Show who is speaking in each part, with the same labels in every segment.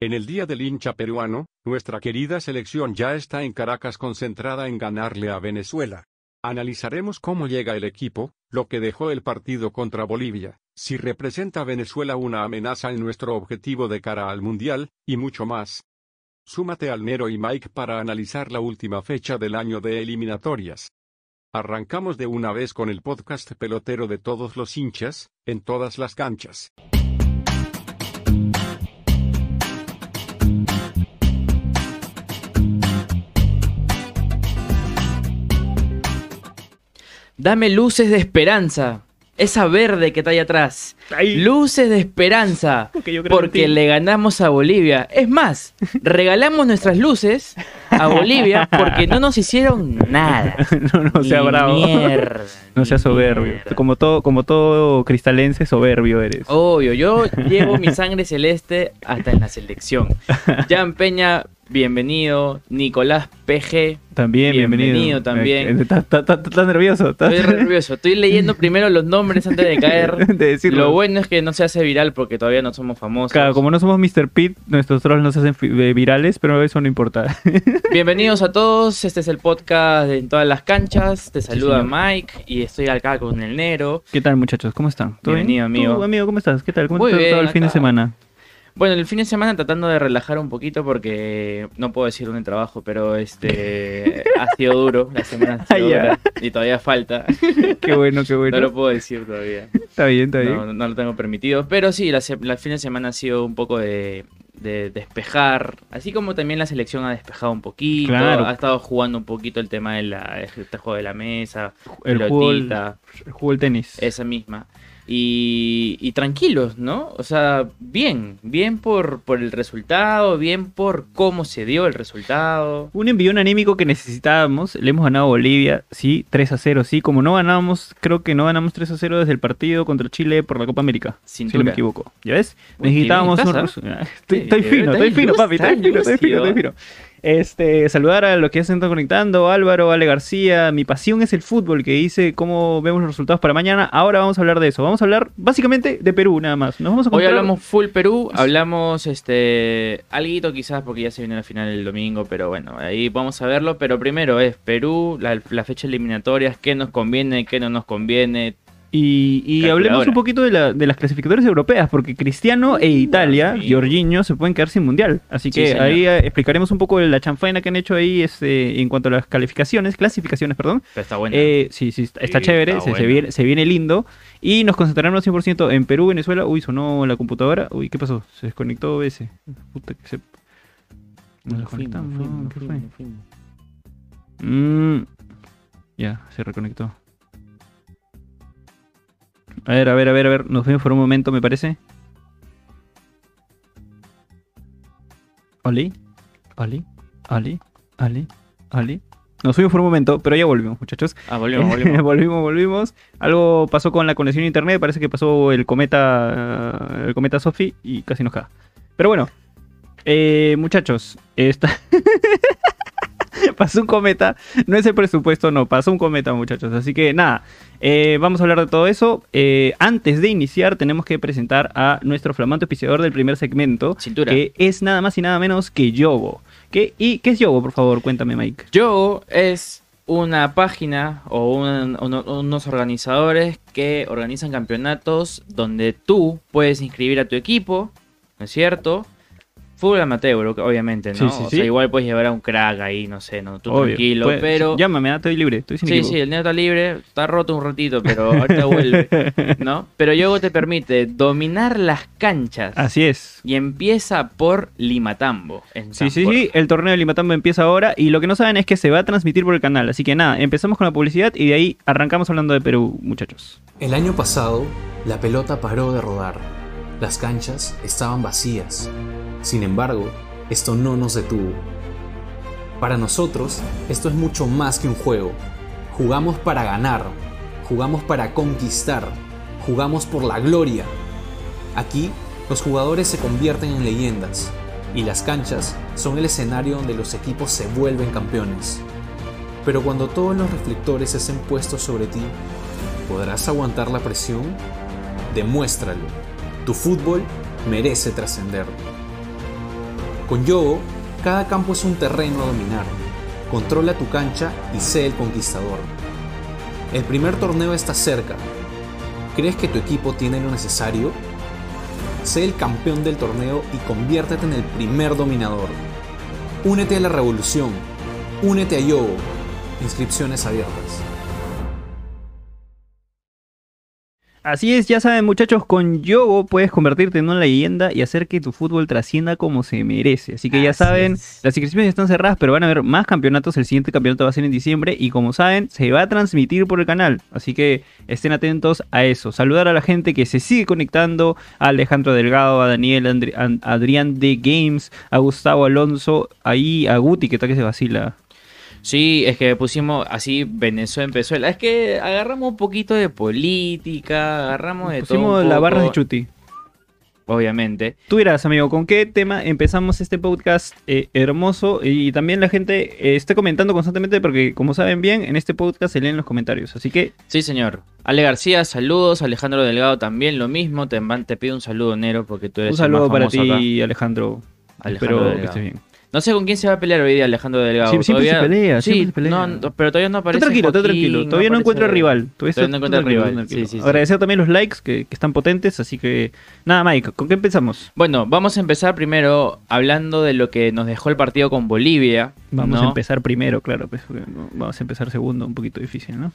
Speaker 1: En el día del hincha peruano, nuestra querida selección ya está en Caracas concentrada en ganarle a Venezuela. Analizaremos cómo llega el equipo, lo que dejó el partido contra Bolivia, si representa a Venezuela una amenaza en nuestro objetivo de cara al Mundial, y mucho más. Súmate al Nero y Mike para analizar la última fecha del año de eliminatorias. Arrancamos de una vez con el podcast pelotero de todos los hinchas, en todas las canchas.
Speaker 2: Dame luces de esperanza. Esa verde que está ahí atrás.
Speaker 3: Ahí.
Speaker 2: Luces de esperanza.
Speaker 3: Porque yo creo en
Speaker 2: Porque
Speaker 3: ti.
Speaker 2: le ganamos a Bolivia. Es más, regalamos nuestras luces a Bolivia porque no nos hicieron nada.
Speaker 3: no, no sea
Speaker 2: Ni
Speaker 3: bravo.
Speaker 2: mierda,
Speaker 3: No
Speaker 2: ni
Speaker 3: sea soberbio.
Speaker 2: mierda. Oh,
Speaker 3: Como todo, como todo cristalense, soberbio eres.
Speaker 2: Obvio, yo llevo mi sangre celeste hasta en la selección. Jan Peña, bienvenido. Nicolás PG,
Speaker 3: también, bienvenido.
Speaker 2: bienvenido también.
Speaker 3: Eh, ¿Estás estás- estás- estás nervioso? ¿Estás-
Speaker 2: estoy nervioso. Estoy leyendo primero los nombres antes de caer.
Speaker 3: de decirlo.
Speaker 2: Lo bueno es que no se hace viral porque todavía no somos famosos.
Speaker 3: Claro, como no somos Mr. Pete, nuestros trolls nos hacen fi- eh, virales, pero eso no importa.
Speaker 2: Bienvenidos a todos, este es el podcast de en todas las canchas. Te saluda
Speaker 3: señor.
Speaker 2: Mike y estoy acá con el Nero.
Speaker 3: ¿Qué tal, muchachos? ¿Cómo están? ¿Todo bien?
Speaker 2: Bienvenido, amigo.
Speaker 3: ¿Tú, amigo, ¿cómo estás? ¿Qué tal? ¿Cómo
Speaker 2: Muy
Speaker 3: te ha
Speaker 2: bien,
Speaker 3: tratado el fin de
Speaker 2: acá.
Speaker 3: semana?
Speaker 2: Bueno, el fin de semana tratando de relajar un poquito porque no puedo decir dónde trabajo, pero este ha sido duro, la semana ha sido
Speaker 3: Ah, ya.
Speaker 2: dura y todavía falta.
Speaker 3: Qué bueno, qué bueno.
Speaker 2: No lo puedo decir todavía.
Speaker 3: Está bien, está bien.
Speaker 2: No, no lo tengo permitido. Pero sí, la, se- la fin de semana ha sido un poco de, de despejar. Así como también la selección ha despejado un poquito.
Speaker 3: Claro.
Speaker 2: Ha estado jugando un poquito el tema de la, este juego de la mesa.
Speaker 3: el, juego, el,
Speaker 2: pelotita,
Speaker 3: el juego del tenis.
Speaker 2: esa misma. Y, y tranquilos, ¿no? O sea, bien. Bien por, por el resultado, bien por cómo se dio el resultado.
Speaker 3: Un envión anímico que necesitábamos. Le hemos ganado a Bolivia, sí, 3 a 0, sí. Como no ganábamos, creo que no ganamos 3 a 0 desde el partido contra Chile por la Copa América. Si no me
Speaker 2: Cintura.
Speaker 3: equivoco. ¿Ya ves?
Speaker 2: Uy,
Speaker 3: Necesitábamos
Speaker 2: qué
Speaker 3: un... Ah,
Speaker 2: bien
Speaker 3: Estoy, estoy
Speaker 2: Sí,
Speaker 3: fino,
Speaker 2: está
Speaker 3: estoy fino,
Speaker 2: luz,
Speaker 3: papi. Estoy
Speaker 2: está
Speaker 3: fino, estoy
Speaker 2: luz,
Speaker 3: fino,
Speaker 2: tío.
Speaker 3: estoy fino. Este, saludar a los que ya se están conectando. Álvaro, Ale García. Mi pasión es el fútbol, que dice cómo vemos los resultados para mañana. Ahora vamos a hablar de eso. Vamos a hablar básicamente de Perú, nada más. Nos vamos a
Speaker 2: Hoy
Speaker 3: encontrar-
Speaker 2: hablamos full Perú, hablamos este alguito quizás porque ya se viene la final el domingo, pero bueno, ahí vamos a verlo, pero primero es Perú, la, la fecha eliminatoria, qué nos conviene, qué no nos conviene.
Speaker 3: Y, y
Speaker 2: Calculadora.
Speaker 3: hablemos un poquito de, la- de las clasificatorias europeas, porque Cristiano
Speaker 2: Uh,
Speaker 3: e Italia,
Speaker 2: amigo.
Speaker 3: Jorginho, se pueden quedar sin mundial. Así
Speaker 2: Sí,
Speaker 3: que
Speaker 2: señor.
Speaker 3: ahí eh, explicaremos un poco de la chanfaina que han hecho ahí este, en cuanto a las calificaciones, clasificaciones, perdón.
Speaker 2: Pero está bueno.
Speaker 3: Eh, sí, sí, está, está
Speaker 2: Sí,
Speaker 3: chévere,
Speaker 2: está
Speaker 3: se, se
Speaker 2: bueno.
Speaker 3: viene, se viene lindo. Y nos concentraremos 100% en Perú, Venezuela. Uy, sonó la computadora. Uy, ¿qué pasó? Se desconectó ese. Puta que se... Nos desconectamos, ¿no? ¿Qué fue? Mm. Ya, se reconectó. A ver, a ver, a ver, a ver. Nos vemos por un momento, me parece. Oli, Oli, Oli, Oli, Oli. Nos fuimos por un momento, pero ya volvimos, muchachos.
Speaker 2: Ah, volvemos, volvemos.
Speaker 3: volvimos, volvimos. Algo pasó con la conexión a internet, parece que pasó el cometa, eh, el cometa Sophie y casi nos caga. Pero bueno, eh, muchachos, esta... pasó un cometa, no es el presupuesto, no, pasó un cometa, muchachos. Así que nada, eh, vamos a hablar de todo eso. Eh, antes de iniciar, tenemos que presentar a nuestro flamante auspiciador del primer segmento,
Speaker 2: Cintura.
Speaker 3: que es nada más y nada menos que Yogo. ¿Qué, ¿Y qué es Yogo, por favor? Cuéntame, Mike.
Speaker 2: Yo es una página o un- uno- unos organizadores que organizan campeonatos donde tú puedes inscribir a tu equipo, ¿no es cierto? Fútbol amateur, obviamente, ¿no?
Speaker 3: Sí, sí,
Speaker 2: o
Speaker 3: sí.
Speaker 2: sea, igual puedes llevar a un crack ahí, no sé, no, tú
Speaker 3: Obvio,
Speaker 2: tranquilo,
Speaker 3: puede-
Speaker 2: pero...
Speaker 3: Llámame, ah, estoy libre, estoy sin
Speaker 2: Sí,
Speaker 3: equipo.
Speaker 2: sí, el neo está libre, está roto un ratito, pero ahorita vuelve, ¿no? Pero Yogo te permite dominar las canchas
Speaker 3: Así es.
Speaker 2: y empieza por Limatambo. en
Speaker 3: Sí,
Speaker 2: San
Speaker 3: sí,
Speaker 2: Jorge.
Speaker 3: sí, el torneo de Limatambo empieza ahora y lo que no saben es que se va a transmitir por el canal. Así que nada, empezamos con la publicidad y de ahí arrancamos hablando de Perú, muchachos.
Speaker 4: El año pasado, la pelota paró de rodar. Las canchas estaban vacías. Sin embargo, esto no nos detuvo. Para nosotros, esto es mucho más que un juego. Jugamos para ganar. Jugamos para conquistar. Jugamos por la gloria. Aquí, los jugadores se convierten en leyendas. Y las canchas son el escenario donde los equipos se vuelven campeones. Pero cuando todos los reflectores estén puestos sobre ti, ¿Podrás aguantar la presión? Demuéstralo. Tu fútbol merece trascender. Con Yogo, cada campo es un terreno a dominar. Controla tu cancha y sé el conquistador. El primer torneo está cerca. ¿Crees que tu equipo tiene lo necesario? Sé el campeón del torneo y conviértete en el primer dominador. Únete a la revolución. Únete a Yogo. Inscripciones abiertas.
Speaker 3: Así es, ya saben muchachos, con Yogo puedes convertirte en una leyenda y hacer que tu fútbol trascienda como se merece. Así que ya
Speaker 2: Así
Speaker 3: saben,
Speaker 2: es.
Speaker 3: las inscripciones están cerradas, pero van a haber más campeonatos. El siguiente campeonato va a ser en diciembre y como saben, se va a transmitir por el canal. Así que estén atentos a eso. Saludar a la gente que se sigue conectando, a Alejandro Delgado, a Daniel, Andri- An- Adrián de Games, a Gustavo Alonso, ahí a Guti que está que se vacila.
Speaker 2: Sí, es que pusimos así Venezuela en Venezuela. Es que agarramos un poquito de política, agarramos de todo.
Speaker 3: Pusimos
Speaker 2: un
Speaker 3: las barras de
Speaker 2: poco,
Speaker 3: Chuti.
Speaker 2: Obviamente.
Speaker 3: Tú dirás, amigo, ¿con qué tema empezamos este podcast eh, hermoso? Y también la gente eh, está comentando constantemente porque, como saben bien, en este podcast se leen los comentarios. Así que,
Speaker 2: Sí, señor. Ale García, saludos. Alejandro Delgado también, lo mismo. Te, man- te pido un saludo, Nero, porque tú eres
Speaker 3: un saludo
Speaker 2: el más
Speaker 3: para
Speaker 2: famoso
Speaker 3: ti,
Speaker 2: acá.
Speaker 3: Alejandro.
Speaker 2: Alejandro
Speaker 3: Espero que
Speaker 2: Delgado.
Speaker 3: estés bien.
Speaker 2: No sé con quién se va a pelear hoy día Alejandro Delgado.
Speaker 3: Sie- siempre
Speaker 2: Todavía-
Speaker 3: se pelea,
Speaker 2: sí,
Speaker 3: siempre se pelea.
Speaker 2: no, no, pero todavía no
Speaker 3: Está
Speaker 2: aparece.
Speaker 3: tranquilo, está
Speaker 2: Joaquín,
Speaker 3: tranquilo. Todavía no, encuentro
Speaker 2: aparece-
Speaker 3: rival.
Speaker 2: Todavía no encuentro
Speaker 3: tranquilo,
Speaker 2: rival.
Speaker 3: tranquilo.
Speaker 2: Sí, sí, sí.
Speaker 3: Agradecer también los likes que, que están potentes. Así que, nada, Mike, ¿con qué empezamos?
Speaker 2: Bueno, vamos a empezar primero hablando de lo que nos dejó el partido con Bolivia.
Speaker 3: Vamos
Speaker 2: ¿no?
Speaker 3: a empezar primero, claro. pues, porque no- vamos a empezar segundo, un poquito difícil, ¿no?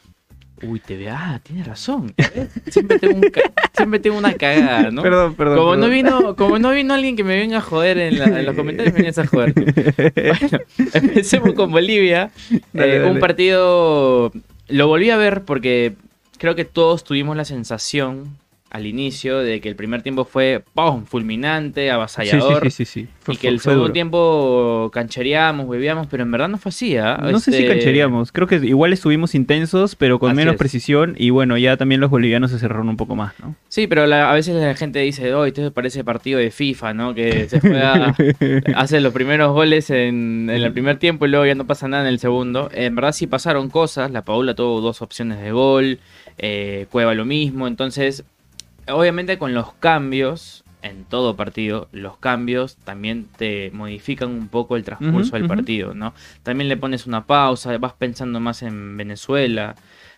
Speaker 2: Uy, te ve, ah, tiene razón. Eh, Siempre tengo, un ca- siempre tengo una cagada, ¿no?
Speaker 3: Perdón, perdón.
Speaker 2: como, no
Speaker 3: perdón.
Speaker 2: vino, como no vino alguien que me venga a joder en, la- en los comentarios, me venías a joder. tú. Bueno, empecemos con Bolivia.
Speaker 3: Dale,
Speaker 2: Eh, Un
Speaker 3: dale.
Speaker 2: partido. Lo volví a ver porque creo que todos tuvimos la sensación al inicio de que el primer tiempo fue ¡pum! fulminante,
Speaker 3: Sí, sí,
Speaker 2: avasallador.
Speaker 3: sí, sí, sí. Fue-
Speaker 2: Y que el
Speaker 3: fue- fue
Speaker 2: segundo
Speaker 3: duro.
Speaker 2: tiempo canchereamos, bebíamos, pero en verdad no fue así, ¿ah?
Speaker 3: No sé si
Speaker 2: Este,
Speaker 3: cancheríamos, creo que igual estuvimos intensos, pero con
Speaker 2: Así
Speaker 3: menos
Speaker 2: es.
Speaker 3: precisión y bueno, ya también los bolivianos se cerraron un poco más, ¿no?
Speaker 2: Sí, pero la- a veces la gente dice, oh, esto parece partido de FIFA, ¿no? Que se juega, hace los primeros goles en, en el primer tiempo y luego ya no pasa nada en el segundo. En verdad sí pasaron cosas, la Paula tuvo dos opciones de gol, eh, Cueva lo mismo, entonces, obviamente con los cambios, en todo partido, los cambios también te modifican un poco el transcurso
Speaker 3: Ujú,
Speaker 2: del
Speaker 3: ujú.
Speaker 2: partido, ¿no? También le pones una pausa, vas pensando más en Venezuela,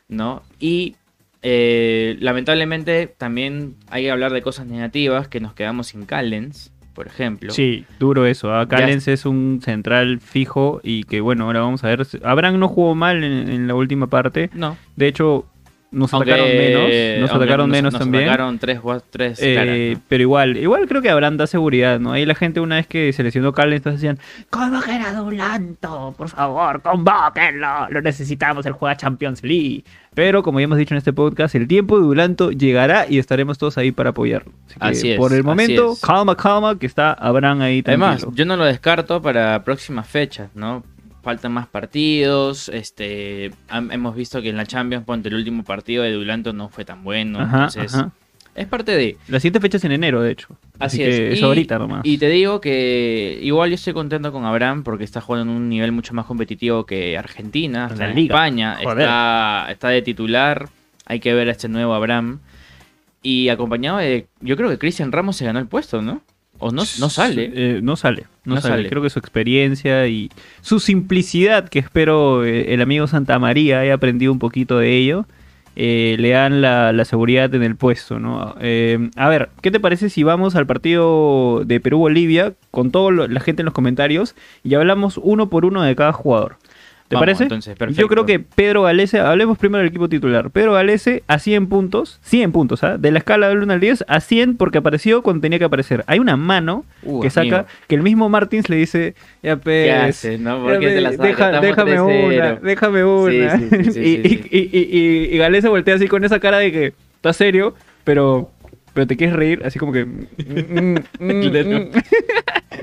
Speaker 2: ¿no? Y eh, lamentablemente también hay que hablar de cosas negativas que nos quedamos sin Callens, por ejemplo.
Speaker 3: Sí, duro eso. ¿ah?
Speaker 2: Ya.
Speaker 3: Callens es un central fijo y que bueno, ahora vamos a ver. Abraham no jugó mal en, en la última parte.
Speaker 2: No.
Speaker 3: De hecho, nos
Speaker 2: Aunque-
Speaker 3: atacaron menos. Nos
Speaker 2: aunque
Speaker 3: atacaron
Speaker 2: nos-
Speaker 3: menos
Speaker 2: nos
Speaker 3: también.
Speaker 2: atacaron tres, gua- tres
Speaker 3: Eh,
Speaker 2: claras, ¿no?
Speaker 3: Pero igual, igual creo que Abraham da seguridad, ¿no? Ahí la gente una vez que se lesionó Callens, todos decían, convoquen a Dulanto, por favor, convóquenlo, lo necesitamos, él juega Champions League. Pero como ya hemos dicho en este podcast, el tiempo de Dulanto llegará y estaremos todos ahí para apoyarlo. Así que
Speaker 2: Así es,
Speaker 3: por el
Speaker 2: así
Speaker 3: momento,
Speaker 2: es.
Speaker 3: calma, calma, que está Abraham ahí también.
Speaker 2: Además, yo no lo descarto para próximas fechas, ¿no? Faltan más partidos, este, han- hemos visto que en la Champions, ponte el último partido de Dulanto no fue tan bueno, entonces es parte de...
Speaker 3: La siguiente fecha es en enero, de hecho.
Speaker 2: Así,
Speaker 3: Así, que
Speaker 2: es.
Speaker 3: es,
Speaker 2: Y-
Speaker 3: ahorita nomás.
Speaker 2: Y te digo que igual yo estoy contento con Abraham porque está jugando en un nivel mucho más competitivo que Argentina,
Speaker 3: En
Speaker 2: está
Speaker 3: la
Speaker 2: en
Speaker 3: liga.
Speaker 2: España,
Speaker 3: Joder.
Speaker 2: está, está de titular. Hay que ver a este nuevo Abraham. Y acompañado de. Yo creo que Cristian Ramos se ganó el puesto, ¿no? O no, no sale.
Speaker 3: Eh, no sale. No,
Speaker 2: No
Speaker 3: sale.
Speaker 2: sale.
Speaker 3: Creo que su experiencia y su simplicidad, que espero eh, el amigo Santa María haya aprendido un poquito de ello, eh, le dan la, la seguridad en el puesto, ¿no? Eh, a ver, ¿qué te parece si vamos al partido de Perú-Bolivia con toda la gente en los comentarios y hablamos uno por uno de cada jugador? ¿Te
Speaker 2: Vamos,
Speaker 3: parece?
Speaker 2: entonces, perfecto.
Speaker 3: Yo creo que Pedro Galese, hablemos primero del equipo titular. Pedro Galese a 100 puntos, 100 puntos, ¿ah? De la escala del 1 al 10 a 100 porque apareció cuando tenía que aparecer. Hay una mano
Speaker 2: Uh,
Speaker 3: que saca,
Speaker 2: amigo.
Speaker 3: que el mismo Martins le dice, ya pues,
Speaker 2: ¿Qué hace, no?
Speaker 3: ya,
Speaker 2: ¿Por qué
Speaker 3: pues,
Speaker 2: te la saca?
Speaker 3: deja-
Speaker 2: Estamos
Speaker 3: déjame
Speaker 2: 3-0.
Speaker 3: una, déjame una.
Speaker 2: Sí, sí, sí, sí,
Speaker 3: y,
Speaker 2: sí, sí.
Speaker 3: y, y- y- y Galese voltea así con esa cara de que, está serio, pero, pero te quieres reír, así como que... mm, mm, mm,
Speaker 2: Claro.
Speaker 3: mm.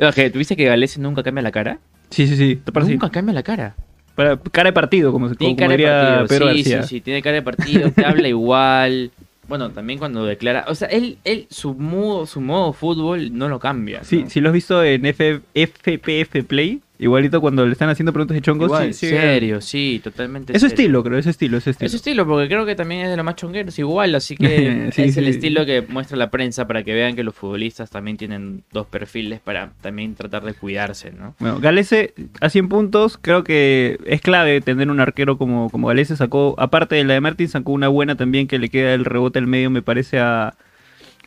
Speaker 2: Oje, ¿Tú viste que Galese nunca cambia la cara?
Speaker 3: Sí, sí, sí. Para,
Speaker 2: Nunca cambia la cara.
Speaker 3: para cara de partido, como, como,
Speaker 2: Tiene
Speaker 3: como
Speaker 2: cara de
Speaker 3: diría
Speaker 2: partido,
Speaker 3: Pedro
Speaker 2: sí,
Speaker 3: García.
Speaker 2: sí, sí, tiene cara de partido, te habla igual. Bueno, también cuando declara, o sea, él, él su modo, su modo fútbol no lo cambia. ¿no?
Speaker 3: Sí, si lo has visto en F- FPF Play, Igualito cuando le están haciendo preguntas de chongos.
Speaker 2: Igual,
Speaker 3: sí, sí.
Speaker 2: serio, sí, totalmente.
Speaker 3: Es su
Speaker 2: serio.
Speaker 3: estilo, creo, es su estilo, es su estilo.
Speaker 2: Es su estilo, porque creo que también es de los más chongueros igual, así que
Speaker 3: Sí,
Speaker 2: es el
Speaker 3: sí.
Speaker 2: estilo que muestra la prensa para que vean que los futbolistas también tienen dos perfiles para también tratar de cuidarse, ¿no?
Speaker 3: Bueno, Galese a 100 puntos, creo que es clave tener un arquero como, como Galese. Sacó, aparte de la de Martín, sacó una buena también que le queda el rebote al medio, me parece a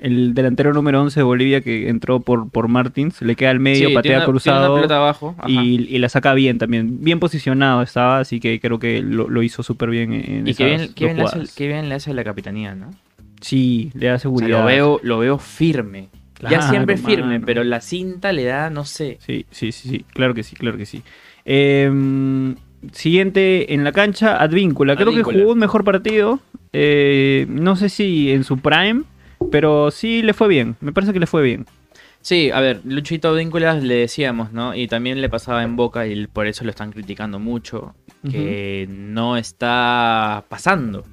Speaker 3: el delantero número 11 de Bolivia que entró por, por Martins. Le queda al medio,
Speaker 2: Sí, tiene
Speaker 3: patea
Speaker 2: una- tiene una
Speaker 3: cruzado
Speaker 2: pelota abajo. ajá.
Speaker 3: y, y la saca bien también. Bien posicionado estaba, así que creo que lo, lo hizo súper bien en, en
Speaker 2: Y qué
Speaker 3: esas
Speaker 2: bien, qué
Speaker 3: dos
Speaker 2: bien le hace,
Speaker 3: jugadas.
Speaker 2: qué bien le hace la capitanía, ¿no? O
Speaker 3: Sí, le da
Speaker 2: sea,
Speaker 3: seguridad.
Speaker 2: lo veo, lo veo firme. ya
Speaker 3: Claro,
Speaker 2: siempre firme,
Speaker 3: mano.
Speaker 2: pero la cinta le da, no sé.
Speaker 3: Sí, sí, sí, sí, claro que sí, claro que sí. Eh, siguiente en la cancha, Advíncula. Creo
Speaker 2: Advíncula.
Speaker 3: que jugó un mejor partido. eh, no sé si en su prime, pero sí le fue bien. Me parece que le fue bien.
Speaker 2: Sí, a ver, Luchito Vínculas le decíamos, ¿no? Y también le pasaba en boca y por eso lo están criticando mucho. Que no está pasando.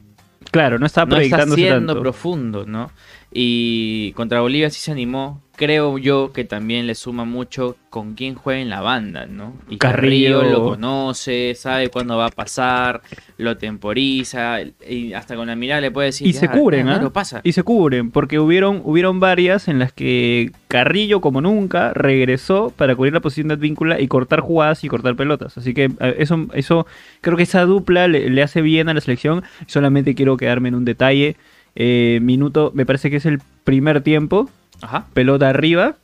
Speaker 3: Claro, no estaba
Speaker 2: no está
Speaker 3: proyectándose
Speaker 2: siendo
Speaker 3: Ah, tanto.
Speaker 2: profundo, ¿no? Y contra Bolivia sí se animó. Creo yo que también le suma mucho con quién juega en la banda, ¿no? Y
Speaker 3: Carrillo.
Speaker 2: Carrillo, lo conoce, sabe cuándo va a pasar, lo temporiza, y hasta con la mirada le puede decir.
Speaker 3: Y se
Speaker 2: "Ah,
Speaker 3: cubren, ¿ah?
Speaker 2: Lo pasa.
Speaker 3: Y se cubren, porque hubieron, hubieron varias en las que Carrillo, como nunca, regresó para cubrir la posición de Advíncula y cortar jugadas y cortar pelotas. Así que eh, eso, eso creo que esa dupla le, le hace bien a la selección. Solamente quiero quedarme en un detalle. Eh, minuto, me parece que es el primer tiempo,
Speaker 2: Ajá.
Speaker 3: pelota arriba.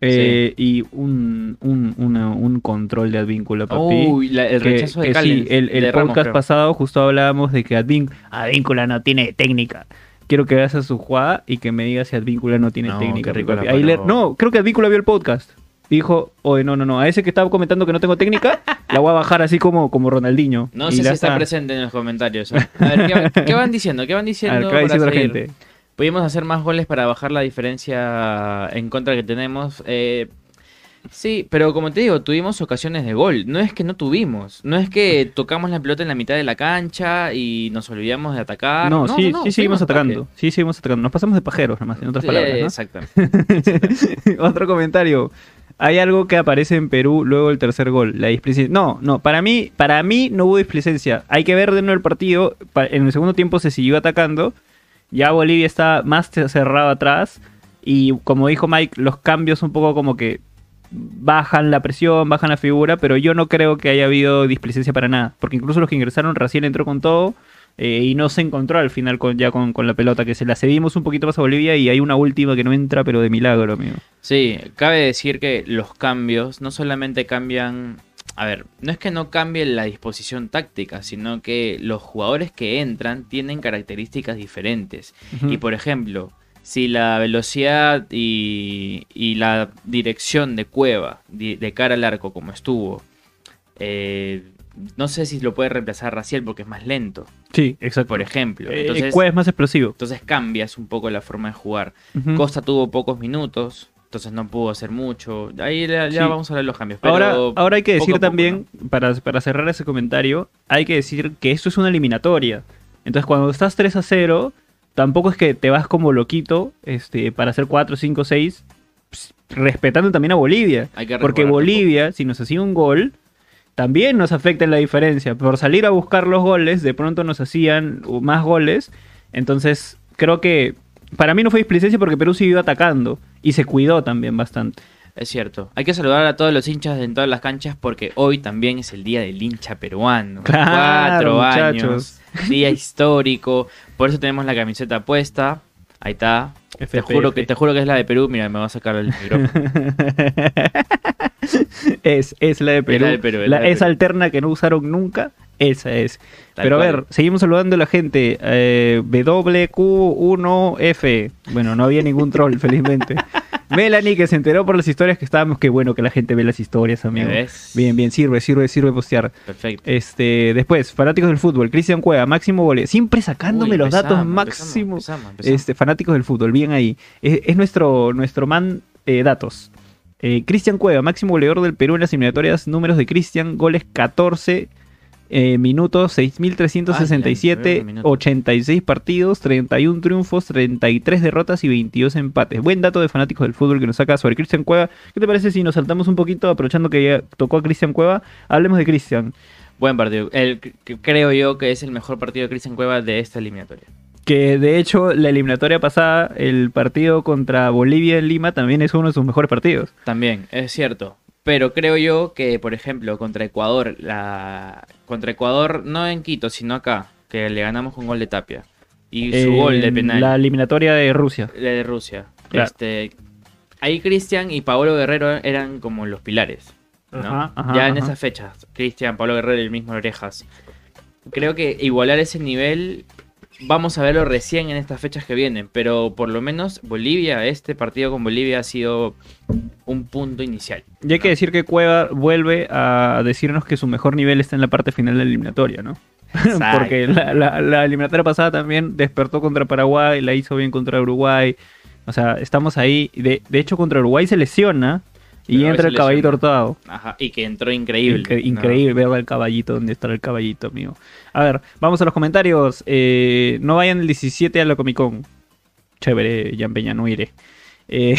Speaker 3: eh, Y un, un- una- un control de Advíncula, papi
Speaker 2: Uy, la- el
Speaker 3: que-
Speaker 2: rechazo de
Speaker 3: que
Speaker 2: Callens,
Speaker 3: sí, el, el
Speaker 2: de Ramos,
Speaker 3: podcast
Speaker 2: creo.
Speaker 3: pasado justo hablábamos de que Advin- Advíncula no tiene técnica. Quiero que veas a su jugada y que me digas si Advíncula no tiene
Speaker 2: No,
Speaker 3: técnica.
Speaker 2: qué rico la
Speaker 3: papi. Ahí le-
Speaker 2: paró.
Speaker 3: no, creo que Advíncula vio el podcast. Y Dijo, oye, no, no, no, a ese que estaba comentando que no tengo técnica, la voy a bajar así como, como Ronaldinho.
Speaker 2: No
Speaker 3: Y
Speaker 2: sé si
Speaker 3: la
Speaker 2: está, presente en los comentarios. ¿ah? A ver, ¿qué, va- qué van diciendo? ¿Qué van
Speaker 3: A
Speaker 2: diciendo?
Speaker 3: ver, ¿qué va
Speaker 2: para
Speaker 3: diciendo la
Speaker 2: seguir?
Speaker 3: gente?
Speaker 2: Pudimos hacer más goles para bajar la diferencia en contra que tenemos. eh, sí, pero como te digo, tuvimos ocasiones de gol. No es que no tuvimos. No es que tocamos la pelota en la mitad de la cancha y nos olvidamos de atacar.
Speaker 3: No, sí,
Speaker 2: Ah, no,
Speaker 3: sí seguimos
Speaker 2: tuvimos
Speaker 3: atacando.
Speaker 2: ataque.
Speaker 3: Sí, seguimos atacando. Nos pasamos de pajeros, nomás, en otras
Speaker 2: Eh,
Speaker 3: palabras. ¿no?
Speaker 2: Exacto.
Speaker 3: Otro comentario. Hay algo que aparece en Perú luego del tercer gol, la displicencia. No, no, para mí, para mí no hubo displicencia. Hay que ver de nuevo el partido. Pa- En el segundo tiempo se siguió atacando. Ya Bolivia está más ce- cerrado atrás. Y como dijo Mike, los cambios un poco como que bajan la presión, bajan la figura, pero yo no creo que haya habido displicencia para nada. Porque incluso los que ingresaron recién entró con todo eh, y no se encontró al final con, ya con, con la pelota, que se la cedimos un poquito más a Bolivia y hay una última que no entra, pero de milagro, amigo.
Speaker 2: Sí, cabe decir que los cambios no solamente cambian, a ver, no es que no cambie la disposición táctica, sino que los jugadores que entran tienen características diferentes. Y por ejemplo, si la velocidad y, y la dirección de Cueva di- de cara al arco como estuvo, eh, no sé si lo puede reemplazar Raciel porque es más lento,
Speaker 3: Sí, exacto.
Speaker 2: por ejemplo.
Speaker 3: Eh,
Speaker 2: Entonces,
Speaker 3: Cueva es más explosivo.
Speaker 2: entonces cambias un poco la forma de jugar.
Speaker 3: Ujú.
Speaker 2: Costa tuvo pocos minutos, entonces no pudo hacer mucho. Ahí ya, ya
Speaker 3: Sí.
Speaker 2: vamos a hablar de los cambios. Pero
Speaker 3: Ahora, ahora hay que
Speaker 2: poco
Speaker 3: decir
Speaker 2: a poco,
Speaker 3: también, para, para cerrar ese comentario, hay que decir que esto es una eliminatoria. Entonces, cuando estás 3 a 0, tampoco es que te vas como loquito este, para hacer 4, 5, 6, ps, pues, respetando también a Bolivia.
Speaker 2: Hay que
Speaker 3: Porque
Speaker 2: recordar
Speaker 3: Bolivia, si nos hacía un gol, también nos afecta en la diferencia. Por salir a buscar los goles, de pronto nos hacían más goles. Entonces, creo que para mí no fue displicencia porque Perú siguió atacando y se cuidó también bastante.
Speaker 2: Es cierto. Hay que saludar a todos los hinchas en todas las canchas porque hoy también es el día del hincha peruano. Cuatro
Speaker 3: Claro, muchachos.
Speaker 2: años. Día histórico. Por eso tenemos la camiseta puesta. Ahí está. Te
Speaker 3: FFF.
Speaker 2: juro, que, te juro que es la de Perú. Mira, me va a sacar el micrófono.
Speaker 3: es, es la de Perú.
Speaker 2: la de Perú, es
Speaker 3: La-
Speaker 2: la de
Speaker 3: esa
Speaker 2: Perú.
Speaker 3: alterna que no usaron nunca, esa es.
Speaker 2: Tal
Speaker 3: Pero a
Speaker 2: cual.
Speaker 3: ver, seguimos saludando a la gente. Eh, WQ1F. Bueno, no había ningún troll, felizmente. Melanie, que se enteró por las historias que estábamos. Qué bueno que la gente ve las historias, amigo.
Speaker 2: ¿Me ves?
Speaker 3: Bien, bien, sirve, sirve, sirve postear.
Speaker 2: Perfecto.
Speaker 3: Este, después, fanáticos del fútbol. Cristian Cueva, Máximo Bolívar. Siempre sacándome
Speaker 2: Uy,
Speaker 3: los datos
Speaker 2: empezamos,
Speaker 3: máximo.
Speaker 2: empezamos, empezamos, empezamos.
Speaker 3: Este, fanáticos del fútbol, bien ahí. Es, es nuestro, nuestro man eh, datos. Eh, Cristian Cueva, máximo goleador del Perú en las eliminatorias, números de Cristian, goles 14, eh, minutos,
Speaker 2: Ah,
Speaker 3: 6.367,
Speaker 2: ya, ya,
Speaker 3: 86 partidos, 31 triunfos, 33 derrotas y 22 empates. Buen dato de fanáticos del fútbol que nos saca sobre Cristian Cueva. ¿Qué te parece si nos saltamos un poquito, aprovechando que ya tocó a Cristian Cueva? Hablemos de Cristian,
Speaker 2: Buen partido. El, que creo yo que es el mejor partido de Cristian Cueva de esta eliminatoria.
Speaker 3: que de hecho la eliminatoria pasada, el partido contra Bolivia en Lima, también es uno de sus mejores partidos.
Speaker 2: También, es cierto. Pero creo yo que, por ejemplo, contra Ecuador, la... contra Ecuador, no en Quito, sino acá, que le ganamos con gol de Tapia. Y su
Speaker 3: Eh,
Speaker 2: gol de penal.
Speaker 3: La eliminatoria de Rusia.
Speaker 2: La de Rusia.
Speaker 3: Claro.
Speaker 2: Este, ahí Cristian y Paolo Guerrero eran como los pilares. ¿no?
Speaker 3: Ajá, ajá,
Speaker 2: ya en
Speaker 3: ajá.
Speaker 2: esas fechas, Cristian, Paolo Guerrero y el mismo Orejas. Creo que igualar ese nivel vamos a verlo recién en estas fechas que vienen, pero por lo menos Bolivia, este partido con Bolivia ha sido un punto inicial.
Speaker 3: Y hay que decir que Cueva vuelve a decirnos que su mejor nivel está en la parte final de la eliminatoria, ¿no?
Speaker 2: Exacto.
Speaker 3: Porque la, la- la eliminatoria pasada también despertó contra Paraguay, la hizo bien contra Uruguay. O sea, estamos ahí. De, de hecho, contra Uruguay se lesiona y
Speaker 2: Uruguay
Speaker 3: entra
Speaker 2: se
Speaker 3: el caballito
Speaker 2: lesiona.
Speaker 3: Hurtado.
Speaker 2: Ajá, y que entró increíble.
Speaker 3: Incre-
Speaker 2: ¿no?
Speaker 3: increíble ver el caballito, dónde está el caballito, amigo. A ver, vamos a los comentarios. Eh, no vayan el 17 a la Comic Con. Chévere, Jan Peña, no iré. Eh,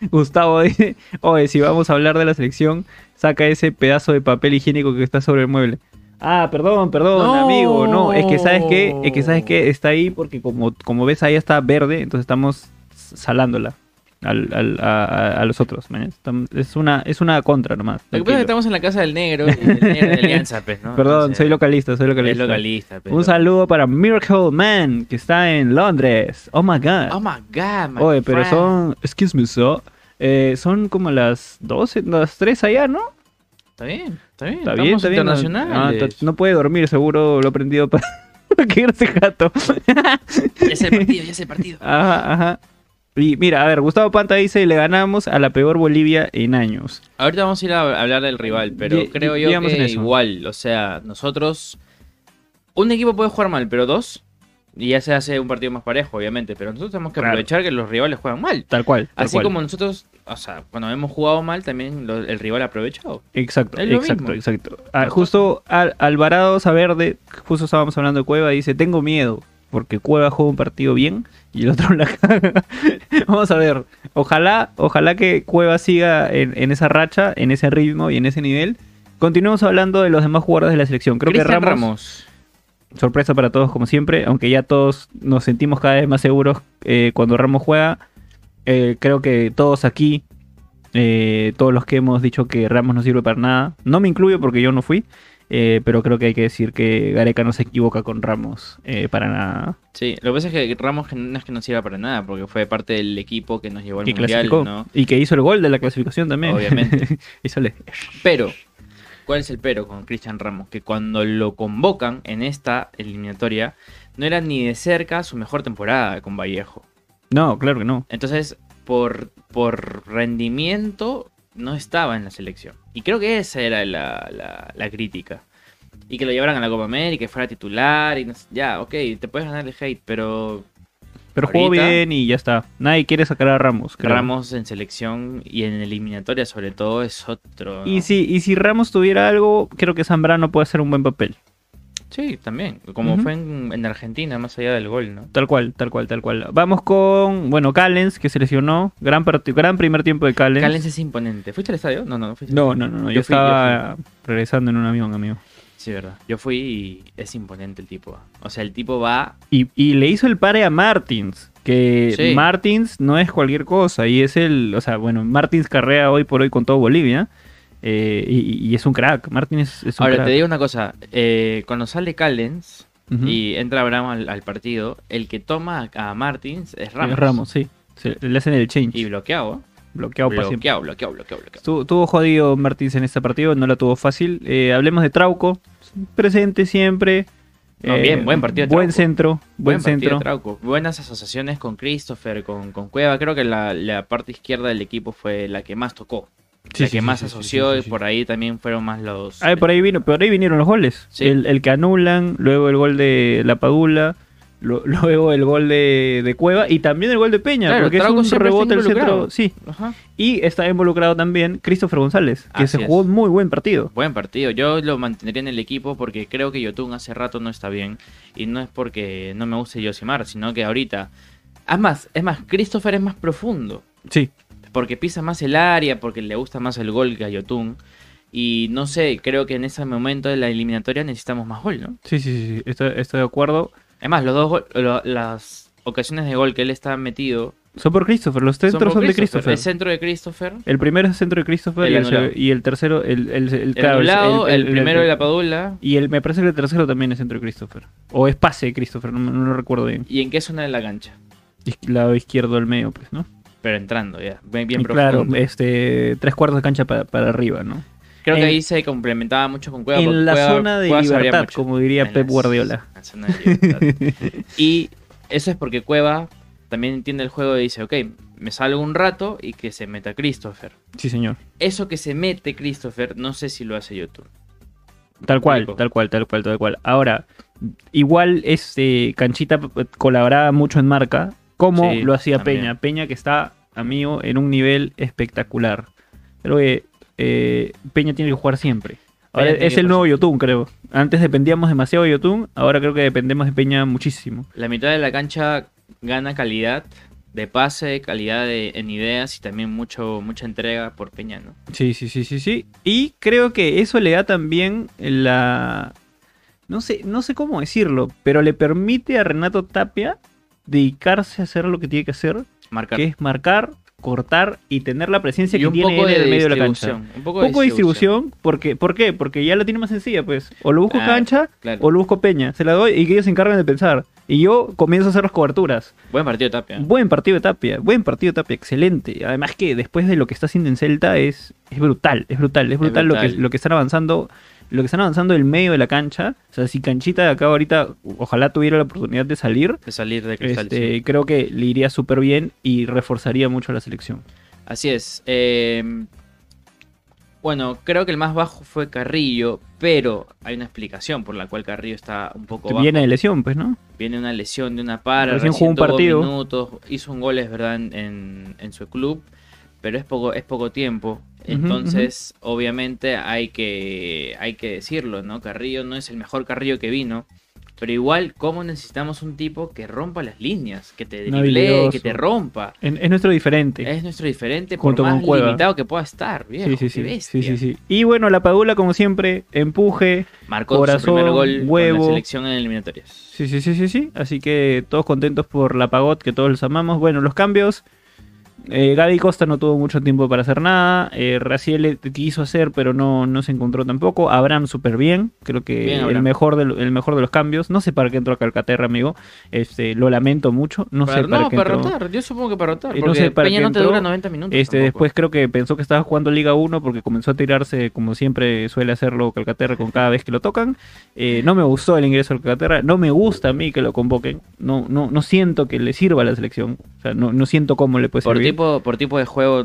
Speaker 3: Gustavo dice, oye, si vamos a hablar de la selección, saca ese pedazo de papel higiénico que está sobre el mueble. Ah, perdón, perdón,
Speaker 2: No.
Speaker 3: amigo. No, es que sabes que, es que sabes que está ahí porque como, como ves ahí está verde, entonces estamos salándola al- al- a, a- a los otros. man. Estamos- Es una, es una contra
Speaker 2: Lo
Speaker 3: nomás.
Speaker 2: que pasa es que
Speaker 3: tranquilo.
Speaker 2: estamos en la casa del negro, y el negro de Alianza, pues, ¿no?
Speaker 3: Ah, Perdón,
Speaker 2: Entonces,
Speaker 3: soy localista, soy
Speaker 2: es
Speaker 3: localista.
Speaker 2: localista. pues,
Speaker 3: Un saludo para Miracle Man, que está en Londres. Oh my god.
Speaker 2: Oh my god, my
Speaker 3: Oye, pero
Speaker 2: friend.
Speaker 3: son. Excuse me, sir. Eh, son como las 12, las 3 allá, ¿no?
Speaker 2: Está bien, está bien.
Speaker 3: Está bien, está bien. Ah,
Speaker 2: internacional.
Speaker 3: ta- no puede dormir, seguro lo he prendido para. que ese gato.
Speaker 2: Ya es el partido, ya es el partido.
Speaker 3: ajá, ajá. Y mira, a ver, Gustavo Panta dice: le ganamos a la peor Bolivia en años.
Speaker 2: Ahorita vamos a ir a hablar del rival, pero
Speaker 3: Ye-
Speaker 2: creo
Speaker 3: ye-
Speaker 2: yo
Speaker 3: digamos en
Speaker 2: que
Speaker 3: eso.
Speaker 2: igual, o sea, nosotros... Un equipo puede jugar mal, pero dos, y ya se hace un partido más parejo, obviamente, pero nosotros tenemos que
Speaker 3: Claro.
Speaker 2: aprovechar que los rivales juegan mal.
Speaker 3: Tal cual. tal
Speaker 2: Así
Speaker 3: cual.
Speaker 2: como nosotros, o sea, cuando hemos jugado mal, también lo- el rival ha aprovechado.
Speaker 3: Exacto,
Speaker 2: Es lo
Speaker 3: exacto,
Speaker 2: mismo.
Speaker 3: exacto. Ah, justo Al- Alvarado Saverde, justo estábamos hablando de Cueva, dice, tengo miedo, porque Cueva juega un partido bien y el otro la caga. Vamos a ver, ojalá, ojalá que Cueva siga en, en esa racha, en ese ritmo y en ese nivel. Continuamos hablando de los demás jugadores de la selección. Creo
Speaker 2: Cristian
Speaker 3: que Ramos, sorpresa para todos como siempre, aunque ya todos nos sentimos cada vez más seguros eh, cuando Ramos juega. Eh, creo que todos aquí, eh, todos los que hemos dicho que Ramos no sirve para nada, no me incluyo porque yo no fui, eh, pero creo que hay que decir que Gareca no se equivoca con Ramos eh, para nada.
Speaker 2: Sí, lo que pasa es que Ramos que no es que no sirva para nada, porque fue parte del equipo que nos llevó al
Speaker 3: Que
Speaker 2: Mundial,
Speaker 3: clasificó
Speaker 2: ¿no?
Speaker 3: y que hizo el gol de la clasificación también.
Speaker 2: Obviamente.
Speaker 3: hizo el- e,
Speaker 2: Pero, ¿cuál es el pero con Cristian Ramos? Que cuando lo convocan en esta eliminatoria, no era ni de cerca su mejor temporada con Vallejo.
Speaker 3: No, claro que no.
Speaker 2: Entonces, por, por rendimiento, no estaba en la selección. Y creo que esa era la, la- la crítica. Y que lo llevaran a la Copa América, que fuera titular, y no sé- ya, ok, te puedes ganar el hate, pero
Speaker 3: Pero jugó
Speaker 2: Ahorita-
Speaker 3: bien y ya está. Nadie quiere sacar a Ramos. creo.
Speaker 2: Ramos en selección y en eliminatoria sobre todo es otro. ¿no?
Speaker 3: Y si, y si Ramos tuviera algo, creo que Zambrano puede hacer un buen papel.
Speaker 2: Sí, también. Como
Speaker 3: Ujú.
Speaker 2: fue en, en Argentina, más allá del gol, ¿no?
Speaker 3: Tal cual, tal cual, tal cual. Vamos con, bueno, Callens, que se lesionó. Gran, parti- gran primer tiempo de Callens.
Speaker 2: Calens es imponente. ¿Fuiste al estadio? No, no, no fuiste.
Speaker 3: No, no, no, no, Yo,
Speaker 2: Yo fui,
Speaker 3: estaba regresando en un avión, amigo.
Speaker 2: Sí, verdad. Yo fui y es imponente el tipo. O sea, el tipo va.
Speaker 3: Y, y le hizo el pare a Martins. Que
Speaker 2: Sí.
Speaker 3: Martins no es cualquier cosa. Y es el, o sea, bueno, Martins carrea hoy por hoy con todo Bolivia. eh, y, y es un crack. Martins es, es un
Speaker 2: Ahora,
Speaker 3: crack.
Speaker 2: te digo una cosa. eh, cuando sale Callens
Speaker 3: Ujú.
Speaker 2: y entra Abraham al, al partido, el que toma a a Martins es Ramos.
Speaker 3: Ramos. sí. Se- le hacen el change.
Speaker 2: Y bloqueado. ¿eh?
Speaker 3: bloqueado para siempre.
Speaker 2: bloqueado, bloqueado, bloqueado, bloqueado.
Speaker 3: Estuvo, estuvo jodido Martins en este partido, no la tuvo fácil. Eh, hablemos de Trauco, presente siempre. Eh,
Speaker 2: No, bien, buen partido de
Speaker 3: Buen
Speaker 2: Trauco.
Speaker 3: centro, buen,
Speaker 2: Buen partido de
Speaker 3: centro.
Speaker 2: Trauco. Buenas asociaciones con Christopher, con, con Cueva. Creo que la, la parte izquierda del equipo fue la que más tocó.
Speaker 3: Sí,
Speaker 2: la
Speaker 3: sí,
Speaker 2: que
Speaker 3: sí,
Speaker 2: más
Speaker 3: sí, sí,
Speaker 2: asoció
Speaker 3: sí, sí, sí.
Speaker 2: y por ahí también fueron más los...
Speaker 3: Ah, por ahí vino, por ahí vinieron los goles.
Speaker 2: Sí.
Speaker 3: El, el que anulan, luego el gol de la Padula, lo- luego el gol de, de Cueva y también el gol de Peña,
Speaker 2: Claro,
Speaker 3: porque es
Speaker 2: Trauco
Speaker 3: un
Speaker 2: siempre está
Speaker 3: rebote el centro.
Speaker 2: involucrado.
Speaker 3: Sí,
Speaker 2: Ajá.
Speaker 3: y está involucrado también Christopher González, que
Speaker 2: Así
Speaker 3: se
Speaker 2: es.
Speaker 3: jugó un muy buen partido.
Speaker 2: Buen partido. Yo lo mantendría en el equipo porque creo que Yotun hace rato no está bien. Y no es porque no me guste Yosimar, sino que ahorita. Es más, es más, Christopher es más profundo.
Speaker 3: Sí,
Speaker 2: porque pisa más el área, porque le gusta más el gol que a Yotun. Y no sé, creo que en ese momento de la eliminatoria necesitamos más gol, ¿no?
Speaker 3: sí, sí, sí, estoy, estoy de acuerdo.
Speaker 2: Además, los dos gol- lo- las ocasiones de gol que él está metido
Speaker 3: Son por Christopher, los
Speaker 2: son
Speaker 3: centros
Speaker 2: por
Speaker 3: son, de Christopher.
Speaker 2: El centro de Christopher,
Speaker 3: El primero es centro de Christopher
Speaker 2: El
Speaker 3: y el,
Speaker 2: anulado.
Speaker 3: seg- y el tercero, el, el, el-
Speaker 2: el
Speaker 3: claro, el-
Speaker 2: anulado, el,
Speaker 3: el- el-
Speaker 2: primero de la Padula.
Speaker 3: Y el, me parece que el tercero también es centro de Christopher. O es pase de Christopher, no, no lo recuerdo bien.
Speaker 2: ¿Y en qué zona de la cancha?
Speaker 3: Is- Lado izquierdo al medio, pues, ¿no?
Speaker 2: Pero entrando ya, bien, bien
Speaker 3: Y
Speaker 2: profundo.
Speaker 3: claro, este, tres cuartos de cancha pa- para arriba, ¿no?
Speaker 2: Creo que
Speaker 3: en-
Speaker 2: ahí se complementaba mucho con Cueva. porque
Speaker 3: en la
Speaker 2: Cueva-
Speaker 3: zona de
Speaker 2: Cueva se abría
Speaker 3: libertad,
Speaker 2: mucho.
Speaker 3: como diría
Speaker 2: En
Speaker 3: Pep
Speaker 2: la-
Speaker 3: Guardiola.
Speaker 2: la zona de libertad. y eso es porque Cueva también entiende el juego y dice, ok, me salgo un rato y que se meta Christopher.
Speaker 3: Sí, señor.
Speaker 2: Eso que se mete Christopher, no sé si lo hace YouTube.
Speaker 3: Tal cual,
Speaker 2: Rico.
Speaker 3: tal cual, tal cual, tal cual. Ahora, igual este Canchita eh, colaboraba mucho en marca, como
Speaker 2: Sí,
Speaker 3: lo hacía
Speaker 2: también.
Speaker 3: Peña. Peña que está, amigo, en un nivel espectacular. Creo que eh, Peña tiene que jugar siempre. Ahora,
Speaker 2: Peña tiene
Speaker 3: es
Speaker 2: que
Speaker 3: el
Speaker 2: jugar
Speaker 3: nuevo Yotun, creo. Antes dependíamos demasiado de Yotun, ahora creo que dependemos de Peña muchísimo.
Speaker 2: La mitad de la cancha gana calidad de pase, calidad de- en ideas y también mucho, mucha entrega por Peña, ¿no?
Speaker 3: Sí, sí, sí, sí, sí. Y creo que eso le da también la. No sé, no sé cómo decirlo, pero le permite a Renato Tapia dedicarse a hacer lo que tiene que hacer,
Speaker 2: Marcar.
Speaker 3: que es marcar, cortar y tener la presencia
Speaker 2: Y
Speaker 3: que
Speaker 2: un
Speaker 3: tiene
Speaker 2: poco
Speaker 3: él en
Speaker 2: de
Speaker 3: el medio de la cancha.
Speaker 2: distribución. Un poco,
Speaker 3: Poco de distribución, porque, ¿por qué? Porque ya la tiene más sencilla, pues. O lo busco
Speaker 2: Ah,
Speaker 3: cancha
Speaker 2: claro.
Speaker 3: o lo busco peña. Se la doy y que ellos se encarguen de pensar. Y yo comienzo a hacer las coberturas.
Speaker 2: Buen partido Tapia. ¿eh?
Speaker 3: Buen partido de Tapia, buen partido de Tapia, excelente. Además que después de lo que está haciendo en Celta es, es brutal, es brutal, es brutal, Lo, que,
Speaker 2: brutal.
Speaker 3: lo que están avanzando, lo que están avanzando el medio de la cancha. O sea, si Canchita acá ahorita, ojalá tuviera la oportunidad de salir,
Speaker 2: De salir de cristal.
Speaker 3: este,
Speaker 2: sí.
Speaker 3: creo que le iría súper bien y reforzaría mucho la selección.
Speaker 2: Así es. eh, bueno, creo que el más bajo fue Carrillo, pero hay una explicación por la cual Carrillo está un poco bajo.
Speaker 3: Viene de lesión, pues, ¿no?
Speaker 2: Viene una lesión de una para, recién
Speaker 3: Recién jugó un
Speaker 2: tuvo
Speaker 3: partido.
Speaker 2: minutos, hizo un gol, es verdad, en, en- en su club, pero es poco, es poco tiempo. Entonces, obviamente hay que, hay que decirlo, ¿no? Carrillo no es el mejor Carrillo que vino. Pero igual, ¿cómo necesitamos un tipo que rompa las líneas? Que te
Speaker 3: Un
Speaker 2: driblee, que
Speaker 3: habilidoso.
Speaker 2: te rompa.
Speaker 3: En- es nuestro diferente.
Speaker 2: Es nuestro diferente,
Speaker 3: Junto
Speaker 2: por
Speaker 3: con
Speaker 2: más
Speaker 3: Cueva.
Speaker 2: limitado que pueda estar, viejo,
Speaker 3: sí, sí,
Speaker 2: qué
Speaker 3: sí, sí,
Speaker 2: bestia.
Speaker 3: sí, sí. Y bueno, la Padula, como siempre, empuje.
Speaker 2: Marcó su
Speaker 3: Corazón,
Speaker 2: primer gol con
Speaker 3: huevo.
Speaker 2: la selección en eliminatorias.
Speaker 3: Sí, sí, sí, sí, sí. Así que todos contentos por la Pagot, que todos los amamos. Bueno, los cambios. Eh, Gaby Costa no tuvo mucho tiempo para hacer nada. Eh, Raciel quiso hacer, pero no, no se encontró tampoco. Abraham súper bien. Creo que
Speaker 2: Bien,
Speaker 3: el,
Speaker 2: Abraham.
Speaker 3: mejor de, lo- el mejor de los cambios. No sé para qué entró a Calcaterra, amigo. Este, lo lamento mucho. No
Speaker 2: Para-
Speaker 3: sé para
Speaker 2: no,
Speaker 3: qué
Speaker 2: para
Speaker 3: entró.
Speaker 2: rotar, yo supongo que para rotar.
Speaker 3: Y no
Speaker 2: porque
Speaker 3: sé para
Speaker 2: Peña
Speaker 3: qué
Speaker 2: no te
Speaker 3: entró.
Speaker 2: dura 90 minutos.
Speaker 3: Este,
Speaker 2: tampoco.
Speaker 3: después creo que pensó que estaba jugando Liga 1 porque comenzó a tirarse, como siempre suele hacerlo Calcaterra con cada vez que lo tocan. Eh, no me gustó el ingreso al Calcaterra, no me gusta a mí que lo convoquen, no, no, no siento que le sirva a la selección, o sea, no, no siento cómo le puede
Speaker 2: Por
Speaker 3: servir.
Speaker 2: tipo, por tipo de juego,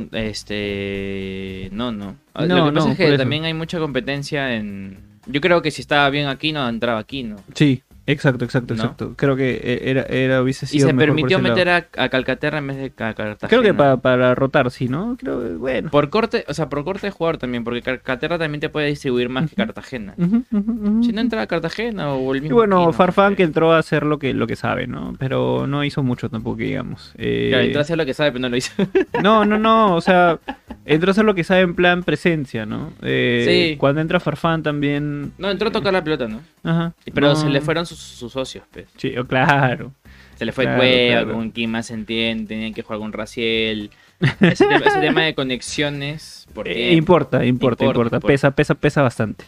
Speaker 2: este. No, no. Ah,
Speaker 3: No,
Speaker 2: Lo que pasa
Speaker 3: no,
Speaker 2: es
Speaker 3: por
Speaker 2: que
Speaker 3: eso.
Speaker 2: también hay mucha competencia en. Yo creo que si estaba bien Aquino, entraba Aquino.
Speaker 3: Sí, exacto, exacto,
Speaker 2: ¿No?
Speaker 3: exacto. Creo que eh, era, era hubiese
Speaker 2: Y
Speaker 3: sido
Speaker 2: se
Speaker 3: mejor por
Speaker 2: permitió
Speaker 3: ese lado.
Speaker 2: meter a, a Calcaterra en vez de a Cartagena.
Speaker 3: Creo que pa- para rotar, sí, ¿no? Creo que, bueno.
Speaker 2: Por corte, o sea, por corte de jugador también, porque Calcaterra también te puede distribuir más que Cartagena.
Speaker 3: Ujú, ujú, ujú.
Speaker 2: Si no entra a Cartagena o el
Speaker 3: Y
Speaker 2: mismo.
Speaker 3: bueno,
Speaker 2: Aquino,
Speaker 3: Farfán
Speaker 2: no
Speaker 3: que
Speaker 2: sé.
Speaker 3: entró a hacer lo que, lo que sabe, ¿no? Pero no hizo mucho tampoco, digamos. Eh,
Speaker 2: Claro, entró a hacer lo que sabe, pero no lo hizo.
Speaker 3: No, no, no, o sea, entró a hacer lo que sabe en plan presencia, ¿no? Eh,
Speaker 2: Sí.
Speaker 3: Cuando entra Farfán también...
Speaker 2: No, entró a tocar la pelota, ¿no?
Speaker 3: Ajá.
Speaker 2: Pero
Speaker 3: no.
Speaker 2: se le fueron sus, sus socios, pues.
Speaker 3: Sí, oh, claro.
Speaker 2: Se le fue
Speaker 3: Claro,
Speaker 2: Cueva,
Speaker 3: claro.
Speaker 2: con quien más se entiende, tenían que jugar con Raciel. Ese, tema- ese tema de conexiones.
Speaker 3: Eh,
Speaker 2: Porque
Speaker 3: importa, importa, importa,
Speaker 2: Importa, importa.
Speaker 3: Pesa, pesa, pesa bastante.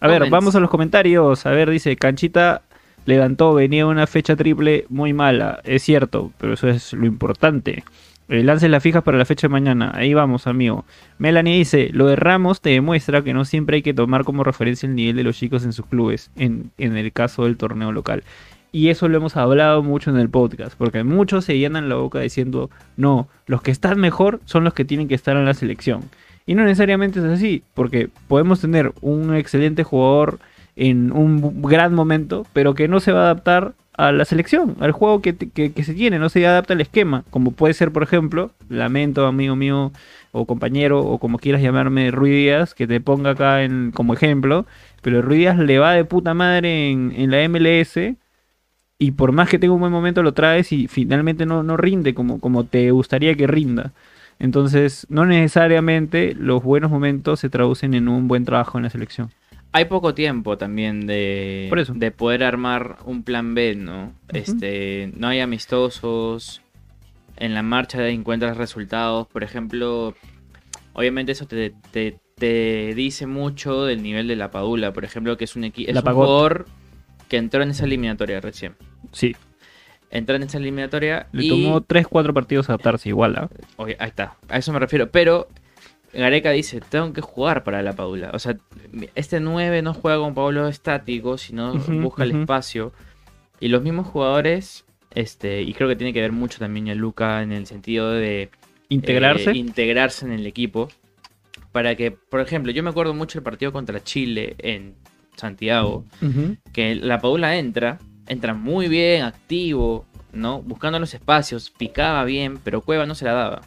Speaker 3: A ver,
Speaker 2: Comments.
Speaker 3: vamos a los comentarios. A ver, dice, Canchita levantó, venía una fecha triple muy mala. Es cierto, pero eso es lo importante. Eh, Lance las fijas para la fecha de mañana. Ahí vamos, amigo. Melanie dice, lo de Ramos te demuestra que no siempre hay que tomar como referencia el nivel de los chicos en sus clubes, en, en el caso del torneo local. Y eso lo hemos hablado mucho en el podcast, porque muchos se llenan la boca diciendo, no, los que están mejor son los que tienen que estar en la selección. Y no necesariamente es así, porque podemos tener un excelente jugador en un bu- gran momento, pero que no se va a adaptar a la selección, al juego que, te- que- que se tiene, no se adapta al esquema, como puede ser, por ejemplo, lamento, amigo mío, o compañero, o como quieras llamarme, Ruiz Díaz, que te ponga acá en, como ejemplo, pero Ruiz Díaz le va de puta madre en, en la MLS, y por más que tenga un buen momento lo traes y finalmente no, no rinde como, como te gustaría que rinda. Entonces, no necesariamente los buenos momentos se traducen en un buen trabajo en la selección.
Speaker 2: hay poco tiempo también de,
Speaker 3: Por eso.
Speaker 2: de poder armar un plan B, ¿no?
Speaker 3: Ujú.
Speaker 2: Este, no hay amistosos, en la marcha encuentras resultados, por ejemplo, obviamente eso te, te- te dice mucho del nivel de la Padula, por ejemplo, que es un equipo, es
Speaker 3: La
Speaker 2: un
Speaker 3: Pagot.
Speaker 2: jugador que entró en esa eliminatoria recién.
Speaker 3: Sí,
Speaker 2: Entró en esa eliminatoria
Speaker 3: le
Speaker 2: y
Speaker 3: tomó 3-4 partidos adaptarse igual. ¿ah?
Speaker 2: Oye, ahí está, a eso me refiero. Pero Gareca dice, tengo que jugar para la Padula. O sea, este 9 no juega con Pablo estático, sino
Speaker 3: Ujú,
Speaker 2: busca el
Speaker 3: ujú.
Speaker 2: espacio. Y los mismos jugadores, este, y creo que tiene que ver mucho también el Luca en el sentido de
Speaker 3: Integrarse.
Speaker 2: eh, integrarse en el equipo. Para que, por ejemplo, yo me acuerdo mucho el partido contra Chile en Santiago
Speaker 3: Ujú.
Speaker 2: que la Paula entra, entra muy bien, activo, ¿no? Buscando los espacios, picaba bien, pero Cueva no se la daba.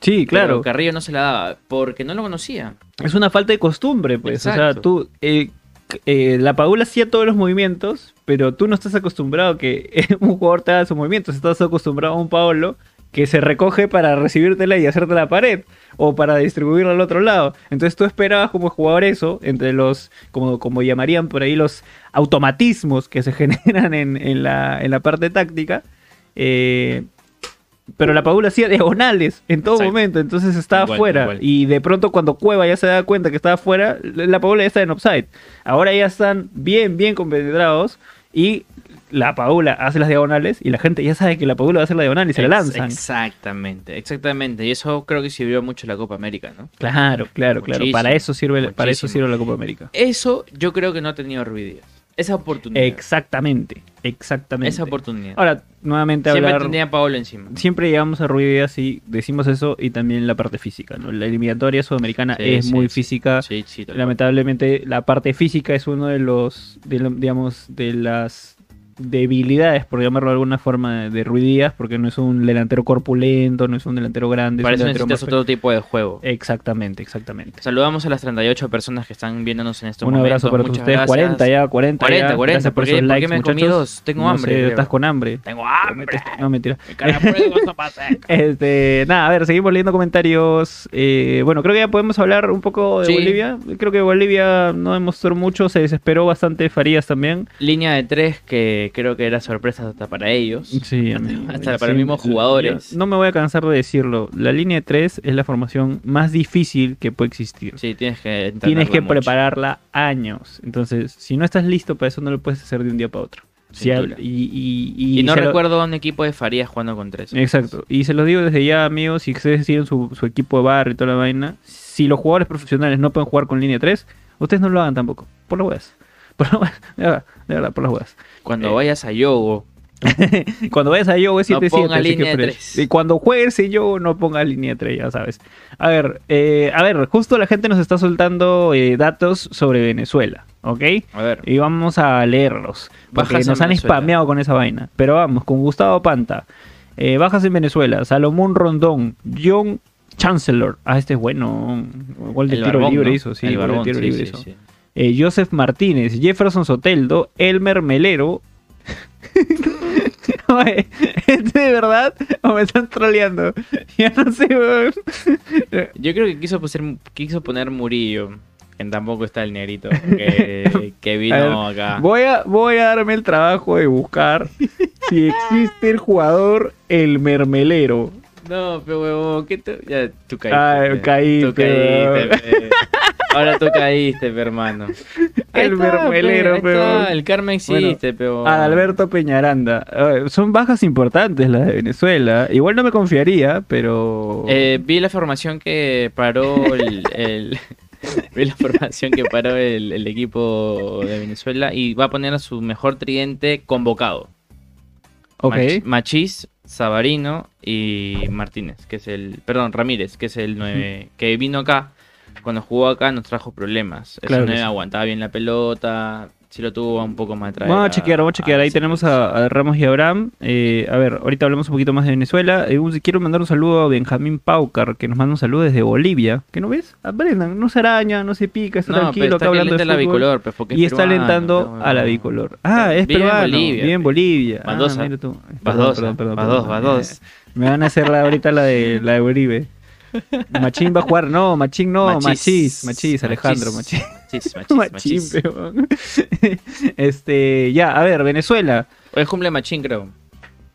Speaker 3: Sí, claro.
Speaker 2: Pero Carrillo no se la daba porque no lo conocía.
Speaker 3: Es una falta de costumbre, pues. O sea,
Speaker 2: Exacto.
Speaker 3: tú. eh, c- eh, la Padula hacía todos los movimientos, pero tú no estás acostumbrado a que un jugador te haga sus movimientos. Estás acostumbrado a un Paolo que se recoge para recibírtela y hacerte la pared o para distribuirla al otro lado. Entonces tú esperabas como jugador eso, entre los, como, como llamarían por ahí, los automatismos que se generan en, en la, en la parte táctica. Eh, pero la Paula hacía diagonales en todo
Speaker 2: Exacto.
Speaker 3: momento, entonces estaba
Speaker 2: Igual,
Speaker 3: fuera.
Speaker 2: igual.
Speaker 3: Y de pronto cuando Cueva ya se da cuenta que estaba fuera, la Paula ya está en offside. Ahora ya están bien, bien compenetrados y la Paula hace las diagonales y la gente ya sabe que la Paula va a hacer la diagonal y se la
Speaker 2: Ex-
Speaker 3: lanzan.
Speaker 2: Exactamente, exactamente. Y eso creo que sirvió mucho la Copa América, ¿no?
Speaker 3: Claro, claro, claro.
Speaker 2: Muchísimo,
Speaker 3: Para eso sirve, para eso
Speaker 2: muchísimo.
Speaker 3: sirve la Copa América.
Speaker 2: Eso yo creo que no ha tenido Ruiz Díaz. Esa oportunidad.
Speaker 3: Exactamente, exactamente.
Speaker 2: Esa oportunidad.
Speaker 3: Ahora, nuevamente
Speaker 2: Siempre
Speaker 3: hablar.
Speaker 2: tenía a Paolo encima.
Speaker 3: Siempre llegamos a Ruiz Díaz y decimos eso y también la parte física, ¿no? La eliminatoria sudamericana
Speaker 2: Sí,
Speaker 3: es
Speaker 2: sí,
Speaker 3: muy
Speaker 2: sí.
Speaker 3: física.
Speaker 2: Sí, sí, tal cual.
Speaker 3: Lamentablemente la parte física es uno de los, de lo- digamos, de las debilidades, por llamarlo de alguna forma, de- de Ruiz Díaz, porque no es un delantero corpulento, no es un delantero grande. es un
Speaker 2: Para eso
Speaker 3: delantero
Speaker 2: necesitas
Speaker 3: más
Speaker 2: otro tipo de juego.
Speaker 3: pe- Exactamente, exactamente.
Speaker 2: Saludamos a las 38 personas que están viéndonos en estos
Speaker 3: Un
Speaker 2: momentos.
Speaker 3: abrazo para todos
Speaker 2: Muchas
Speaker 3: ustedes.
Speaker 2: gracias.
Speaker 3: 40 ya, 40 ya.
Speaker 2: 40, 40,
Speaker 3: Gracias
Speaker 2: ¿por qué-
Speaker 3: esos
Speaker 2: por qué me comí
Speaker 3: muchachos.
Speaker 2: dos? Tengo
Speaker 3: No
Speaker 2: hambre,
Speaker 3: sé,
Speaker 2: creo.
Speaker 3: estás con hambre.
Speaker 2: Tengo hambre.
Speaker 3: No, mentira.
Speaker 2: Carapuego, sopa seca.
Speaker 3: Este, nada, a ver, seguimos leyendo comentarios. Eh, bueno, creo que ya podemos hablar un poco de
Speaker 2: Sí.
Speaker 3: Bolivia. Creo que Bolivia no demostró mucho, se desesperó bastante Farías también.
Speaker 2: Línea de tres que creo que era sorpresa hasta para ellos.
Speaker 3: Sí, amigo.
Speaker 2: Hasta para
Speaker 3: Sí,
Speaker 2: mismos jugadores.
Speaker 3: yo No me voy a cansar de decirlo. La línea 3 es la formación más difícil que puede existir.
Speaker 2: Sí, tienes que
Speaker 3: Tienes que
Speaker 2: entrenarla mucho.
Speaker 3: prepararla años. Entonces, si no estás listo para eso, no lo puedes hacer de un día para otro.
Speaker 2: Sin
Speaker 3: Si al-
Speaker 2: duda.
Speaker 3: y, y-
Speaker 2: Y,
Speaker 3: y
Speaker 2: no
Speaker 3: se lo-
Speaker 2: recuerdo a un equipo de Farías jugando con tres.
Speaker 3: Exacto. Y se los digo desde ya, amigos, si ustedes tienen su, su equipo de barrio y toda la vaina, si los jugadores profesionales no pueden jugar con línea 3, ustedes no lo hagan tampoco. Por las huevas. Por las huevas. De verdad, de verdad, por las huevas.
Speaker 2: Cuando
Speaker 3: Eh.
Speaker 2: vayas a Yogo,
Speaker 3: Cuando vayas a yo es
Speaker 2: No
Speaker 3: 7
Speaker 2: ponga línea de tres.
Speaker 3: Y cuando juegues en yo no ponga línea 3, ya sabes. A ver, eh, a ver, justo la gente nos está soltando eh, datos sobre Venezuela, ¿ok?
Speaker 2: a ver,
Speaker 3: Y vamos a leerlos. Porque
Speaker 2: Bajas en
Speaker 3: nos han
Speaker 2: Venezuela.
Speaker 3: spameado con esa vaina. Pero vamos, con Gustavo Panta. Eh, bajas en Venezuela. Salomón Rondón. John Chancellor. Ah, este es bueno. Gol de
Speaker 2: el
Speaker 3: tiro
Speaker 2: barbón,
Speaker 3: libre
Speaker 2: ¿no?
Speaker 3: hizo. Sí,
Speaker 2: el
Speaker 3: gol de
Speaker 2: barbón,
Speaker 3: tiro
Speaker 2: sí,
Speaker 3: libre
Speaker 2: sí,
Speaker 3: hizo.
Speaker 2: sí.
Speaker 3: Eh, Joseph Martínez. Jefferson Soteldo. Elmer Melero. Oye, ¿Este de verdad? ¿O me están troleando? Ya no sé, weón.
Speaker 2: Yo creo que quiso poner, quiso poner Murillo, que tampoco está el negrito, que, que vino
Speaker 3: A
Speaker 2: acá.
Speaker 3: Voy a, voy a darme el trabajo de buscar si existe el jugador el mermelero.
Speaker 2: No, pero huevón, ¿qué te- Ya, tú caíste.
Speaker 3: Ah,
Speaker 2: pe.
Speaker 3: caíste,
Speaker 2: Tú caíste, pe. Ahora tú caíste, pe, hermano. Ahí está,
Speaker 3: mermelero,
Speaker 2: ahí
Speaker 3: pe,
Speaker 2: está,
Speaker 3: huevón.
Speaker 2: El karma existe, pero.
Speaker 3: Adalberto Ah, Peñaranda. Eh, Son bajas importantes las de Venezuela. Igual no me confiaría, pero.
Speaker 2: Eh, vi la formación que paró el. el- vi la formación que paró el, el equipo de Venezuela y va a poner a su mejor tridente convocado:
Speaker 3: ok.
Speaker 2: Mach- Machís, Sabarino y Martínez, que es el. Perdón, Ramírez, que es el 9. Que vino acá cuando jugó acá nos trajo problemas. Eso
Speaker 3: Claro
Speaker 2: no
Speaker 3: que sí.
Speaker 2: aguantaba bien la pelota, si lo tuvo un poco más Ah, atrás.
Speaker 3: Vamos a chequear, vamos a chequear. Ahí tenemos a, a Ramos y a Abraham. Eh, a ver, ahorita hablamos un poquito más de Venezuela. Eh, un- quiero mandar un saludo a Benjamín Paucar, que nos manda un saludo desde Bolivia. ¿Qué no ves? Aprendan, no se araña, no se pica, está
Speaker 2: No, pero
Speaker 3: tranquilo
Speaker 2: está
Speaker 3: acá
Speaker 2: que
Speaker 3: hablando
Speaker 2: alenta
Speaker 3: de
Speaker 2: la
Speaker 3: fútbol.
Speaker 2: bicolor, pues, porque es
Speaker 3: y está
Speaker 2: peruano,
Speaker 3: alentando
Speaker 2: pero-
Speaker 3: a la bicolor. Ah, es
Speaker 2: Vive en
Speaker 3: peruano.
Speaker 2: Bolivia,
Speaker 3: Vive en
Speaker 2: pe.
Speaker 3: Bolivia. Ah,
Speaker 2: Mendoza.
Speaker 3: mira tú.
Speaker 2: Vas
Speaker 3: Perdón,
Speaker 2: dos, ¿eh?
Speaker 3: perdón, perdón,
Speaker 2: vas
Speaker 3: perdón.
Speaker 2: dos, vas dos.
Speaker 3: Me van a hacer la- ahorita la de la de Uribe. Machín va a jugar. No, Machín no.
Speaker 2: Machis.
Speaker 3: Machís. Machís, Alejandro. Machís.
Speaker 2: Machis. Machis, machis,
Speaker 3: Machín,
Speaker 2: machis.
Speaker 3: peón. Este, ya, a ver, Venezuela.
Speaker 2: Hoy es cumple de machín, creo.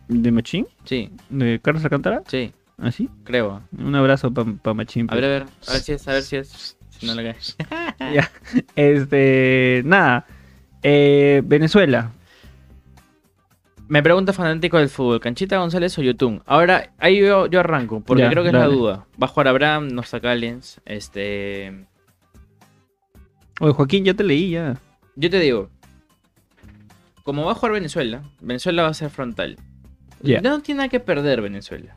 Speaker 3: ¿De Machín?
Speaker 2: Sí,
Speaker 3: ¿De Carlos Alcántara?
Speaker 2: sí,
Speaker 3: ¿Así?
Speaker 2: creo.
Speaker 3: Un abrazo para Machín.
Speaker 2: A ver, a ver, a ver si es, a ver si es. Si no la caes.
Speaker 3: Ya. Este, nada. Eh, Venezuela.
Speaker 2: Me pregunta fanático del fútbol, ¿Canchita González o Yotun? Ahora, ahí yo, yo arranco, porque
Speaker 3: Ya,
Speaker 2: creo que es
Speaker 3: dale.
Speaker 2: la duda. Va a jugar Abraham, no está Callens. Este.
Speaker 3: Oye, Joaquín, ya te leí ya.
Speaker 2: Yo te digo, como va a jugar Venezuela, Venezuela va a ser frontal.
Speaker 3: Ya.
Speaker 2: No tiene nada que perder Venezuela.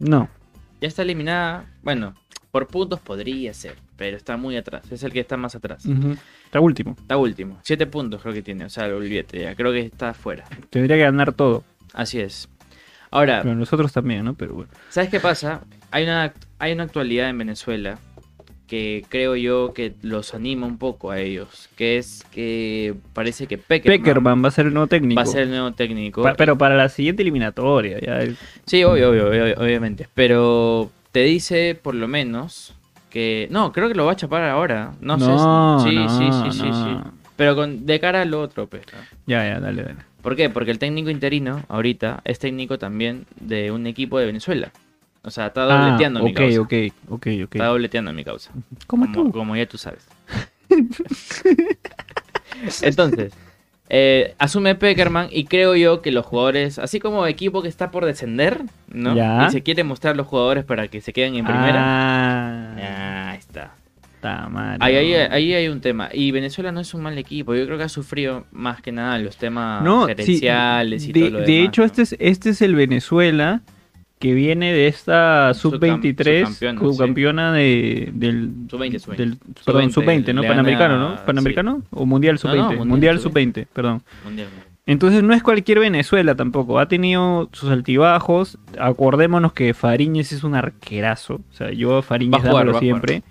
Speaker 3: No.
Speaker 2: Ya está eliminada. Bueno, por puntos podría ser, pero está muy atrás. Es el que está más atrás.
Speaker 3: Ujú. Está último.
Speaker 2: Está último. Siete puntos creo que tiene. O sea, olvídate ya. Creo que está fuera.
Speaker 3: Tendría que ganar todo.
Speaker 2: Así es. Ahora,
Speaker 3: Pero nosotros también, ¿no? Pero bueno.
Speaker 2: ¿Sabes qué pasa? Hay una, hay una actualidad en Venezuela que creo yo que los anima un poco a ellos, que es que parece que Peckerman,
Speaker 3: Peckerman va a ser el nuevo técnico.
Speaker 2: va a ser el nuevo técnico.
Speaker 3: Pa- pero para la siguiente eliminatoria. Ya.
Speaker 2: Sí, obvio, obvio, obvio, obviamente. Pero te dice por lo menos que... No, creo que lo va a chapar ahora. No, sé. Sí, sí, sí, sí,
Speaker 3: no.
Speaker 2: sí. Pero con, de cara al otro, pues. ¿no?
Speaker 3: Ya, ya, dale, dale.
Speaker 2: ¿Por qué? Porque el técnico interino ahorita es técnico también de un equipo de Venezuela. O sea, está dobleteando
Speaker 3: ah,
Speaker 2: mi
Speaker 3: ok,
Speaker 2: causa.
Speaker 3: ok, ok, ok.
Speaker 2: Está dobleteando mi causa.
Speaker 3: ¿Cómo
Speaker 2: Como,
Speaker 3: tú?
Speaker 2: como ya tú sabes. Entonces, eh, asume Peckerman y creo yo que los jugadores, así como equipo que está por descender, ¿no?
Speaker 3: Ya.
Speaker 2: Y se quiere mostrar los jugadores para que se queden en primera.
Speaker 3: Ah,
Speaker 2: Ah, ahí está.
Speaker 3: está mal.
Speaker 2: Ahí, ahí- ahí hay un tema. Y Venezuela no es un mal equipo. Yo creo que ha sufrido más que nada los temas
Speaker 3: No, sí,
Speaker 2: gerenciales y
Speaker 3: de,
Speaker 2: todo lo
Speaker 3: de
Speaker 2: demás,
Speaker 3: hecho,
Speaker 2: ¿no?
Speaker 3: este, es, este es el Venezuela que viene de esta
Speaker 2: Subcam-
Speaker 3: sub-23,
Speaker 2: subcampeona,
Speaker 3: subcampeona,
Speaker 2: sí.
Speaker 3: de- del...
Speaker 2: Sub-20, sub-20.
Speaker 3: del-
Speaker 2: Sub-20,
Speaker 3: perdón, sub-20, ¿no?
Speaker 2: le
Speaker 3: Panamericano,
Speaker 2: gana-
Speaker 3: ¿no? ¿Panamericano? ¿O Mundial
Speaker 2: No, no,
Speaker 3: sub-20?
Speaker 2: Mundial
Speaker 3: mundial
Speaker 2: sub-20.
Speaker 3: sub-20, perdón.
Speaker 2: Mundial.
Speaker 3: Entonces no es cualquier Venezuela tampoco. Ha tenido sus altibajos. Acordémonos que Fariñez es un arquerazo. O sea, yo a
Speaker 2: Va
Speaker 3: Fariñez
Speaker 2: a jugar,
Speaker 3: dámelo
Speaker 2: va a jugar.
Speaker 3: siempre.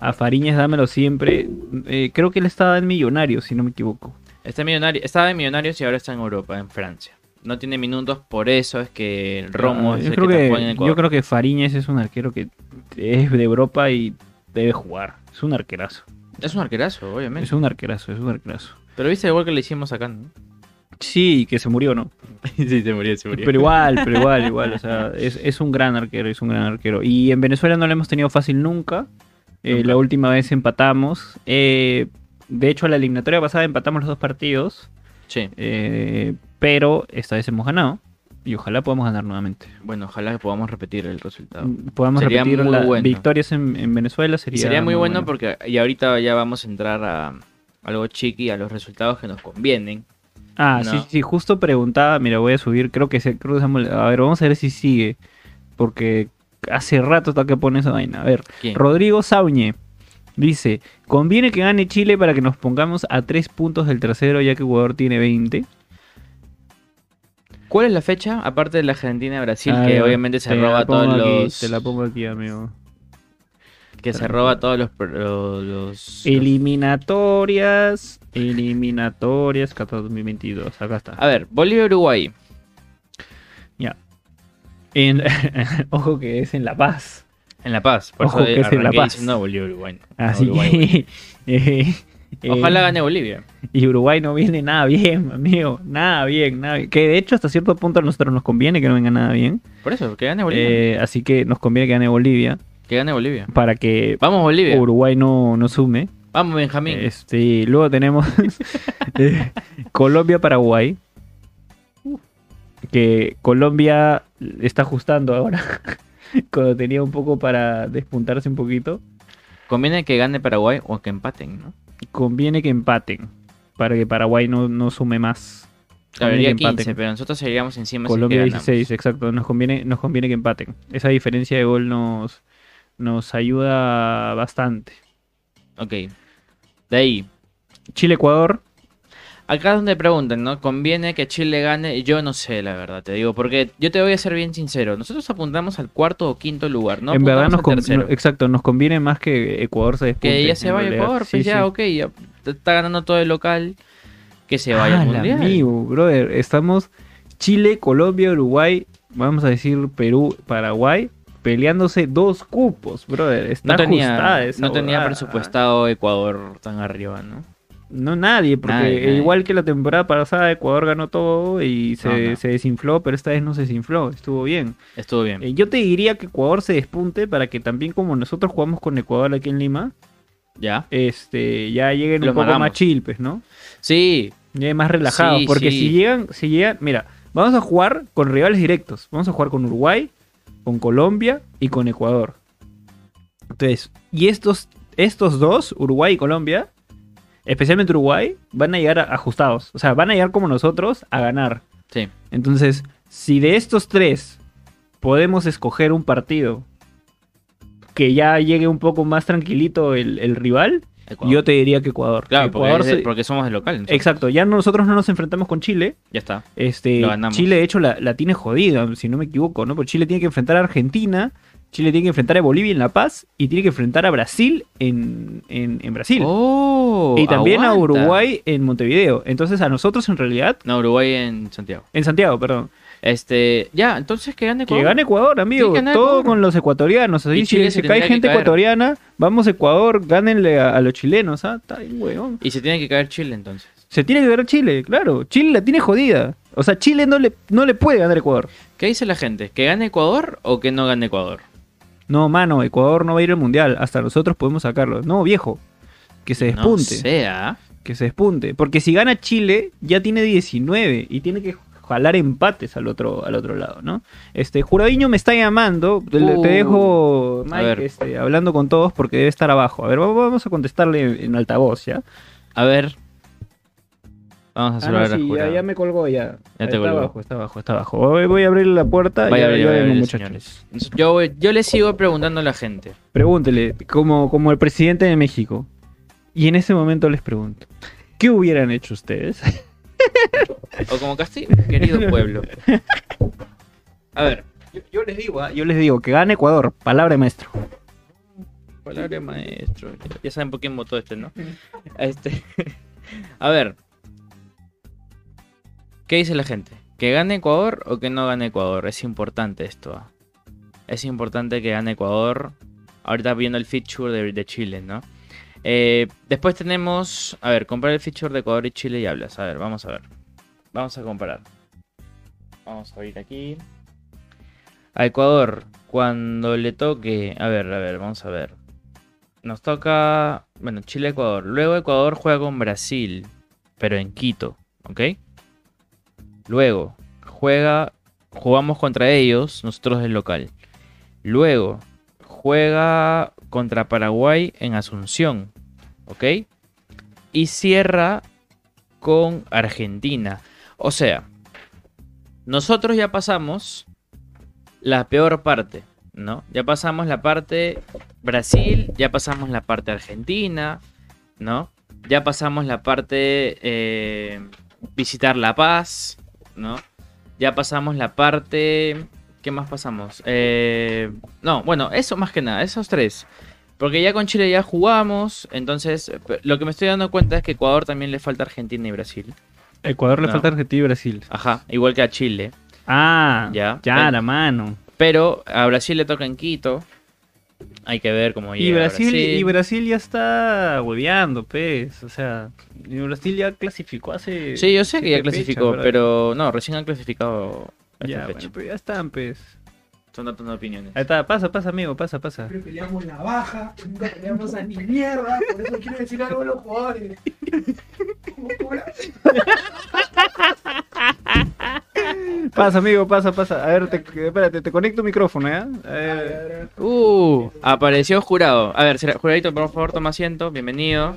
Speaker 3: A Fariñez dámelo siempre. Eh, creo que él estaba en Millonario, si no me equivoco.
Speaker 2: Está en millonario, estaba en Millonarios y ahora está en Europa, en Francia. No tiene minutos, por eso es que Romo
Speaker 3: Ah,
Speaker 2: es
Speaker 3: yo,
Speaker 2: el
Speaker 3: creo
Speaker 2: que,
Speaker 3: que,
Speaker 2: tapó en Ecuador.
Speaker 3: yo creo que Fariñez es un arquero que es de Europa y debe jugar. Es un arquerazo.
Speaker 2: Es un arquerazo, obviamente.
Speaker 3: Es un arquerazo, es un arquerazo.
Speaker 2: Pero viste el gol que le hicimos acá, ¿no?
Speaker 3: Sí, que se murió, ¿no?
Speaker 2: sí, se murió, se
Speaker 3: Pero igual, pero igual, igual. O sea, es, es un gran arquero, es un gran arquero. Y en Venezuela no lo hemos tenido fácil nunca. Eh,
Speaker 2: Nunca.
Speaker 3: La última vez empatamos. Eh, de hecho, la eliminatoria pasada empatamos los dos partidos.
Speaker 2: Sí,
Speaker 3: eh, pero esta vez hemos ganado. Y ojalá podamos ganar nuevamente.
Speaker 2: bueno, ojalá que podamos repetir el resultado.
Speaker 3: Podamos
Speaker 2: Sería
Speaker 3: repetir
Speaker 2: muy
Speaker 3: las
Speaker 2: bueno.
Speaker 3: victorias en, en Venezuela.
Speaker 2: Y
Speaker 3: Sería,
Speaker 2: sería muy bueno, porque y ahorita ya vamos a entrar a algo chiqui, a los resultados que nos convienen.
Speaker 3: Ah,
Speaker 2: No.
Speaker 3: sí, sí, justo preguntaba, mira, voy a subir, creo que se creo que se ha mol- A ver, vamos a ver si sigue. Porque hace rato está que pone esa vaina. A ver,
Speaker 2: ¿Quién?
Speaker 3: Rodrigo Sauñe dice: Conviene que gane Chile para que nos pongamos a tres puntos del tercero, ya que Ecuador tiene 20.
Speaker 2: ¿Cuál es la fecha? Aparte de la Argentina-Brasil,
Speaker 3: A
Speaker 2: que
Speaker 3: ver,
Speaker 2: obviamente se
Speaker 3: Ah, te la
Speaker 2: roba todos
Speaker 3: pongo aquí,
Speaker 2: los...
Speaker 3: Te la pongo aquí, amigo.
Speaker 2: Que se roba todos los... los, los-
Speaker 3: Eliminatorias. Eliminatorias, 14 2022. Acá está.
Speaker 2: A ver, Bolivia-Uruguay.
Speaker 3: En- ojo que es en La Paz.
Speaker 2: En La Paz, por
Speaker 3: Ojo,
Speaker 2: eso
Speaker 3: que es en La
Speaker 2: arranqué
Speaker 3: Paz.
Speaker 2: diciendo Bolivia, Uruguay. no,
Speaker 3: Así
Speaker 2: Uruguay, Bolivia.
Speaker 3: que. eh, eh,
Speaker 2: Ojalá gane Bolivia.
Speaker 3: Y Uruguay no viene nada bien, amigo. Nada bien, nada bien. Que de hecho, hasta cierto punto a nosotros nos conviene que no venga nada bien.
Speaker 2: Por eso, que gane Bolivia.
Speaker 3: Eh, así que nos conviene que gane Bolivia
Speaker 2: que gane Bolivia.
Speaker 3: para que
Speaker 2: Vamos, Bolivia.
Speaker 3: Uruguay no, no sume.
Speaker 2: Vamos, Benjamín.
Speaker 3: Este, y luego tenemos eh, Colombia-Paraguay. Que Colombia está ajustando ahora. Cuando tenía un poco para despuntarse un poquito.
Speaker 2: Conviene que gane Paraguay o que empaten, ¿no?
Speaker 3: Conviene que empaten. Para que Paraguay no, no sume más. Conviene
Speaker 2: Cabría
Speaker 3: que empaten.
Speaker 2: 15, pero nosotros seguiríamos encima si
Speaker 3: Colombia
Speaker 2: es que ganamos.
Speaker 3: 16, exacto. Nos conviene, nos conviene que empaten. Esa diferencia de gol nos, nos ayuda bastante.
Speaker 2: Ok. De ahí.
Speaker 3: Chile-Ecuador.
Speaker 2: Acá es donde preguntan, ¿no? ¿Conviene que Chile gane? Yo no sé, la verdad, te digo, porque yo te voy a ser bien sincero. Nosotros apuntamos al cuarto o quinto lugar, ¿no?
Speaker 3: en verdad
Speaker 2: Apuntamos
Speaker 3: nos
Speaker 2: al
Speaker 3: con-
Speaker 2: tercero.
Speaker 3: no- exacto, nos conviene más que Ecuador se despunte.
Speaker 2: Que ya se
Speaker 3: en
Speaker 2: vaya
Speaker 3: realidad.
Speaker 2: Ecuador, pues
Speaker 3: Sí,
Speaker 2: ya,
Speaker 3: sí.
Speaker 2: ok, ya te está ganando todo el local. Que se vaya al
Speaker 3: Ah, la
Speaker 2: mundial.
Speaker 3: amigo, brother. Estamos Chile, Colombia, Uruguay, vamos a decir Perú, Paraguay, peleándose dos cupos, brother. Está
Speaker 2: No tenía,
Speaker 3: ajustada esa
Speaker 2: no tenía
Speaker 3: huevada.
Speaker 2: presupuestado Ecuador tan arriba, ¿no?
Speaker 3: No nadie, porque
Speaker 2: Nadie, nadie.
Speaker 3: igual que la temporada pasada, Ecuador ganó todo y se,
Speaker 2: No, no.
Speaker 3: se desinfló, pero esta vez no se desinfló, estuvo bien.
Speaker 2: Estuvo bien.
Speaker 3: Eh, yo te diría que Ecuador se despunte para que también como nosotros jugamos con Ecuador aquí en Lima,
Speaker 2: ¿Ya?
Speaker 3: este, ya lleguen
Speaker 2: Los
Speaker 3: un poco
Speaker 2: magamos.
Speaker 3: más chill, pues, ¿no?
Speaker 2: Sí,
Speaker 3: Lleguen más relajados,
Speaker 2: Sí,
Speaker 3: porque
Speaker 2: sí.
Speaker 3: si llegan, si llegan, mira, vamos a jugar con rivales directos, vamos a jugar con Uruguay, con Colombia y con Ecuador. Entonces, y estos, estos dos, Uruguay y Colombia, especialmente Uruguay, van a llegar a- ajustados, o sea, van a llegar como nosotros a ganar.
Speaker 2: sí.
Speaker 3: Entonces, si de estos tres podemos escoger un partido que ya llegue un poco más tranquilito el, el rival,
Speaker 2: Ecuador.
Speaker 3: yo te diría que Ecuador.
Speaker 2: Claro, porque,
Speaker 3: Ecuador
Speaker 2: es de-
Speaker 3: se-
Speaker 2: porque somos de local. nosotros.
Speaker 3: Exacto, ya nosotros no nos enfrentamos con Chile.
Speaker 2: Ya está.
Speaker 3: Este,
Speaker 2: Lo ganamos.
Speaker 3: Chile, de hecho, la, la tiene jodida, si no me equivoco, ¿no? Porque Chile tiene que enfrentar a Argentina, Chile tiene que enfrentar a Bolivia en La Paz y tiene que enfrentar a Brasil en, en- en Brasil.
Speaker 2: Oh,
Speaker 3: y también a
Speaker 2: aguanta.
Speaker 3: Uruguay en Montevideo. Entonces, a nosotros, en realidad,
Speaker 2: No, Uruguay en Santiago.
Speaker 3: en Santiago, perdón.
Speaker 2: Este, ya, entonces que gane
Speaker 3: Que
Speaker 2: Ecuador.
Speaker 3: gane Ecuador, amigo.
Speaker 2: que ganar
Speaker 3: Todo
Speaker 2: Ecuador.
Speaker 3: con los ecuatorianos. Así,
Speaker 2: Y Chile
Speaker 3: si
Speaker 2: se
Speaker 3: se cae
Speaker 2: tendría que
Speaker 3: gente
Speaker 2: caer.
Speaker 3: ecuatoriana, vamos a Ecuador, gánenle a, a los chilenos. Ah, está bien, huevón.
Speaker 2: Y se tiene que caer Chile entonces.
Speaker 3: Se tiene que ver a Chile, claro. Chile la tiene jodida. O sea, Chile no le, no le puede ganar a Ecuador.
Speaker 2: ¿Qué dice la gente? ¿Que gane Ecuador o que no gane Ecuador?
Speaker 3: No, mano, Ecuador no va a ir al mundial. Hasta nosotros podemos sacarlo. No, viejo. Que se
Speaker 2: No ¿ah?
Speaker 3: despunte.
Speaker 2: sea.
Speaker 3: Que se despunte. Porque si gana Chile, ya tiene 19 y tiene que jalar empates al otro, al otro lado, ¿no? Este, Juradiño me está llamando. Te,
Speaker 2: Uh.
Speaker 3: te dejo, Mike,
Speaker 2: ver.
Speaker 3: este, hablando con todos porque debe estar abajo. A ver, va- vamos a contestarle en, en altavoz, ¿ya?
Speaker 2: A ver. Vamos a
Speaker 3: Ah, no,
Speaker 2: saludar a
Speaker 3: sí, ya-
Speaker 2: Jurado.
Speaker 3: ya, me colgó ya.
Speaker 2: Ya
Speaker 3: Ahí
Speaker 2: te
Speaker 3: está
Speaker 2: colgó.
Speaker 3: abajo, está abajo, está abajo. Voy, voy a abrir la puerta
Speaker 2: Vaya,
Speaker 3: ya-
Speaker 2: vaya,
Speaker 3: ya
Speaker 2: vaya,
Speaker 3: vemos,
Speaker 2: vaya,
Speaker 3: muchachos.
Speaker 2: señores. Yo, yo le sigo preguntando a la gente.
Speaker 3: Pregúntele, como, como el presidente de México. Y en ese momento les pregunto, ¿qué hubieran hecho ustedes?
Speaker 2: O como Castillo, querido pueblo. A ver.
Speaker 3: Yo, les digo, ¿ah? yo les digo, que gane Ecuador, palabra de maestro.
Speaker 2: Palabra de maestro. Ya saben por quién votó este, ¿no? Este. A ver. ¿Qué dice la gente? ¿Que gane Ecuador o que no gane Ecuador? Es importante esto. ah. Es importante que gane Ecuador. Ahorita viendo el feature de, de Chile, ¿no? Eh, después tenemos. A ver, comprar el feature de Ecuador y Chile y hablas. A ver, vamos a ver. Vamos a comparar. Vamos a abrir aquí. A Ecuador, cuando le toque. A ver, a ver, vamos a ver. Nos toca. Bueno, Chile-Ecuador. Luego Ecuador juega con Brasil, pero en Quito, ¿ok? Luego juega. Jugamos contra ellos, nosotros del local. Luego juega contra Paraguay en Asunción, ¿ok? Y cierra con Argentina. O sea, nosotros ya pasamos la peor parte, ¿no? Ya pasamos la parte Brasil, ya pasamos la parte Argentina, ¿no? Ya pasamos la parte eh, visitar La Paz, ¿no? Ya pasamos la parte... ¿Qué más pasamos? Eh, no, bueno, eso más que nada, esos tres. Porque ya con Chile ya jugamos, entonces pe- lo que me estoy dando cuenta es que Ecuador también le falta Argentina y Brasil.
Speaker 3: Ecuador le
Speaker 2: No.
Speaker 3: falta Argentina y Brasil.
Speaker 2: Ajá, igual que a Chile.
Speaker 3: Ah,
Speaker 2: Ya.
Speaker 3: ya,
Speaker 2: Eh.
Speaker 3: la mano.
Speaker 2: Pero a Brasil le toca en Quito. Hay que ver cómo llega.
Speaker 3: Y Brasil, y
Speaker 2: Brasil.
Speaker 3: Brasil ya está hueveando, pues. O sea, y Brasil ya clasificó hace...
Speaker 2: Sí, yo sé que ya
Speaker 3: siete
Speaker 2: clasificó,
Speaker 3: fechas, ¿verdad?
Speaker 2: pero no, recién han clasificado esta
Speaker 3: Ya,
Speaker 2: fecha.
Speaker 3: bueno, pero ya están, pues.
Speaker 2: Son datos de opiniones.
Speaker 3: Ahí está, pasa, pasa, amigo, pasa, pasa.
Speaker 5: Siempre peleamos la baja, nunca peleamos a ni mierda, por eso quiero decir algo a los jugadores. ¿Cómo cobra?
Speaker 3: Pasa, amigo, pasa, pasa. A ver, te- espérate, te conecto el micrófono, ¿ya? Eh, A ver.
Speaker 2: Uh, apareció jurado. A ver, será- juradito, por favor, toma asiento. Bienvenido.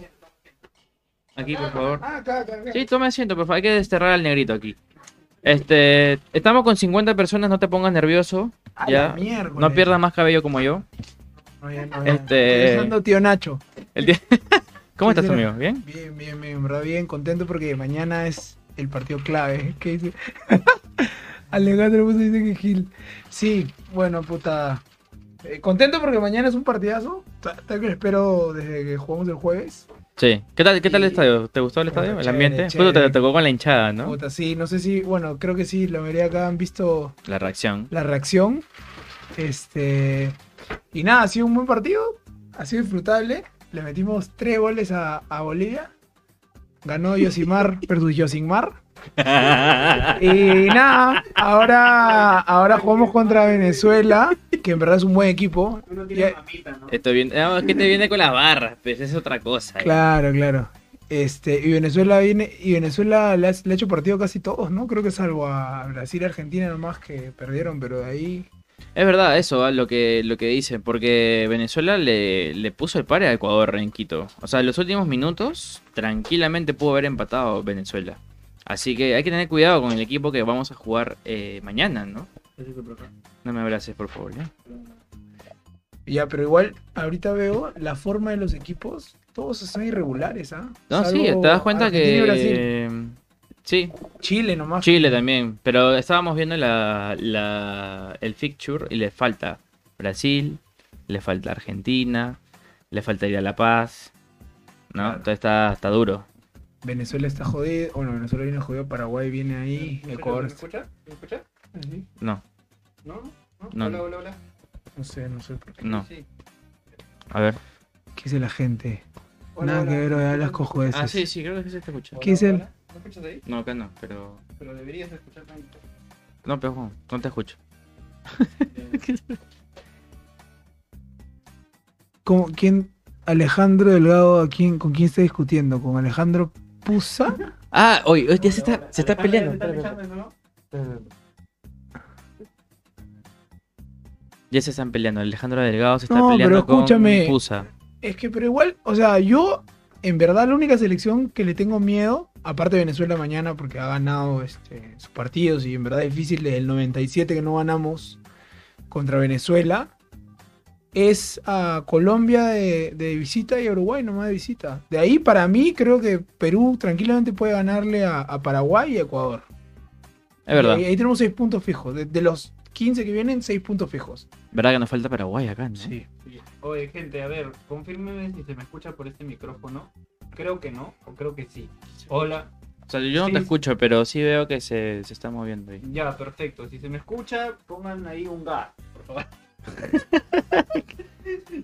Speaker 2: Aquí, por favor.
Speaker 5: Ah, acá, acá, acá.
Speaker 2: Sí, toma asiento, por favor. Hay que desterrar al negrito aquí. Este, estamos con 50 personas, no te pongas nervioso.
Speaker 5: A la
Speaker 2: Ya.
Speaker 5: mierda. eh.
Speaker 2: No pierdas más cabello como yo.
Speaker 5: No, ya, no, ya.
Speaker 2: Este-
Speaker 5: Regresando, tío Nacho.
Speaker 2: El día- ¿Cómo
Speaker 5: Sí,
Speaker 2: estás,
Speaker 5: mira.
Speaker 2: amigo? ¿Bien?
Speaker 5: Bien, bien, bien, bro, bien, contento porque mañana es el partido clave. ¿Qué dice? Alejandro Buzo dice que Gil. Sí, bueno, puta. Eh, contento porque mañana es un partidazo. Ta- Tal que espero desde que jugamos el jueves.
Speaker 2: Sí. ¿Qué tal, qué tal el
Speaker 5: Sí.
Speaker 2: estadio? ¿Te gustó el estadio? ¿El
Speaker 5: Chévere,
Speaker 2: ambiente?
Speaker 5: chévere.
Speaker 2: Justo te tocó con la hinchada, ¿no?
Speaker 5: Puta, sí, no sé si, bueno, creo que sí, la mayoría acá han visto
Speaker 2: La reacción.
Speaker 5: la reacción. Este. Y nada, ha sido un buen partido. Ha sido disfrutable. Le metimos tres goles a, a Bolivia. Ganó Yosimar versus Yosimar. Y nada, ahora, ahora jugamos contra Venezuela, que en verdad es un buen equipo. Ya-
Speaker 2: Esto viene, no, es que te viene con las barras, pues es otra cosa. eh.
Speaker 5: claro, claro. Este, y Venezuela viene, y Venezuela le ha, le ha hecho partido casi todos, ¿no? Creo que salvo a Brasil y Argentina nomás que perdieron, pero de ahí.
Speaker 2: Es verdad eso, ah, lo que lo que dicen, porque Venezuela le, le puso el pare a Ecuador en Quito. O sea, en los últimos minutos tranquilamente pudo haber empatado Venezuela. Así que hay que tener cuidado con el equipo que vamos a jugar eh, mañana, ¿no? No me abraces, por favor. ¿eh? ¿ya?
Speaker 5: Ya, pero igual, ahorita veo la forma de los equipos, todos son irregulares, ¿ah?
Speaker 2: No, sí,
Speaker 5: Salvo
Speaker 2: te das cuenta
Speaker 5: Argentina y Brasil.
Speaker 2: que... eh, Sí,
Speaker 5: Chile nomás.
Speaker 2: Chile también, pero estábamos viendo la, la- el fixture y le falta Brasil, le falta Argentina, le falta ir a La Paz, ¿no?
Speaker 5: Claro.
Speaker 2: Entonces está, está duro.
Speaker 5: Venezuela está jodido. Bueno, Venezuela viene jodido, Paraguay viene ahí, Ecuador. está-
Speaker 6: ¿Me escuchas?
Speaker 2: No,
Speaker 6: ¿No?
Speaker 2: No.
Speaker 6: Hola, hola, hola.
Speaker 5: No sé, no sé. por qué.
Speaker 2: no.
Speaker 6: Sí.
Speaker 2: A ver.
Speaker 5: ¿Qué dice la gente?
Speaker 6: Hola,
Speaker 5: Nada
Speaker 6: hola.
Speaker 5: que ver, hoy hablas con jueces.
Speaker 2: Ah, sí, sí, creo que sí se te escucha.
Speaker 6: Hola,
Speaker 5: ¿Qué dicen?
Speaker 6: hola. ¿No escuchas ahí?
Speaker 2: No, acá no, pero...
Speaker 6: Pero deberías escuchar tanto.
Speaker 2: No, pero Juan, no te escucho.
Speaker 5: ¿Con quién? Alejandro Delgado, ¿a quién, ¿con quién está discutiendo? ¿Con Alejandro Pusa?
Speaker 2: Ah, hoy, hoy ya se está, se está peleando. Ya se están peleando. Alejandro Delgado se está
Speaker 5: No,
Speaker 2: peleando
Speaker 5: pero escúchame.
Speaker 2: con Pusa.
Speaker 5: Es que, pero igual, o sea, yo, en verdad, la única selección que le tengo miedo, aparte de Venezuela mañana, porque ha ganado este, sus partidos y en verdad es difícil desde el 97 que no ganamos contra Venezuela, es a Colombia de, de visita y a Uruguay nomás de visita. De ahí, para mí, creo que Perú tranquilamente puede ganarle a, a Paraguay y a Ecuador.
Speaker 2: Es verdad.
Speaker 5: Y ahí tenemos seis puntos fijos. De, de los 15 que vienen, seis puntos fijos.
Speaker 2: ¿Verdad que nos falta Paraguay acá, no?
Speaker 6: Oye, gente, a ver, confírmeme si se me escucha por este micrófono. Creo que no, o creo que sí. Hola.
Speaker 2: O sea, yo no
Speaker 6: Sí.
Speaker 2: te escucho, pero sí veo que se, se está moviendo ahí.
Speaker 6: Ya, perfecto. Si se me escucha, pongan ahí un gas, por favor.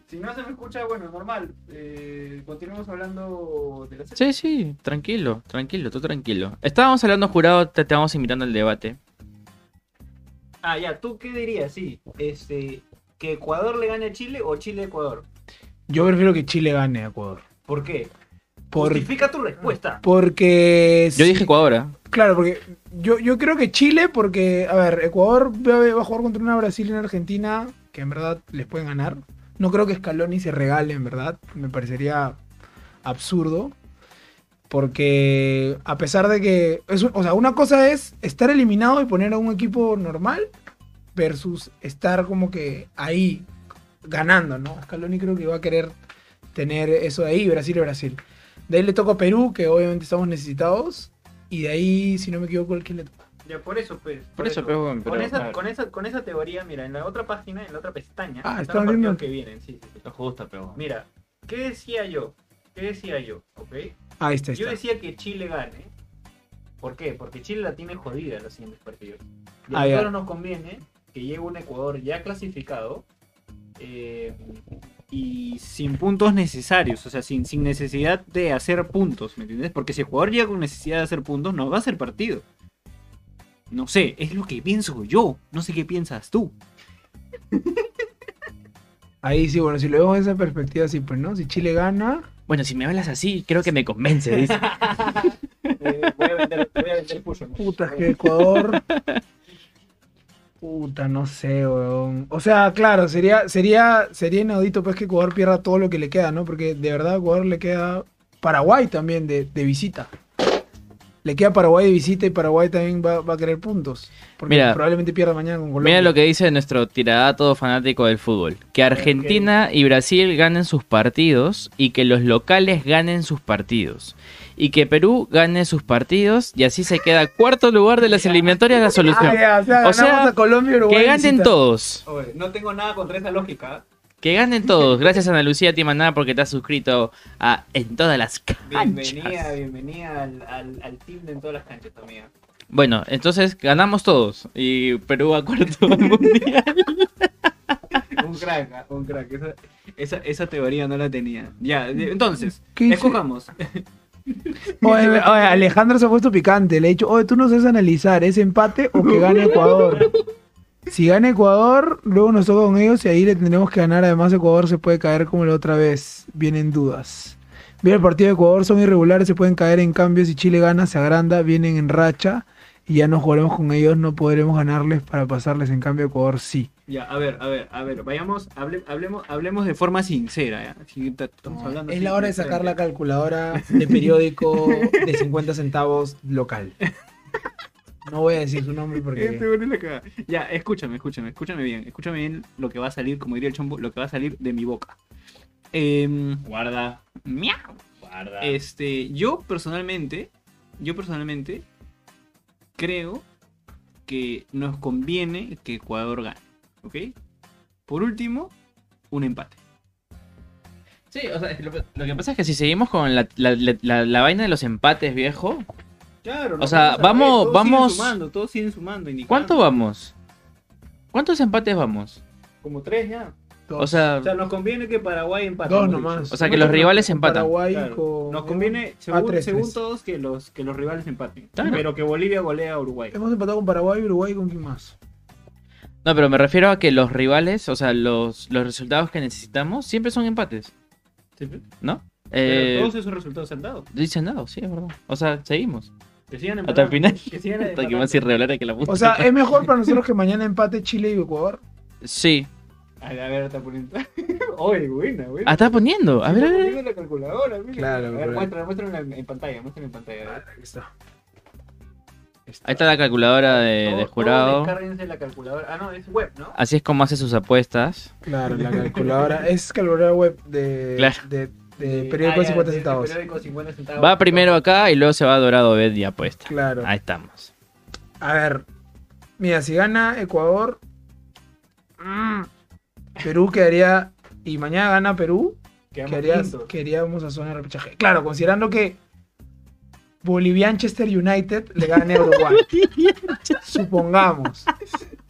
Speaker 6: si no se me escucha, bueno, normal. Eh, continuemos hablando de la serie.
Speaker 2: Sí, sí, tranquilo, tranquilo, tú tranquilo. Estábamos hablando, jurado, te estábamos invitando al debate.
Speaker 6: Ah, ya, ¿tú qué dirías? Sí, este, que Ecuador le gane a Chile o Chile a Ecuador.
Speaker 5: Yo prefiero que Chile gane a Ecuador.
Speaker 6: ¿Por qué?
Speaker 5: Por-
Speaker 6: Justifica tu respuesta.
Speaker 5: porque.
Speaker 2: Yo dije Ecuador, ¿ah?
Speaker 5: Claro, porque yo, yo creo que Chile, porque, a ver, Ecuador va va a jugar contra una Brasil y una Argentina, que en verdad les pueden ganar. No creo que Scaloni se regale, en verdad. Me parecería absurdo. Porque a pesar de que... es un- o sea, una cosa es estar eliminado y poner a un equipo normal versus estar como que ahí ganando, ¿no? Scaloni creo que va a querer tener eso de ahí, Brasil y Brasil. De ahí le toca a Perú, que obviamente estamos necesitados. Y de ahí, si no me equivoco, ¿quién le toca?
Speaker 6: Ya, por eso, pues.
Speaker 2: Por eso, pero bueno,
Speaker 6: Con
Speaker 2: pero-
Speaker 6: esa, con, esa, con esa teoría, mira, en la otra página, en la otra pestaña,
Speaker 5: Ah,
Speaker 6: están
Speaker 5: estaba
Speaker 6: los
Speaker 5: viendo.
Speaker 6: partidos que vienen. Sí, sí, sí.
Speaker 2: justo, pero...
Speaker 6: Mira, ¿qué decía yo? ¿Qué decía yo? ¿Ok?
Speaker 5: Ahí está, ahí
Speaker 6: Yo
Speaker 5: está.
Speaker 6: decía que Chile gane. ¿Por qué? Porque Chile la tiene jodida en los siguientes partidos. Y a
Speaker 5: Ah, ya.
Speaker 6: nosotros nos conviene que llegue un Ecuador ya clasificado eh,
Speaker 7: y sin puntos necesarios, o sea, sin, sin necesidad de hacer puntos, ¿me entiendes? Porque si el jugador llega con necesidad de hacer puntos, no va a ser partido. No sé, es lo que pienso yo, no sé qué piensas tú.
Speaker 5: Ahí sí, bueno, si lo vemos desde esa perspectiva, sí, pues, ¿no? Si Chile gana...
Speaker 2: Bueno, si me hablas así, creo que me convence, dice.
Speaker 6: eh, voy a vender, voy a vender pucho, ¿no?
Speaker 5: Puta, es que Ecuador... Puta, no sé, weón. O sea, claro, sería, sería, sería inaudito pues que Ecuador pierda todo lo que le queda, ¿no? Porque de verdad a Ecuador le queda Paraguay también de, de visita. le queda Paraguay de visita y Paraguay también va, va a querer puntos. Porque
Speaker 2: Mira.
Speaker 5: probablemente pierda mañana con Colombia.
Speaker 2: Mira lo que dice nuestro tiradato fanático del fútbol. Que Argentina y Brasil ganen sus partidos y que los locales ganen sus partidos. Y que Perú gane sus partidos y así se queda cuarto lugar de las eliminatorias la
Speaker 5: Ah,
Speaker 2: solución.
Speaker 5: ya, o sea,
Speaker 2: O sea,
Speaker 5: ganamos a Colombia y Uruguay
Speaker 2: Que
Speaker 5: de
Speaker 2: ganen
Speaker 5: visita.
Speaker 2: todos.
Speaker 6: Oye, no tengo nada contra esa lógica. ¿eh?
Speaker 2: Que ganen todos. Gracias Ana Lucía Timaná porque te has suscrito a En todas las
Speaker 6: Bienvenida,
Speaker 2: canchas.
Speaker 6: bienvenida al, al, al team de en todas las canchas, amiga.
Speaker 2: Bueno, entonces ganamos todos. Y Perú a cuarto al mundial.
Speaker 6: Un crack, ah, un crack. Esa, esa, esa teoría no la tenía. Ya, de- entonces,
Speaker 5: ¿Qué dice?
Speaker 6: escojamos.
Speaker 5: Oye, oye, Alejandro se ha puesto picante. Le he dicho, oye, tú no sabes analizar, ¿es empate o que gane Ecuador? Si gana Ecuador, luego nos toca con ellos y ahí le tendremos que ganar. Además, Ecuador se puede caer como la otra vez. Vienen dudas. Viene el partido de Ecuador, son irregulares, se pueden caer en cambio. Si Chile gana, se agranda, vienen en racha y ya no jugaremos con ellos, no podremos ganarles para pasarles. En cambio, Ecuador sí.
Speaker 7: Ya, a ver, a ver, a ver, vayamos, hable- hablemos, hablemos de forma sincera, ¿ya? Si ta- estamos hablando así, frente.
Speaker 5: calculadora de periódico de 50 centavos local. No voy a decir su nombre
Speaker 7: Este bueno es la cagada. Ya, escúchame, escúchame, escúchame bien, escúchame bien lo que va a salir, como diría el chombo, lo que va a salir de mi boca. Em,
Speaker 8: Guarda,
Speaker 7: miau.
Speaker 8: guarda.
Speaker 7: Este, yo personalmente, yo personalmente creo que nos conviene que Ecuador gane, ¿ok? Por último, un empate.
Speaker 2: Sí, o sea, lo, lo que pasa es que si seguimos con la, la- la- la- la vaina de los empates, viejo,
Speaker 7: Claro.
Speaker 2: no sea, pasa nada, vamos- todos siguen vamos- sumando,
Speaker 7: sumando, todos siguen sumando.
Speaker 2: ¿cuánto vamos? ¿Cuántos empates vamos?
Speaker 7: Ah, Como tres ya.
Speaker 2: O sea,
Speaker 7: O sea, nos conviene que Paraguay empate.
Speaker 5: Dos
Speaker 7: hemos dicho.
Speaker 5: nomás.
Speaker 2: o sea que los rivales empatan.
Speaker 5: Paraguay
Speaker 7: Claro.
Speaker 5: con-
Speaker 7: Nos conviene, según,
Speaker 5: ah, tres,
Speaker 7: según
Speaker 5: tres.
Speaker 7: todos, que los, que los rivales empaten.
Speaker 2: Claro.
Speaker 7: Pero que Bolivia golea a Uruguay.
Speaker 5: Hemos empatado con Paraguay, Uruguay, ¿con quién más?
Speaker 2: No, pero me refiero a que los rivales, o sea, los, los resultados que necesitamos siempre son empates,
Speaker 7: Sí, pe.
Speaker 2: ¿no?
Speaker 7: Pero
Speaker 2: Eh,
Speaker 7: todos esos resultados se han dado.
Speaker 2: dicen nada, sí, es verdad. O sea, seguimos.
Speaker 7: Que sigan
Speaker 2: Hasta el final.
Speaker 7: empatando, Que sigan
Speaker 2: Hasta que
Speaker 7: empatando.
Speaker 2: más irregular que la puta.
Speaker 5: O sea, es mejor para nosotros que mañana empate Chile y Ecuador.
Speaker 2: sí.
Speaker 7: A ver, a ver, está poniendo. Oye, buena, buena.
Speaker 2: Ah, está poniendo. A ver, a ver. a ver.
Speaker 7: Mira la calculadora, mira.
Speaker 5: Claro,
Speaker 7: a ver,
Speaker 5: pero-
Speaker 7: muéstrala, muéstrala en, en pantalla, muéstrala en pantalla. a ver.
Speaker 2: Ahí está la calculadora Eh, de,
Speaker 7: Todo-
Speaker 2: de
Speaker 7: todo
Speaker 2: jurado.
Speaker 7: descárguense la calculadora. Ah, no, es web, ¿no?
Speaker 2: Así es como hace sus apuestas.
Speaker 5: Claro, la calculadora. Es calculadora web de,
Speaker 2: Claro.
Speaker 5: de, de
Speaker 7: Eh,
Speaker 5: periódico de
Speaker 7: ah, ya,
Speaker 5: 50
Speaker 7: de- de
Speaker 5: centavos.
Speaker 7: periódico 50 centavos.
Speaker 2: Va primero acá y luego se va a Dorado Bet y apuesta.
Speaker 5: Claro.
Speaker 2: Ahí estamos.
Speaker 5: A ver. Mira, si gana Ecuador, mm, Perú quedaría. Y mañana gana Perú,
Speaker 7: Quedamos
Speaker 5: quedarías-
Speaker 7: quintos.
Speaker 5: quedaríamos a zona de repechaje. Claro, considerando que Bolivianchester United le gane a Uruguay. supongamos.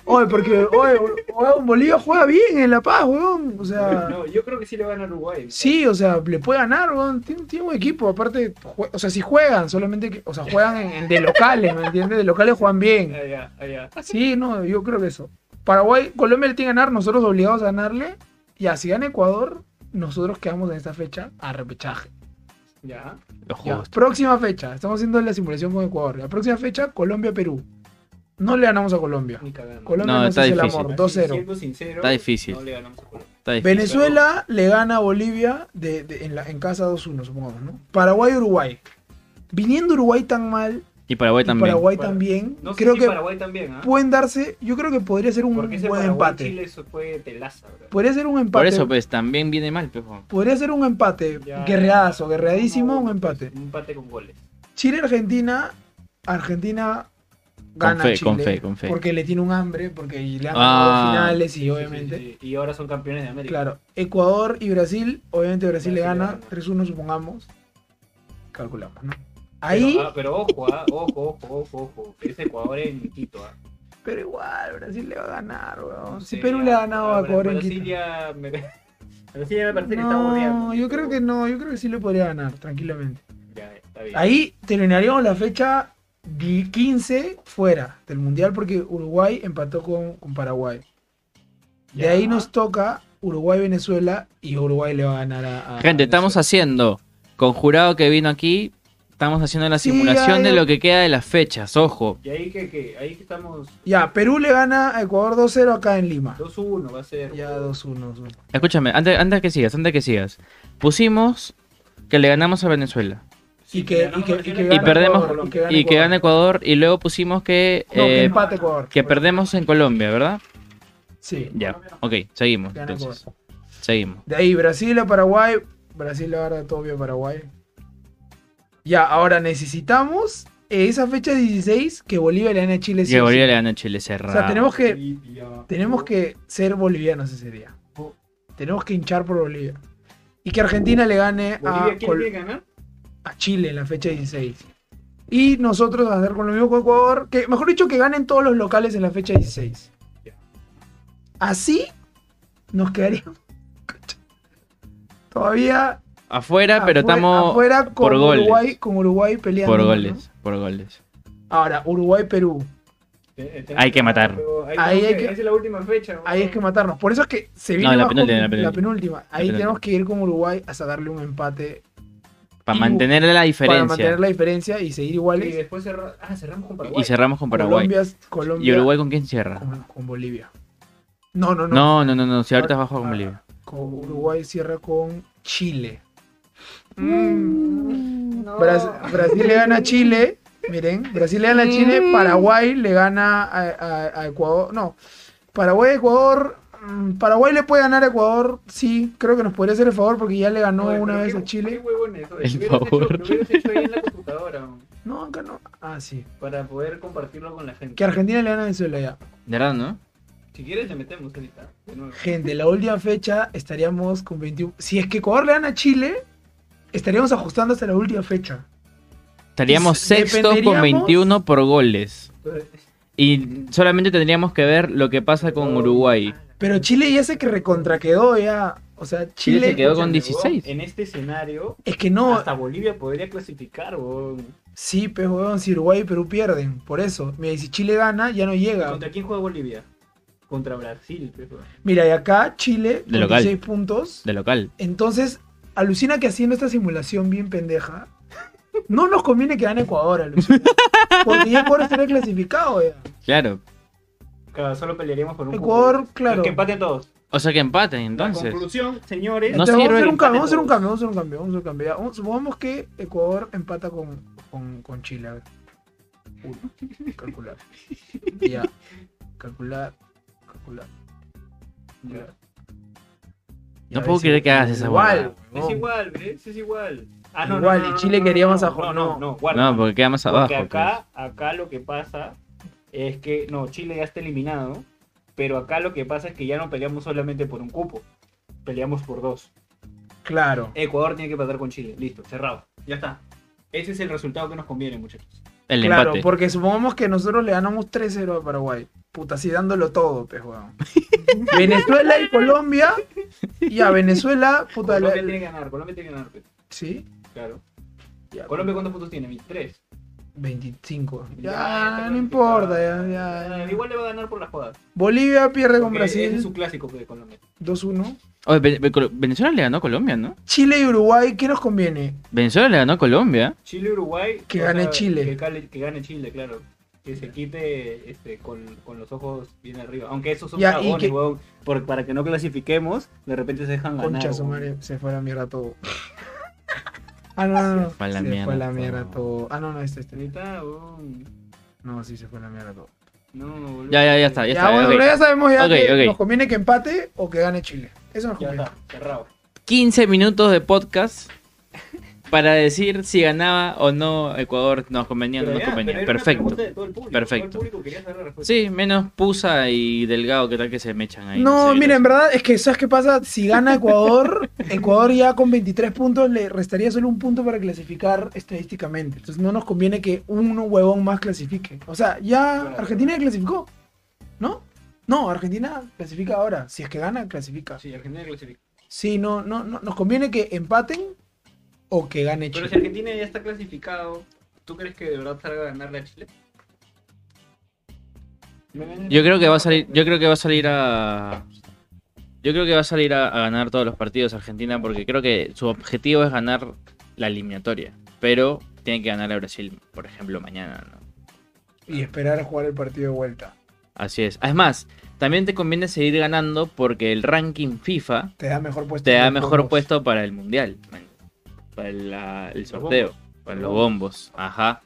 Speaker 5: Oye, porque oye, weón, Bolivia juega bien en La Paz, weón. O sea,
Speaker 7: No, yo creo que sí le van a Uruguay.
Speaker 5: sí, o sea, le puede ganar, weón. Tiene, tiene un equipo, aparte, jue- o sea, si juegan, solamente que, o sea, juegan en, en de locales, ¿me entiendes? De locales juegan bien.
Speaker 7: Ah, ya, ah, ya.
Speaker 5: Sí, no, yo creo que eso. Paraguay, Colombia le tiene que ganar, nosotros obligados a ganarle. Y así gana Ecuador, nosotros quedamos en esta fecha a repechaje.
Speaker 7: Ya.
Speaker 2: Los
Speaker 5: Ya,
Speaker 2: juegos.
Speaker 5: próxima fecha, estamos haciendo la simulación con Ecuador. La próxima fecha, Colombia-Perú. No le ganamos a Colombia.
Speaker 7: Ni cagando.
Speaker 5: Colombia
Speaker 2: No,
Speaker 5: no,
Speaker 2: está
Speaker 5: se hace el
Speaker 2: difícil.
Speaker 5: amor,
Speaker 7: Así,
Speaker 5: 2-0.
Speaker 7: siendo sincero,
Speaker 2: Está difícil.
Speaker 7: no le ganamos a Colombia.
Speaker 2: Está difícil.
Speaker 5: Venezuela le gana a Bolivia de, de- en, la- en casa 2-1, supongamos, ¿no? Paraguay-Uruguay. Viniendo Uruguay tan mal,
Speaker 2: Y Paraguay
Speaker 5: y
Speaker 2: también.
Speaker 5: Paraguay
Speaker 7: Para-
Speaker 5: también,
Speaker 7: No sé
Speaker 5: creo
Speaker 7: si
Speaker 5: que
Speaker 7: Paraguay también, ¿ah?
Speaker 5: pueden darse, yo creo que podría ser un
Speaker 7: Porque
Speaker 5: buen
Speaker 7: ese Paraguay
Speaker 5: empate.
Speaker 7: Chile eso fue telaza, bro.
Speaker 5: Podría ser un empate.
Speaker 2: Por eso, pues, también viene mal, pejo.
Speaker 5: Podría ser un empate,
Speaker 7: Ya,
Speaker 5: guerreazo,
Speaker 7: ya.
Speaker 5: guerreadísimo,
Speaker 7: Uno a
Speaker 5: un
Speaker 7: uno,
Speaker 5: empate.
Speaker 7: pues, Un empate con goles.
Speaker 5: Chile-Argentina, Argentina gana a
Speaker 2: fe,
Speaker 5: Chile
Speaker 2: con fe, con fe.
Speaker 5: Porque le tiene un hambre, porque le han
Speaker 2: Ah.
Speaker 5: ganado finales y
Speaker 7: Sí,
Speaker 5: obviamente...
Speaker 7: sí, sí. Y ahora son campeones de América.
Speaker 5: Claro, Ecuador y Brasil, obviamente Brasil, le
Speaker 7: Brasil le
Speaker 5: gana,
Speaker 7: gana.
Speaker 5: 3-1 supongamos. Calculamos, ¿no?
Speaker 7: Pero,
Speaker 5: Ahí,
Speaker 7: ah, pero ojo, ah, ojo, ojo, ojo, ojo. Es Ecuador en Quito, ah.
Speaker 5: pero igual Brasil le va a ganar, weón. Si
Speaker 7: Sí,
Speaker 5: Perú
Speaker 7: ah,
Speaker 5: le ha ganado a
Speaker 7: Bra-
Speaker 5: Ecuador en
Speaker 7: Brasil
Speaker 5: Quito.
Speaker 7: ya me... Brasil ya me parece que está
Speaker 5: No,
Speaker 7: bodeando.
Speaker 5: yo creo que no, yo creo que sí le podría ganar, tranquilamente.
Speaker 7: Ya, está bien.
Speaker 5: Ahí terminaríamos la fecha di- 15 fuera del Mundial porque Uruguay empató con, con Paraguay. De
Speaker 7: Ya.
Speaker 5: ahí nos toca Uruguay-Venezuela y Uruguay le va a ganar a... a-
Speaker 2: Gente,
Speaker 5: a
Speaker 2: estamos
Speaker 5: Venezuela.
Speaker 2: haciendo, con jurado que vino aquí, estamos haciendo la
Speaker 5: Sí,
Speaker 2: simulación
Speaker 5: hay
Speaker 2: de
Speaker 5: un-
Speaker 2: lo que queda de las fechas, ojo.
Speaker 7: Y ahí que, que, ahí que estamos
Speaker 5: Ya, Perú le gana a Ecuador 2-0 acá en Lima.
Speaker 7: 2-1, va a ser.
Speaker 5: Ya 2-1. 2-1.
Speaker 2: Escúchame, antes, antes que sigas, antes que sigas. Pusimos que le ganamos a Venezuela.
Speaker 5: y que, y que, y que gane
Speaker 2: Y perdemos-
Speaker 5: Ecuador,
Speaker 2: Y que gane Ecuador y luego pusimos que,
Speaker 5: No, que
Speaker 2: eh,
Speaker 5: empate Ecuador.
Speaker 2: que perdemos en Colombia, ¿verdad?
Speaker 5: Sí.
Speaker 2: Ya, ok, seguimos.
Speaker 5: Gana
Speaker 2: Entonces, seguimos.
Speaker 5: De ahí Brasil a Paraguay. Brasil le va a dar todo bien a Paraguay. Ya, ahora necesitamos esa fecha 16 que Bolivia le gane a Chile. sí
Speaker 2: Que
Speaker 5: o sí.
Speaker 2: Bolivia le gana a Chile
Speaker 5: O
Speaker 2: cerrado.
Speaker 5: sea, tenemos que, tenemos que ser bolivianos ese día. Tenemos que hinchar por Bolivia. Y que Argentina le gane a,
Speaker 6: Bolivia, ¿quién
Speaker 5: Col-
Speaker 6: quiere ganar?
Speaker 5: a Chile en la fecha 16. Y nosotros hacer con lo mismo con Ecuador. Que, mejor dicho, que ganen todos los locales en la fecha 16. Así nos quedaríamos. Todavía
Speaker 2: Afuera, pero
Speaker 5: afuera-
Speaker 2: estamos
Speaker 5: afuera con
Speaker 2: por goles.
Speaker 5: Uruguay, con Uruguay peleando.
Speaker 2: por
Speaker 5: ¿no?
Speaker 2: goles, por goles.
Speaker 5: Ahora, Uruguay-Perú.
Speaker 6: Eh, eh,
Speaker 2: Hay que matar.
Speaker 6: pero Ahí,
Speaker 5: Ahí
Speaker 6: tenemos
Speaker 5: hay
Speaker 6: que-
Speaker 5: que-
Speaker 6: Esa es la última fecha.
Speaker 5: Ahí es que matarnos. Por eso es que se viene
Speaker 2: No, la
Speaker 5: más
Speaker 2: penúltima,
Speaker 5: compli-
Speaker 2: la penúltima.
Speaker 5: Ahí
Speaker 2: La
Speaker 5: tenemos que ir con Uruguay hasta darle un empate
Speaker 2: Para
Speaker 5: Y-
Speaker 2: mantener la
Speaker 5: para
Speaker 2: diferencia.
Speaker 5: mantener la diferencia y seguir
Speaker 6: Y
Speaker 5: iguales.
Speaker 6: después cerra- ah, cerramos con Paraguay.
Speaker 2: Y cerramos con Paraguay.
Speaker 5: Colombia, Colombia
Speaker 2: ¿Y Uruguay con quién cierra?
Speaker 5: con, con Bolivia. No, no, Ah.
Speaker 2: No,
Speaker 5: no.
Speaker 2: no, no, no. Si ahorita es bajo con Bolivia.
Speaker 5: Con Uruguay cierra con Chile.
Speaker 6: No.
Speaker 5: Bras- Brasil le gana a Chile. Miren, Brasil le gana a Chile. Paraguay le gana a, a- a Ecuador. No, Paraguay, Ecuador. mm, Paraguay le puede ganar a Ecuador. Sí, creo que nos podría hacer el favor porque ya le ganó
Speaker 6: Oye,
Speaker 5: una
Speaker 6: pero
Speaker 5: vez
Speaker 6: qué-
Speaker 5: a
Speaker 6: qué
Speaker 5: Chile.
Speaker 6: huevones, oye,
Speaker 2: El
Speaker 6: lo hubieras
Speaker 2: favor.
Speaker 6: hecho- lo hubieras hecho ahí en la computadora, man,
Speaker 5: No, acá no. Ah, sí.
Speaker 6: para poder compartirlo con la gente.
Speaker 5: Que Argentina le gana a Venezuela ya.
Speaker 2: De verdad, ¿no?
Speaker 6: Si quieres, le metemos ahorita. de nuevo.
Speaker 5: Gente, la última fecha estaríamos con 21. Si es que Ecuador le gana a Chile, estaríamos ajustando hasta la última fecha.
Speaker 2: Estaríamos
Speaker 5: Y
Speaker 2: sextos con
Speaker 5: dependeríamos- Eh.
Speaker 2: 21 por goles.
Speaker 6: Entonces,
Speaker 2: Y solamente tendríamos que ver lo que pasa con Uruguay.
Speaker 5: Pero Chile ya sé que recontra quedó ya. O sea,
Speaker 2: Chile
Speaker 5: Chile.
Speaker 2: se quedó con
Speaker 6: escúchame,
Speaker 2: 16.
Speaker 6: weón, En este escenario,
Speaker 5: Es que no.
Speaker 6: hasta Bolivia podría clasificar, weón.
Speaker 5: Sí, pues, weón, si Uruguay y Perú pierden, por eso. Mira, y si Chile gana, ya no llega.
Speaker 6: ¿Contra quién juega Bolivia? Contra Brasil, pues, weón.
Speaker 5: Mira, y acá Chile,
Speaker 2: De
Speaker 5: 26
Speaker 2: local.
Speaker 5: puntos.
Speaker 2: De local.
Speaker 5: Entonces, alucina que haciendo esta simulación bien pendeja, no nos conviene que gane Ecuador, alucina. Porque ya Ecuador estaría clasificado, ya.
Speaker 2: Claro.
Speaker 6: Claro, solo pelearíamos por un
Speaker 5: Ecuador, claro.
Speaker 6: Que empaten todos.
Speaker 2: O sea que empaten
Speaker 6: La
Speaker 2: entonces.
Speaker 6: conclusión, señores.
Speaker 2: No
Speaker 5: Entonces, Este, vamos, a
Speaker 2: sirve
Speaker 5: hacer
Speaker 2: el
Speaker 5: un
Speaker 6: empate
Speaker 5: cambio, vamos a hacer un
Speaker 6: todos.
Speaker 5: cambio, vamos a hacer un cambio, vamos a hacer un cambio. ya. Vamos- supongamos que Ecuador empata con, con, con Chile. a ver. Uno. Calcular. Ya. Calcular. Calcular.
Speaker 6: Ya.
Speaker 5: Ya,
Speaker 2: No puedo
Speaker 5: ves,
Speaker 2: creer que hagas esa
Speaker 5: Igual.
Speaker 6: Es
Speaker 5: no.
Speaker 6: igual, ¿ves? Es igual. Ah,
Speaker 5: Igual, y Chile quería más ajo-
Speaker 6: No,
Speaker 5: no.
Speaker 6: no, no, guarda.
Speaker 2: No, porque queda más abajo. pues.
Speaker 6: Porque acá, acá lo que pasa es que, no, Chile ya está eliminado, pero acá lo que pasa es que ya no peleamos solamente por un cupo, peleamos por dos.
Speaker 5: Claro.
Speaker 6: Ecuador tiene que pasar con Chile, listo, cerrado, ya está. Ese es el resultado que nos conviene, muchachos.
Speaker 2: pues. El
Speaker 5: claro,
Speaker 2: empate.
Speaker 5: porque supongamos que nosotros le ganamos 3-0 a Paraguay. Puta, así dándolo todo, pues, weón. Venezuela y Colombia. Y a Venezuela, puta, la-
Speaker 6: Colombia tiene que ganar, Colombia tiene que ganar, pues,
Speaker 5: Sí.
Speaker 6: claro.
Speaker 5: ya,
Speaker 6: Colombia, ¿cuántos puntos tiene? Mi, Tres.
Speaker 5: 25. Ya,
Speaker 6: está
Speaker 5: no importa, ya,
Speaker 6: clasificado.
Speaker 5: ya, ya.
Speaker 6: Igual le va a ganar por la jugada.
Speaker 5: Bolivia pierde Ah. con
Speaker 6: porque Ese
Speaker 5: Brasil
Speaker 6: es un clásico pues, de Colombia.
Speaker 5: 2-1.
Speaker 2: Oye, Ve- Ve- Colo- Venezuela le ganó a Colombia, ¿no?
Speaker 5: Chile y Uruguay, ¿qué nos conviene?
Speaker 2: Venezuela le ganó a Colombia.
Speaker 6: Chile, Uruguay.
Speaker 5: Que
Speaker 6: o
Speaker 5: gane Chile.
Speaker 6: Que, cale- que gane Chile, claro. Que se quite este, con, con los ojos bien arriba. Aunque esos son
Speaker 5: Ya, y
Speaker 6: dragones,
Speaker 5: que-
Speaker 6: weón. Por- para que no clasifiquemos, de repente se dejan ganar.
Speaker 5: Concha su
Speaker 6: weón.
Speaker 5: madre, se fue a la mierda todo. Ah, no, no, no.
Speaker 2: fue a la
Speaker 5: se fue
Speaker 2: mierda
Speaker 5: a la mierda
Speaker 2: todo.
Speaker 5: todo. Ah, no, no, este, este.
Speaker 6: Neta, weón.
Speaker 5: No, sí, se fue a la mierda todo.
Speaker 6: No, boludo.
Speaker 2: Ya, ya, ya está. Ya,
Speaker 5: Ya,
Speaker 2: está,
Speaker 5: bueno,
Speaker 2: ok.
Speaker 5: pero ya sabemos ya
Speaker 2: Ok,
Speaker 5: que
Speaker 2: ok.
Speaker 5: nos conviene que empate o que gane Chile. Eso nos
Speaker 6: Ya
Speaker 5: conviene.
Speaker 6: está, cerrado.
Speaker 2: 15 minutos de podcast para decir si ganaba o no Ecuador. Nos convenía o no
Speaker 6: Pero ya,
Speaker 2: nos
Speaker 6: pero era
Speaker 2: convenía.
Speaker 6: una
Speaker 2: Perfecto.
Speaker 6: pregunta de todo el público.
Speaker 2: Perfecto.
Speaker 6: Todo el público quería saber la respuesta.
Speaker 2: Sí, menos Pusa y Delgado, que tal que se mechan ahí.
Speaker 5: No,
Speaker 2: sé,
Speaker 5: mira,
Speaker 2: los-
Speaker 5: en verdad es que ¿sabes qué pasa? Si gana Ecuador, Ecuador ya con 23 puntos le restaría solo un punto para clasificar estadísticamente. Entonces no nos conviene que uno huevón más clasifique. O sea, ya
Speaker 6: Claro.
Speaker 5: Argentina ya clasificó, ¿no? No, Argentina clasifica ahora. Si es que gana, clasifica.
Speaker 6: Sí, Argentina clasifica.
Speaker 5: Sí, no, no, no. Nos conviene que empaten o que gane
Speaker 6: Pero
Speaker 5: Chile.
Speaker 6: si Argentina ya está clasificado, ¿tú crees que de verdad salga a ganarle a Chile?
Speaker 2: Yo creo que va a salir, yo creo que va a salir a yo creo que va a salir a, a ganar todos los partidos Argentina porque creo que su objetivo es ganar la eliminatoria, pero tiene que ganar a Brasil, por ejemplo, mañana, ¿no?
Speaker 5: Y esperar a jugar el partido de vuelta.
Speaker 2: Así es. Además, también te conviene seguir ganando porque el ranking FIFA
Speaker 5: Te da mejor puesto.
Speaker 2: te
Speaker 5: en
Speaker 2: da
Speaker 5: los
Speaker 2: mejor
Speaker 5: bombos.
Speaker 2: puesto para el mundial, man, para la- el sorteo. Con los bombos. Ajá.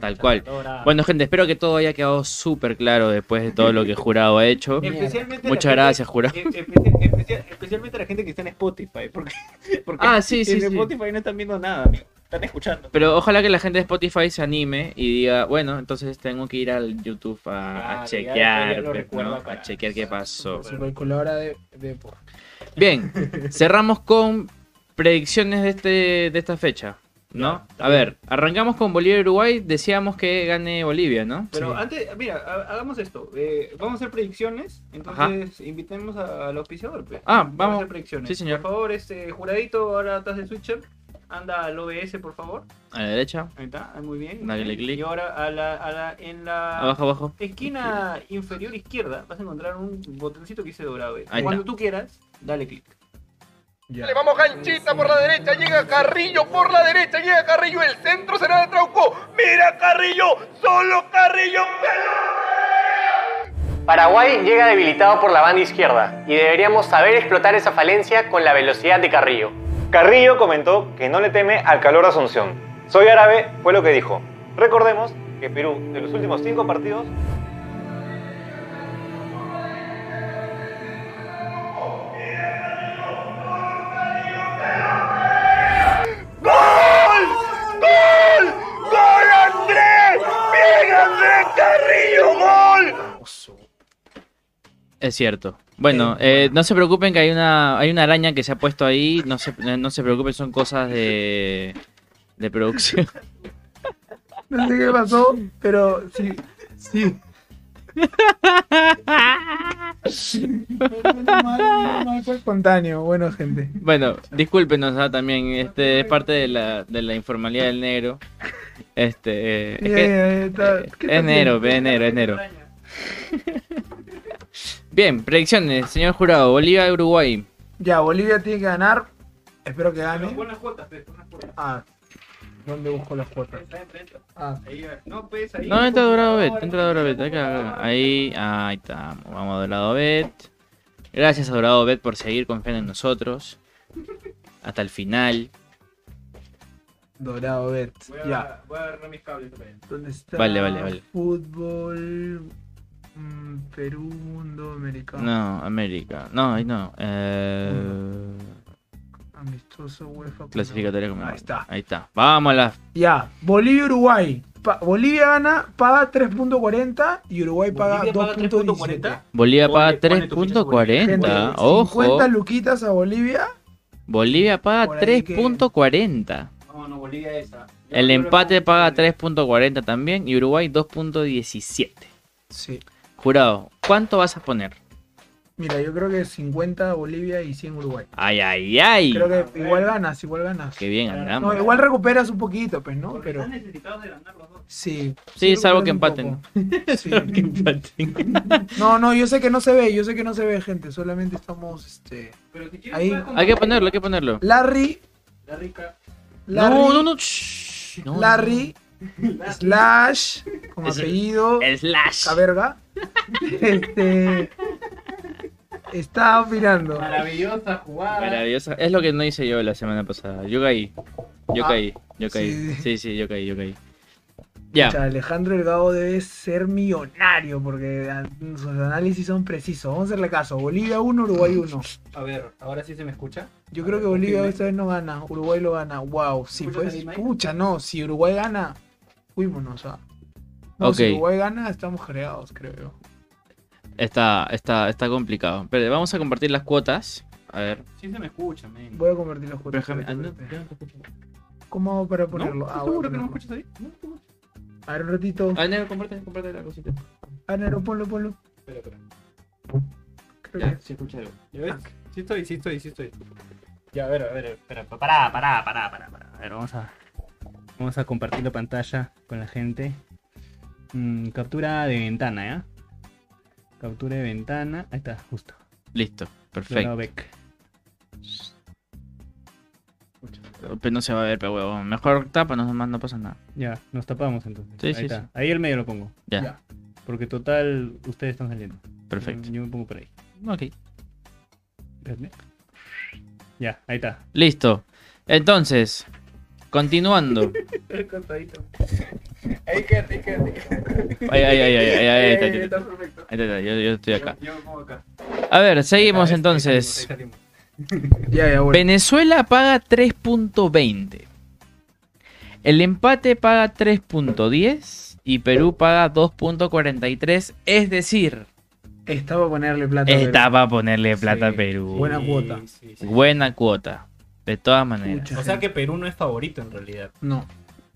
Speaker 2: Tal cual. Bueno, gente, espero que todo haya quedado súper claro después de todo lo que Jurado ha hecho.
Speaker 6: especialmente
Speaker 2: Muchas
Speaker 6: la
Speaker 2: gracias,
Speaker 6: gente-
Speaker 2: Jurado.
Speaker 6: e- espe- especia- especialmente la gente que está en Spotify. Porque, porque
Speaker 2: Ah, sí, sí,
Speaker 6: en
Speaker 2: sí.
Speaker 6: Spotify no están viendo nada, amigo. Están escuchando.
Speaker 2: Pero ojalá que la gente de Spotify se anime y diga, bueno, entonces tengo que ir al YouTube a, a
Speaker 6: Claro, ya- ya
Speaker 2: chequear,
Speaker 6: lo
Speaker 2: pues,
Speaker 6: recuerda
Speaker 2: ¿no? a
Speaker 6: para-
Speaker 2: chequear qué pasó.
Speaker 5: Su calculadora de, de por-
Speaker 2: Bien, cerramos con predicciones de, este, de esta fecha, ¿no? A ver, arrancamos con Bolivia-Uruguay, decíamos que gane Bolivia, ¿no?
Speaker 6: Pero
Speaker 5: Sí.
Speaker 6: antes, mira, ha- hagamos esto. eh, vamos a hacer predicciones. Entonces, invitemos a- al auspiciador. pues.
Speaker 2: Ah,
Speaker 6: a
Speaker 2: vamos.
Speaker 6: hacer predicciones.
Speaker 2: Sí, señor.
Speaker 6: Por favor, este juradito, ahora estás de switcher. Anda al OBS, por favor.
Speaker 2: A la derecha,
Speaker 6: Ahí está, ah, muy bien.
Speaker 2: Dale
Speaker 6: Muy bien.
Speaker 2: clic.
Speaker 6: Y ahora a la, a la- en la
Speaker 2: abajo, abajo.
Speaker 6: esquina inferior izquierda vas a encontrar un botoncito que dice dorado. eh.
Speaker 2: Ahí
Speaker 6: Cuando
Speaker 2: está.
Speaker 6: tú quieras, dale clic.
Speaker 5: Ya.
Speaker 8: Le vamos ganchita por la derecha, llega Carrillo por la derecha, llega Carrillo, el centro será de Trauco. Mira Carrillo, solo Carrillo.
Speaker 9: Paraguay llega debilitado por la banda izquierda y deberíamos saber explotar esa falencia con la velocidad de Carrillo.
Speaker 10: Carrillo comentó que no le teme al calor de Asunción. Soy árabe fue lo que dijo. Recordemos que Perú, de los últimos cinco partidos,
Speaker 8: ¡Gol! ¡Gol Andrés! ¡Bien Andrés Carrillo, gol!
Speaker 2: Es cierto. Bueno, eh, no se preocupen que hay una, hay una araña que se ha puesto ahí, no se, no se preocupen, son cosas de, de producción.
Speaker 5: No sé qué pasó, pero sí. Sí. Menos mal, menos mal fue espontáneo. Bueno, gente.
Speaker 2: Bueno, discúlpenos ah, también, este es parte de la, de la informalidad del negro. Este, eh, es
Speaker 5: Ya,
Speaker 2: que-
Speaker 5: ya, ya está.
Speaker 2: Eh,
Speaker 5: ¿Qué está
Speaker 2: enero, ve, enero, enero. Bien, predicciones, señor jurado. Bolivia, Uruguay.
Speaker 5: Ya, Bolivia tiene que ganar. Espero que
Speaker 6: Pero
Speaker 5: gane.
Speaker 6: pon las cuotas, pues, pon las cuotas.
Speaker 5: Ah, ¿dónde busco las cuotas?
Speaker 6: Entra, entra, entra.
Speaker 5: Ah,
Speaker 6: Ahí va. No, pues ahí.
Speaker 2: No, entra Dorado Bet, entra Dorado Bet. acá, acá. Ahí, ahí estamos. Vamos a Dorado Bet. Gracias a Dorado Bet por seguir confiando en nosotros. Hasta el final.
Speaker 5: Dorado Bet.
Speaker 6: Voy a,
Speaker 5: Ya,
Speaker 6: voy a agarrar mis cables también.
Speaker 5: ¿dónde está?
Speaker 2: Vale, vale, vale.
Speaker 5: Fútbol. mm, Perú, mundo americano.
Speaker 2: No, América. No, ahí no. Eh,
Speaker 5: Amistoso, UEFA. con-
Speaker 2: clasificatoria como.
Speaker 5: Ahí está.
Speaker 2: Ahí está. Vamos a la.
Speaker 5: Ya, Bolivia-Uruguay. Pa- Bolivia gana, paga 3.40 y Uruguay paga
Speaker 6: ¿Bolivia paga
Speaker 5: 2.40.
Speaker 2: Bolivia paga
Speaker 6: Ponle- ponle tu ficha sobre la
Speaker 5: Gente,
Speaker 2: 3.40. Ojo.
Speaker 5: 50 luquitas a Bolivia.
Speaker 2: Bolivia paga
Speaker 5: Por ahí que-
Speaker 2: 3.40.
Speaker 6: No, no, Bolivia esa.
Speaker 2: El
Speaker 6: Yo
Speaker 2: empate
Speaker 6: creo que-
Speaker 2: paga 3.40 también y Uruguay 2.17.
Speaker 5: Sí.
Speaker 2: Jurado, ¿cuánto vas a poner?
Speaker 5: Mira, yo creo que 50 Bolivia y 100 Uruguay.
Speaker 2: Ay, ay, ay.
Speaker 5: Creo que igual ganas, igual ganas.
Speaker 2: Qué bien andamos.
Speaker 5: No, igual recuperas un poquito, pues, ¿no?
Speaker 6: Porque
Speaker 5: Pero
Speaker 6: están necesitados de ganar los dos.
Speaker 5: sí.
Speaker 2: Sí, salvo que
Speaker 5: recuperas un poco. Sí. No, no, yo sé que no se ve, yo sé que no se ve, gente. Solamente estamos, este...
Speaker 6: Pero si quieres
Speaker 5: Ahí.
Speaker 6: jugar con
Speaker 2: Hay que ponerlo, hay que ponerlo.
Speaker 5: Larry,
Speaker 6: la rica.
Speaker 5: Larry,
Speaker 2: no, no, no. shh, no, no.
Speaker 5: Larry, Slash, como
Speaker 2: Es-
Speaker 5: apellido.
Speaker 2: El slash.
Speaker 5: La verga. Este. Está opinando.
Speaker 6: Maravillosa jugada.
Speaker 2: Maravilloso. Es lo que no hice yo la semana pasada. Yo caí. Yo
Speaker 5: Ah,
Speaker 2: caí. Yo caí.
Speaker 5: sí.
Speaker 2: Sí, sí, yo caí, yo caí. Ya.
Speaker 5: O sea, Alejandro Delgado debe ser millonario porque a- sus análisis son precisos. Vamos a hacerle caso. Bolivia 1, Uruguay 1.
Speaker 6: A ver, ahora sí se me escucha.
Speaker 5: Yo creo que Bolivia esta vez no gana. Uruguay lo gana. Wow. Sí,
Speaker 6: ¿Escuchas
Speaker 5: pues.
Speaker 6: ahí, Mike?
Speaker 5: Pucha, no. Si Uruguay gana, fuímonos. ah. No,
Speaker 2: Ok.
Speaker 5: Si Uruguay gana, estamos creados, creo yo.
Speaker 2: Está, está, está complicado. Pero vamos a compartir las cuotas. A ver.
Speaker 6: Sí se me escucha, men.
Speaker 5: Voy a convertir los juegos.
Speaker 2: Déjame- ah, no,
Speaker 5: ¿Cómo hago para
Speaker 6: ¿No?
Speaker 5: ponerlo?
Speaker 6: ¿Estás
Speaker 5: voy a
Speaker 6: seguro que no me
Speaker 5: ponerlo.
Speaker 6: escuchas ahí? No, no.
Speaker 5: A ver, un ratito.
Speaker 2: Ah, no, comparte, comparte la cosita.
Speaker 5: Ah, no, ponlo, ponlo.
Speaker 6: Espera, espera.
Speaker 5: Creo que-
Speaker 6: Ya, sí escucha algo. ¿Ya ves? Sí estoy, sí estoy, sí estoy. Ya, a ver, a ver, espera. pa- Pará, pará, pará, pará. pará.
Speaker 11: A ver, vamos a, vamos a compartir la pantalla con la gente. Mm, captura de ventana, ¿ya? Captura de ventana. Ahí está, justo.
Speaker 2: Listo, perfecto.
Speaker 11: Dorado Beck.
Speaker 2: Pero no se va a ver, pero huevón. Mejor tapa, no, más no pasa nada.
Speaker 11: Ya, nos tapamos entonces.
Speaker 2: Sí,
Speaker 11: Ahí
Speaker 2: sí,
Speaker 11: está.
Speaker 2: sí.
Speaker 11: Ahí el medio lo pongo.
Speaker 2: Ya,
Speaker 11: Porque total, ustedes están saliendo.
Speaker 2: perfecto.
Speaker 11: Yo, yo me pongo por ahí.
Speaker 2: Ok.
Speaker 11: Espérate. Ya, ahí está.
Speaker 2: Listo. Entonces, Continuando.
Speaker 8: El contadito. Ahí quédate, ahí quédate.
Speaker 2: Ahí, ahí, ahí, ahí, ahí, ahí, está, ahí está.
Speaker 8: Está perfecto.
Speaker 2: Ahí está, yo, yo estoy acá.
Speaker 8: Yo como acá.
Speaker 2: A ver, seguimos entonces.
Speaker 5: Ya, ya, bueno.
Speaker 2: Venezuela paga 3.20. El empate paga 3.10 y Perú paga 2.43. Es decir,
Speaker 5: Estaba a ponerle plata. pero-
Speaker 2: esta va a ponerle plata a Perú.
Speaker 5: Buena cuota.
Speaker 7: sí, sí.
Speaker 2: Buena cuota. De todas maneras.
Speaker 5: Mucha
Speaker 7: O sea
Speaker 5: gente.
Speaker 7: que Perú no es favorito en realidad.
Speaker 5: No.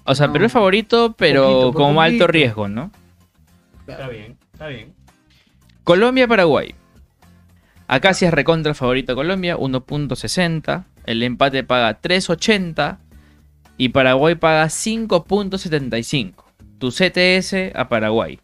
Speaker 2: O sea,
Speaker 5: no.
Speaker 2: Perú es favorito, pero
Speaker 5: Poquito, por
Speaker 2: con alto
Speaker 5: poquito.
Speaker 2: riesgo, ¿no?
Speaker 7: Está bien, está bien.
Speaker 2: Colombia-Paraguay. Acá sí es recontra el favorito Colombia, 1.60. El empate paga 3.80. Y Paraguay paga 5.75. Tu CTS a Paraguay.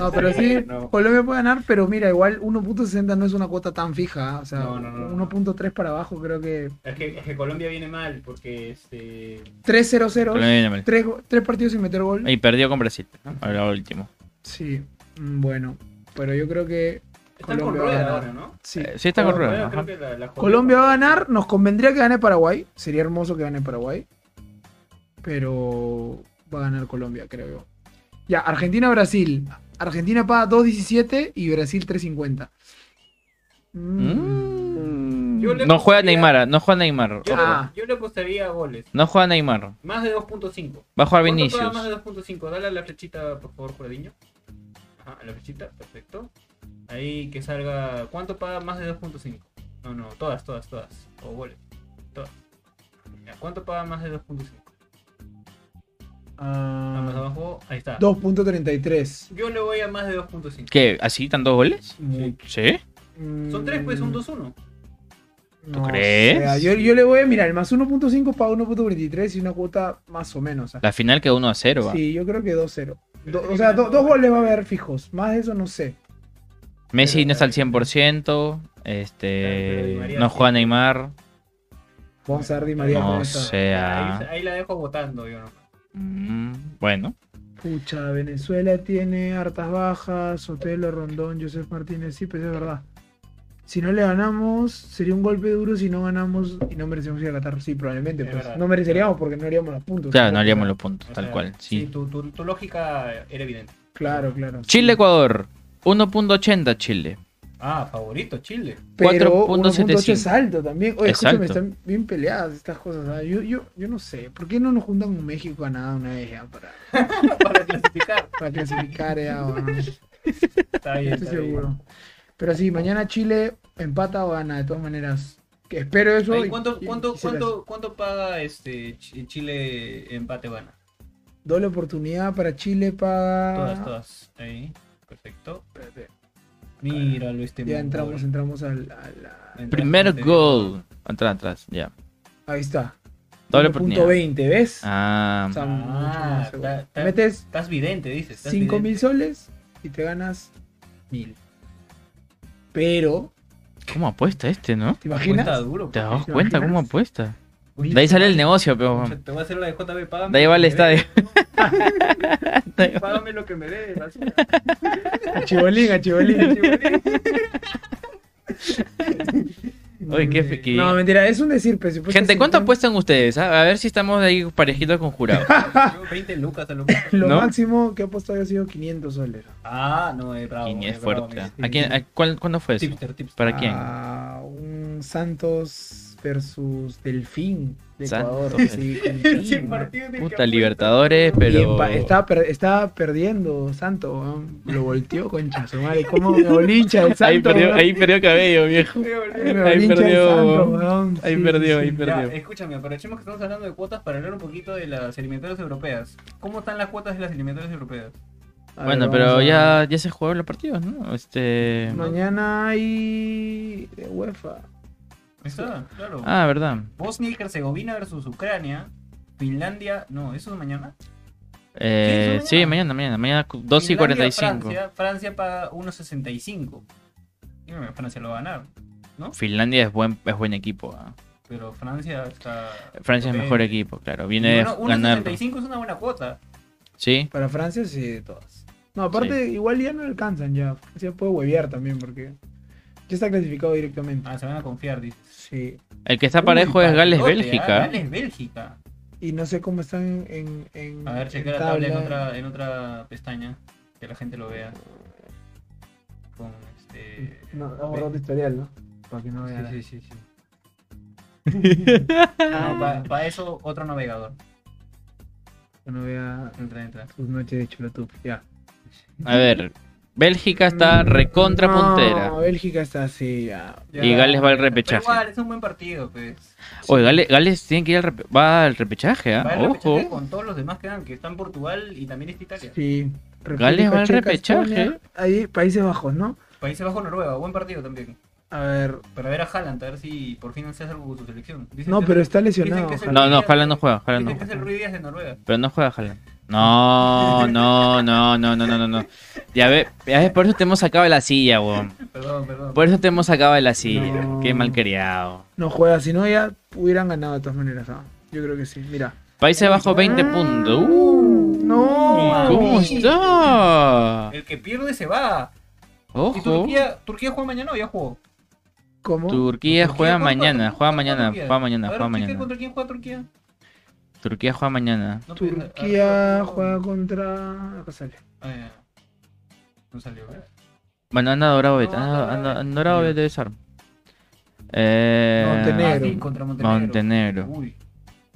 Speaker 5: No, pero sí,
Speaker 7: no.
Speaker 5: Colombia puede ganar, pero mira, igual 1.60 no es una cuota tan fija. ¿ah? O sea,
Speaker 7: No, no, no, no.
Speaker 5: 1.3 para abajo creo que
Speaker 7: Es que, es que Colombia viene mal porque este.
Speaker 5: 3-0-0.
Speaker 2: Colombia viene mal.
Speaker 5: Tres, go- tres partidos sin meter gol.
Speaker 2: Y perdió con Brasil, ¿no? A lo último.
Speaker 5: Sí, mm, bueno. Pero yo creo que
Speaker 7: Están
Speaker 5: Colombia va
Speaker 7: con
Speaker 5: a
Speaker 7: rueda
Speaker 5: ganar.
Speaker 7: ahora, ¿no?
Speaker 5: sí.
Speaker 2: Eh, sí está con
Speaker 5: Colombia-
Speaker 2: rueda,
Speaker 7: creo
Speaker 2: ajá.
Speaker 7: que la- la jodió.
Speaker 5: Colombia va a ganar, nos convendría que gane Paraguay. Sería hermoso que gane Paraguay. Pero va a ganar Colombia, creo yo. Ya, Argentina-Brasil. Argentina paga 2.17 y Brasil 3.50. Mm.
Speaker 2: Mm.
Speaker 7: Yo le
Speaker 2: No juega
Speaker 7: pondría-
Speaker 2: Neymar, ah, no juega Neymar.
Speaker 7: Yo,
Speaker 2: ojo.
Speaker 5: Ah.
Speaker 7: yo le apostaría a goles.
Speaker 2: No juega Neymar.
Speaker 7: Más de 2.5.
Speaker 2: Va a jugar
Speaker 7: ¿Cuánto paga
Speaker 2: Vinicius.
Speaker 7: Más de 2.5. Dale a la flechita, por favor, Juradinho. Ajá, a la flechita, perfecto. Ahí que salga. ¿Cuánto paga más de 2.5? No, no, todas, todas, todas. O goles. Todas. Ya, ¿Cuánto paga más de 2.5?
Speaker 5: Ah,
Speaker 7: Más abajo, ahí está.
Speaker 5: 2.33.
Speaker 7: Yo le voy a más de 2.5.
Speaker 2: ¿Qué? ¿Así tantos goles?
Speaker 5: Muy-
Speaker 2: Sí.
Speaker 7: Son 3, pues un 2-1.
Speaker 5: ¿Tú
Speaker 2: crees?
Speaker 5: ah, yo, yo le voy a mirar, el más 1.5 paga 1.23 y una cuota más o menos. o sea.
Speaker 2: La final quedó 1 a 0. va.
Speaker 5: Sí, yo creo que 2-0. Do- o sea, do- dos goles va a haber fijos. Más de eso no sé.
Speaker 2: Messi no está al
Speaker 7: Pero-
Speaker 2: 100%.
Speaker 7: Pero Di
Speaker 2: Este,
Speaker 7: María
Speaker 2: no
Speaker 7: sí.
Speaker 2: juega Neymar.
Speaker 5: Vamos a ver Di María cómo
Speaker 2: No
Speaker 5: está.
Speaker 7: Ahí,
Speaker 2: sea.
Speaker 7: ahí la dejo votando, yo no.
Speaker 2: Mm, Bueno,
Speaker 5: Pucha, Venezuela tiene hartas bajas, Sotelo, Rondón, Joseph Martínez, sí, pues es verdad. Si no le ganamos, sería un golpe duro si no ganamos y no merecemos ir a Qatar. Sí, probablemente,
Speaker 7: Es
Speaker 5: pues
Speaker 7: verdad.
Speaker 5: no mereceríamos porque no haríamos los puntos.
Speaker 2: claro, no
Speaker 5: Tampoco,
Speaker 2: haríamos los
Speaker 5: ¿verdad?
Speaker 2: puntos,
Speaker 7: O
Speaker 2: tal
Speaker 7: sea,
Speaker 2: cual. Sí.
Speaker 7: tu, tu, tu lógica era evidente.
Speaker 5: Claro, claro.
Speaker 2: Chile-Ecuador. 1.80 Chile.
Speaker 7: Ah, favorito, Chile.
Speaker 2: 4.75.
Speaker 5: Pero 1.8 es alto también. Oye, escúchame,
Speaker 2: Exacto.
Speaker 5: están bien peleadas estas cosas. ¿ah? Yo, yo, yo no sé, ¿por qué no nos juntan con México a nada una vez ya para,
Speaker 7: Para clasificar.
Speaker 5: para clasificar ya? o no?
Speaker 7: Está bien,
Speaker 5: Estoy
Speaker 7: está bien.
Speaker 5: seguro. Pero sí, mañana Chile empata o gana, de todas maneras. Que espero eso.
Speaker 7: Ahí,
Speaker 5: y-
Speaker 7: ¿Cuánto,
Speaker 5: y-
Speaker 7: cuánto,
Speaker 5: y se las-
Speaker 7: cuánto, cuánto paga este Ch- Chile empate gana?
Speaker 5: Doble oportunidad para Chile para.
Speaker 7: Todas, todas. Ahí, perfecto. Míralo este
Speaker 5: Ya
Speaker 7: mongol.
Speaker 5: entramos, entramos al. al- al-
Speaker 7: Entraste
Speaker 2: Primer
Speaker 7: anterior.
Speaker 2: gol. Atrás, atrás, ya.
Speaker 5: Ahí está.
Speaker 2: Doble
Speaker 5: 1.20, ¿ves?
Speaker 2: Ah,
Speaker 5: O sea, mucho
Speaker 7: Ah,
Speaker 5: más seguro.
Speaker 7: está- está-
Speaker 5: Metes
Speaker 7: Estás vidente, dices. estás
Speaker 5: 5 mil
Speaker 7: vidente.
Speaker 5: soles y te ganas mil. Pero,
Speaker 2: ¿cómo apuesta este, no?
Speaker 5: ¿te
Speaker 7: Está
Speaker 5: imaginas?
Speaker 7: duro.
Speaker 2: ¿Te
Speaker 7: pues.
Speaker 2: das
Speaker 5: ¿Te
Speaker 2: cuenta
Speaker 5: imaginas?
Speaker 2: cómo apuesta?
Speaker 7: Oye,
Speaker 2: De ahí sale el
Speaker 7: te-
Speaker 2: negocio, pero.
Speaker 7: Te voy a hacer la de JB, págame.
Speaker 2: De ahí va
Speaker 7: lo
Speaker 2: al
Speaker 7: que me
Speaker 2: estadio.
Speaker 7: debes. Págame lo que me debes. así.
Speaker 5: A Chibolín, a Chibolín.
Speaker 2: Oye, qué fe- qué-
Speaker 5: No, mentira, es un decir, pues, supuesto
Speaker 2: Gente,
Speaker 5: que
Speaker 2: ¿cuánto
Speaker 5: cincuenta-
Speaker 2: apuestan ustedes? ah? A ver si estamos ahí parejitos con jurado.
Speaker 7: Yo 20 lucas a lo que-
Speaker 5: Lo
Speaker 2: ¿No?
Speaker 5: máximo que he apostado ha sido 500 soles.
Speaker 7: Ah, no, eh, bravo.
Speaker 2: Y
Speaker 7: eh,
Speaker 2: es
Speaker 7: bravo,
Speaker 2: fuerte.
Speaker 7: amigo.
Speaker 2: ¿A quién, a este cuál- ¿Cuándo fue eso?
Speaker 7: Tipster, tipster.
Speaker 2: ¿Para quién?
Speaker 5: Ah, un Santos versus Delfín de
Speaker 2: Santos.
Speaker 5: Ecuador. sí, con Delfín,
Speaker 7: Sí,
Speaker 5: ¿no?
Speaker 7: partido de que
Speaker 2: Puta,
Speaker 7: apuesta.
Speaker 2: Libertadores,
Speaker 5: Y
Speaker 2: pero.
Speaker 5: empa- estaba, per- estaba perdiendo Santos, weón. lo volteó concha su madre. ¿Cómo me volví hincha del
Speaker 2: Ahí
Speaker 5: Santos?
Speaker 2: perdió,
Speaker 5: weón?
Speaker 2: ahí perdió cabello, viejo.
Speaker 5: Me volví
Speaker 2: ahí
Speaker 5: hincha del
Speaker 2: perdió,
Speaker 5: Santos,
Speaker 2: weón.
Speaker 5: weón.
Speaker 2: Ahí
Speaker 5: Sí,
Speaker 2: perdió,
Speaker 5: sí,
Speaker 2: ahí
Speaker 5: sí.
Speaker 2: perdió.
Speaker 7: Ya, escúchame, aprovechemos que estamos hablando de cuotas para hablar un poquito de las eliminatorias europeas. ¿Cómo están las cuotas de las eliminatorias europeas?
Speaker 5: A ver,
Speaker 2: Bueno,
Speaker 5: vamos
Speaker 2: pero
Speaker 5: a-
Speaker 2: ya, ya se jugaron los partidos, ¿no? Este.
Speaker 5: Mañana hay de UEFA.
Speaker 7: Ahí Está, claro.
Speaker 2: Ah, verdad.
Speaker 7: Bosnia y Herzegovina versus Ucrania. Finlandia, no, ¿eso es mañana?
Speaker 2: Eh,
Speaker 7: Sí,
Speaker 2: sí,
Speaker 7: sí,
Speaker 2: mañana, mañana, mañana 12 y
Speaker 7: Finlandia,
Speaker 2: 45. Finlandia,
Speaker 7: Francia, Francia paga 1.65. Dígame, Francia lo va a ganar.
Speaker 2: es buen, es buen equipo. ah.
Speaker 7: Pero Francia está.
Speaker 2: Francia es
Speaker 7: potente.
Speaker 2: mejor equipo, claro.
Speaker 7: Y
Speaker 2: Viene
Speaker 7: bueno,
Speaker 2: a ganar.
Speaker 7: 1.65 es una buena cuota.
Speaker 2: Sí,
Speaker 5: Para Francia sí, de todas. No, aparte, igual ya no alcanzan ya. Francia puede huevear también porque ya está clasificado directamente.
Speaker 7: Ah, se van a confiar, dices.
Speaker 5: Sí.
Speaker 2: El que está parejo es Gales,
Speaker 5: palote,
Speaker 2: Bélgica.
Speaker 5: ¿ah?
Speaker 7: Gales, Bélgica.
Speaker 5: Y no sé cómo están en. en-
Speaker 7: A ver,
Speaker 5: en
Speaker 7: chequea la tabla en
Speaker 5: tabla.
Speaker 7: otra, en otra pestaña. Que la gente lo vea. Con este.
Speaker 5: No, ha borrado tu historial, ¿no? Para que no vea.
Speaker 7: Sí, sí, sí. Para eso, otro navegador.
Speaker 5: Que no vea
Speaker 7: Entra, entra.
Speaker 5: sus noches de Chulotub. Ya.
Speaker 2: A ver, Bélgica está recontra puntera.
Speaker 5: Mm. No, Bélgica está así. Ya.
Speaker 2: Y Gales va al
Speaker 7: Pero
Speaker 2: repechaje.
Speaker 7: igual, es un buen partido, pues.
Speaker 2: Oye, Gales, Gales tiene que ir al, repe- va al repechaje, ¿ah?
Speaker 7: Va el repechaje
Speaker 2: Ojo.
Speaker 7: con todos los demás que dan, que están Portugal y también está Italia.
Speaker 5: Sí. República
Speaker 2: Gales va al
Speaker 5: Checa,
Speaker 2: repechaje.
Speaker 5: Estonia, Ahí, Países Bajos, ¿no?
Speaker 7: Países Bajos, Noruega, buen partido también.
Speaker 5: A ver.
Speaker 7: Para ver a Haaland, a ver si por fin hace algo con su selección. Dicen
Speaker 5: No,
Speaker 7: que es
Speaker 5: pero
Speaker 7: el-
Speaker 5: está
Speaker 7: dicen
Speaker 5: lesionado,
Speaker 7: que es el
Speaker 2: No, no,
Speaker 7: Ruiz Díaz-
Speaker 2: Haaland no juega, Haaland no
Speaker 7: Dicen que es
Speaker 2: juega.
Speaker 7: el Ruiz Díaz de Noruega.
Speaker 2: Pero no juega Haaland. No, no, no, no, no, no, no, no. Ya ves, ya ves, por eso te hemos sacado de la silla, weón.
Speaker 7: Perdón, perdón.
Speaker 2: Por eso te hemos sacado de la silla.
Speaker 5: No.
Speaker 2: Qué malcriado.
Speaker 5: No juega, si no ya hubieran ganado de todas maneras. ¿ah? Yo creo que sí. Mira. Ah,
Speaker 2: Países Bajos 20 puntos. Uh,
Speaker 5: No.
Speaker 2: ¿Cómo está?
Speaker 7: El que pierde se va. Y
Speaker 2: Ojo.
Speaker 7: Turquía, Turquía juega mañana o ya jugó.
Speaker 5: ¿Cómo?
Speaker 2: Turquía juega
Speaker 7: contra-
Speaker 2: mañana,
Speaker 7: Turquía
Speaker 2: juega
Speaker 7: contra
Speaker 2: mañana,
Speaker 7: Turquía.
Speaker 2: juega
Speaker 7: A
Speaker 2: mañana,
Speaker 7: ver,
Speaker 2: juega
Speaker 7: Turquía,
Speaker 2: mañana.
Speaker 7: ¿Contra quién juega Turquía?
Speaker 2: Turquía juega mañana.
Speaker 7: No, pues, a- a-
Speaker 5: Turquía
Speaker 7: a-
Speaker 5: juega contra. acá sale.
Speaker 7: Ah, ya. No salió, ¿eh? ¿verdad?
Speaker 2: Bueno, anda dorado,
Speaker 7: No,
Speaker 2: anda,
Speaker 7: anda
Speaker 2: anda,
Speaker 7: Dorado.
Speaker 2: anda dorado debe ser. Eh,
Speaker 7: Ah,
Speaker 5: Montenegro.
Speaker 7: sí, contra Montenegro.
Speaker 2: Montenegro.
Speaker 7: Uy.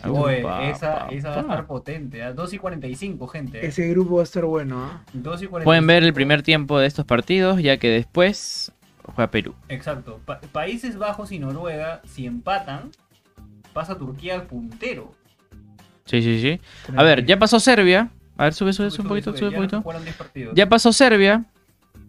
Speaker 2: Ah,
Speaker 7: Oye,
Speaker 2: pa,
Speaker 7: esa,
Speaker 2: pa,
Speaker 7: esa va a
Speaker 2: pa.
Speaker 7: estar potente. A 2 y 45, gente.
Speaker 5: Ese grupo va a estar bueno. ¿ah?
Speaker 7: 2 y 45.
Speaker 2: Pueden ver el primer tiempo de estos partidos, ya que después juega Perú.
Speaker 7: Exacto. Pa- Países Bajos y Noruega, si empatan, pasa Turquía al puntero.
Speaker 2: Sí, sí, sí. A ver, ya pasó Serbia. A ver, sube, sube, sube un poquito, sube un
Speaker 7: ya
Speaker 2: poquito.
Speaker 7: jugaron 10 partidos.
Speaker 2: Ya pasó Serbia.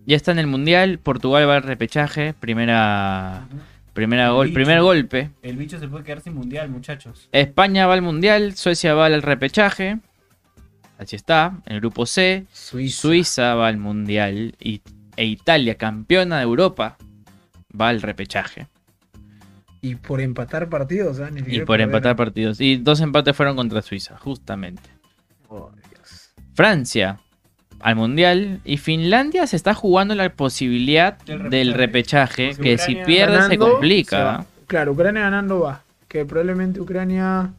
Speaker 2: Ya está en el mundial. Portugal va al repechaje. Primera,
Speaker 7: Ujú.
Speaker 2: primera gol,
Speaker 7: Bicho.
Speaker 2: primer golpe.
Speaker 7: El bicho se puede quedar sin mundial, muchachos.
Speaker 2: España va al mundial. Suecia va al repechaje. Así está. En el grupo C.
Speaker 5: Suiza.
Speaker 2: Suiza va al mundial. Y, e Italia, campeona de Europa, va al repechaje.
Speaker 5: Y por empatar partidos. ¿ah? Ni
Speaker 2: Y
Speaker 5: siquiera
Speaker 2: por
Speaker 5: perder.
Speaker 2: empatar partidos. Y dos empates fueron contra Suiza, justamente.
Speaker 5: Oh, Dios.
Speaker 2: Francia al mundial y Finlandia se está jugando la posibilidad
Speaker 7: Del repechaje.
Speaker 2: del repechaje
Speaker 7: Porque
Speaker 2: que si
Speaker 7: Ucrania
Speaker 2: pierde se
Speaker 5: ganando, se
Speaker 2: complica.
Speaker 5: va. Claro, Ucrania ganando va. Que probablemente Ucrania.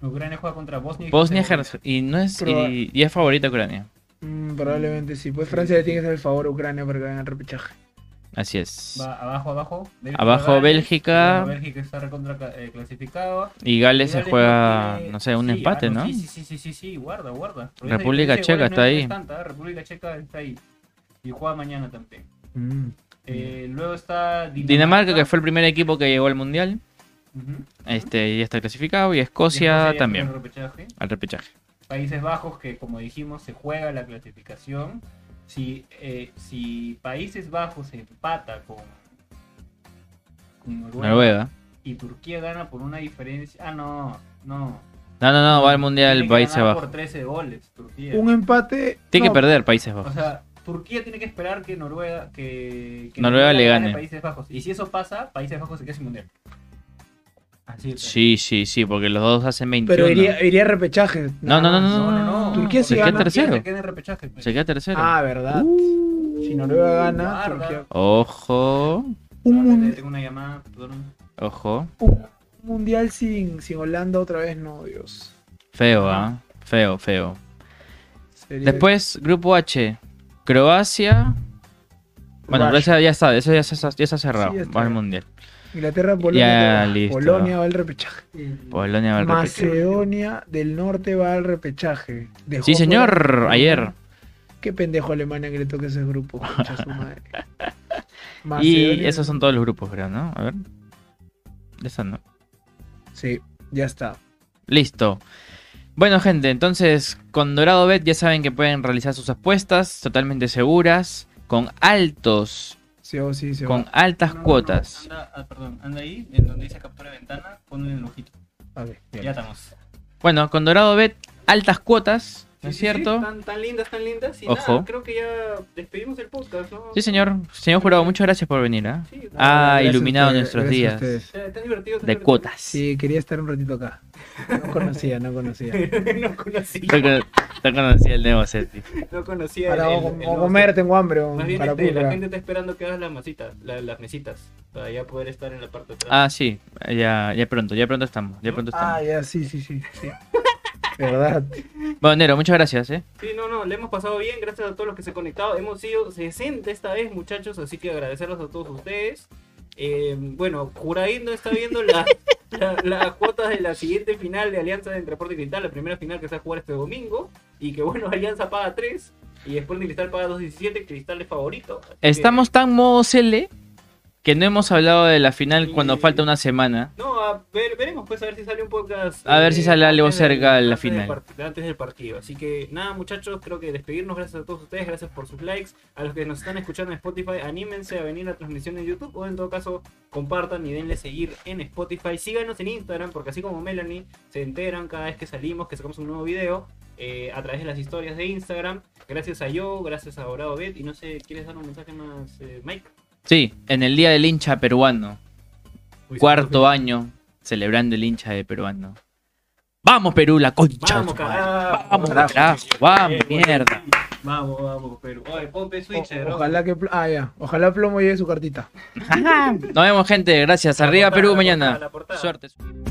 Speaker 7: Ucrania juega contra Bosnia y
Speaker 2: Bosnia
Speaker 7: Herzegovina.
Speaker 2: Herz- y no es
Speaker 5: Proba-
Speaker 2: y, y es favorita Ucrania.
Speaker 5: mm, probablemente sí. Pues Francia le tiene que hacer el favor a Ucrania para que gane el repechaje.
Speaker 2: Así es.
Speaker 7: Va abajo, abajo. Bélgica,
Speaker 2: Abajo
Speaker 7: Gales.
Speaker 2: Bélgica.
Speaker 7: Bueno, Bélgica está recontra eh, clasificado.
Speaker 2: Y Gales se
Speaker 7: Gales
Speaker 2: juega,
Speaker 7: tiene-
Speaker 2: no sé, un
Speaker 7: sí,
Speaker 2: empate,
Speaker 7: ah,
Speaker 2: ¿no?
Speaker 7: Sí, sí, sí, sí, sí, sí, guarda, guarda. Pero esa
Speaker 2: República
Speaker 7: diferencia de
Speaker 2: Checa
Speaker 7: goles
Speaker 2: está
Speaker 7: no es- no
Speaker 2: ahí.
Speaker 7: es tanta, ¿eh? República Checa está ahí. Y juega mañana también.
Speaker 5: Mm.
Speaker 7: Eh, luego está Dinamarca.
Speaker 2: Dinamarca que fue el primer equipo que llegó al mundial,
Speaker 7: Ujú. Y
Speaker 2: este ya está clasificado y
Speaker 7: después ya
Speaker 2: Escocia
Speaker 7: tiene el
Speaker 2: también
Speaker 7: repechaje.
Speaker 2: al repechaje.
Speaker 7: Países Bajos, que como dijimos, se juega la clasificación. Si, eh, si Países Bajos empata con, con Noruega,
Speaker 2: Noruega.
Speaker 7: y Turquía gana por una diferencia. Ah, no, no.
Speaker 2: No, no, no, va al mundial
Speaker 7: Tiene que
Speaker 2: Países
Speaker 7: ganar
Speaker 2: Bajos.
Speaker 7: por 13 goles, Turquía.
Speaker 5: Un empate.
Speaker 2: Tiene
Speaker 5: no,
Speaker 2: que perder Países
Speaker 7: O
Speaker 2: Bajos.
Speaker 7: sea, Turquía tiene que esperar que Noruega que, que
Speaker 2: Noruega le gane.
Speaker 7: a Países Bajos. Y si eso pasa, Países Bajos se queda sin mundial. Así es.
Speaker 2: Sí, sí, sí, porque los dos hacen 21.
Speaker 5: Pero iría, iría repechaje.
Speaker 2: No, no, no, no, no, no.
Speaker 7: No, no, no.
Speaker 5: Turquía sí
Speaker 2: Se queda
Speaker 5: gana.
Speaker 2: tercero. Uh.
Speaker 7: Se queda en repechaje. pues.
Speaker 2: Se queda tercero.
Speaker 5: Ah, verdad. si Noruega gana,
Speaker 7: guarda.
Speaker 5: Turquía.
Speaker 2: Ojo,
Speaker 5: Un,
Speaker 7: Ah,
Speaker 5: mun-
Speaker 7: Tengo una llamada, perdón.
Speaker 2: ojo.
Speaker 5: un mundial sin, sin Holanda otra vez, no, Dios.
Speaker 2: Feo, ¿ah? Feo, feo.
Speaker 5: Sería-
Speaker 2: Después, grupo H. Croacia. Bueno,
Speaker 5: Rush.
Speaker 2: Croacia ya está, eso ya se ya se ha cerrado.
Speaker 5: Sí, ya está.
Speaker 2: va al mundial.
Speaker 5: Inglaterra,
Speaker 2: Ya,
Speaker 5: Polonia. que va.
Speaker 2: listo.
Speaker 5: Polonia va al repechaje.
Speaker 2: Polonia va al repechaje.
Speaker 5: Macedonia del Norte va al repechaje. Dejó
Speaker 2: Sí, señor,
Speaker 5: fuera-
Speaker 2: ayer.
Speaker 5: Qué pendejo Alemania que le toque ese grupo. concha su madre.
Speaker 2: Y
Speaker 5: Macedonia-
Speaker 2: esos son todos los grupos, creo, ¿no? A ver. Ya están, ¿no?
Speaker 5: Sí, ya está.
Speaker 2: Listo. Bueno, gente, entonces con Dorado Bet ya saben que pueden realizar sus apuestas totalmente seguras, con altos,
Speaker 5: Sí, oh, sí, se
Speaker 2: con
Speaker 5: va.
Speaker 2: altas
Speaker 7: No, no,
Speaker 2: cuotas.
Speaker 7: no, Anda, ah, perdón, anda ahí, en donde dice captura de ventana, ponle el ojito.
Speaker 5: A ver, ya.
Speaker 7: Ya estamos.
Speaker 2: Bueno, con Dorado Bet, altas cuotas, ¿no es
Speaker 7: Sí, sí, sí,
Speaker 2: cierto?
Speaker 7: Tan, tan lindas, tan lindas. Y
Speaker 2: Ojo.
Speaker 7: nada, creo que ya despedimos el podcast, ¿no?
Speaker 2: Sí, señor. Señor jurado, muchas gracias por venir, ¿ah?
Speaker 7: Sí,
Speaker 2: Ah,
Speaker 5: Gracias a
Speaker 2: iluminado
Speaker 5: ustedes,
Speaker 2: nuestros
Speaker 5: gracias a
Speaker 2: días
Speaker 5: ustedes.
Speaker 7: Está está divertido. está
Speaker 2: de
Speaker 7: divertido.
Speaker 2: cuotas.
Speaker 5: Sí, quería estar un ratito acá. No conocía, no conocía.
Speaker 7: no conocía.
Speaker 2: No cono- no conocía el nuevo Seti.
Speaker 7: No conocía.
Speaker 5: Para
Speaker 7: el-
Speaker 5: o,
Speaker 7: el-
Speaker 5: o
Speaker 7: el-
Speaker 5: comer, tengo hambre. o
Speaker 7: Más bien,
Speaker 5: para
Speaker 7: este, la
Speaker 5: pulga.
Speaker 7: gente está esperando que hagas las masitas, la- las mesitas, para ya poder estar en la parte de atrás.
Speaker 2: Ah, sí, ya, ya pronto, ya pronto estamos, ya pronto estamos.
Speaker 5: Ah, ya, sí, sí, sí. sí. Verdad.
Speaker 2: Bueno, Nero, muchas gracias, ¿eh?
Speaker 7: Sí, no, no, le hemos pasado bien, gracias a todos los que se han conectado. Hemos sido 60 esta vez, muchachos, así que agradecerlos a todos ustedes. Eh, bueno, Juraín no está viendo la- la- las cuotas de la siguiente final de Alianza de Entreporte y Cristal, la primera final que se va a jugar este domingo. Y que bueno, Alianza paga 3 y después de Cristal paga 2.17, Cristal es favorito. Así que-
Speaker 2: Estamos tan modo CL que no hemos hablado de la final cuando falta una semana.
Speaker 7: No, a ver, veremos pues a ver si sale un podcast. eh,
Speaker 2: A ver si sale algo
Speaker 7: antes del-
Speaker 2: cerca de la
Speaker 7: antes del
Speaker 2: final.
Speaker 7: part- antes del partido. Así que nada, muchachos, creo que despedirnos. Gracias a todos ustedes, gracias por sus likes. A los que nos están escuchando en Spotify, anímense a venir a transmisión en YouTube o en todo caso compartan y denle seguir en Spotify. Síganos en Instagram porque así como Melanie se enteran cada vez que salimos, que sacamos un nuevo video. eh, a través de las historias de Instagram, gracias a yo, gracias a Dorado Bet. Y no sé, ¿quieres dar un mensaje más, eh, Mike?
Speaker 2: Sí, en el Día del Hincha Peruano.
Speaker 7: Uy,
Speaker 2: Cuarto año celebrando el hincha de peruano. ¡Vamos, Perú, la concha! de su
Speaker 7: Vamos,
Speaker 2: madre!
Speaker 7: carajo.
Speaker 2: ¡Vamos, carajo! ¡Vamos, mierda!
Speaker 7: Vamos, vamos, pero. Oye, ponte switcher, ¿no?
Speaker 5: Ojalá que. pl- Ah, ya. Ojalá Plomo lleve su cartita.
Speaker 2: Nos vemos, gente. Gracias. Arriba, Perú, mañana. Suerte.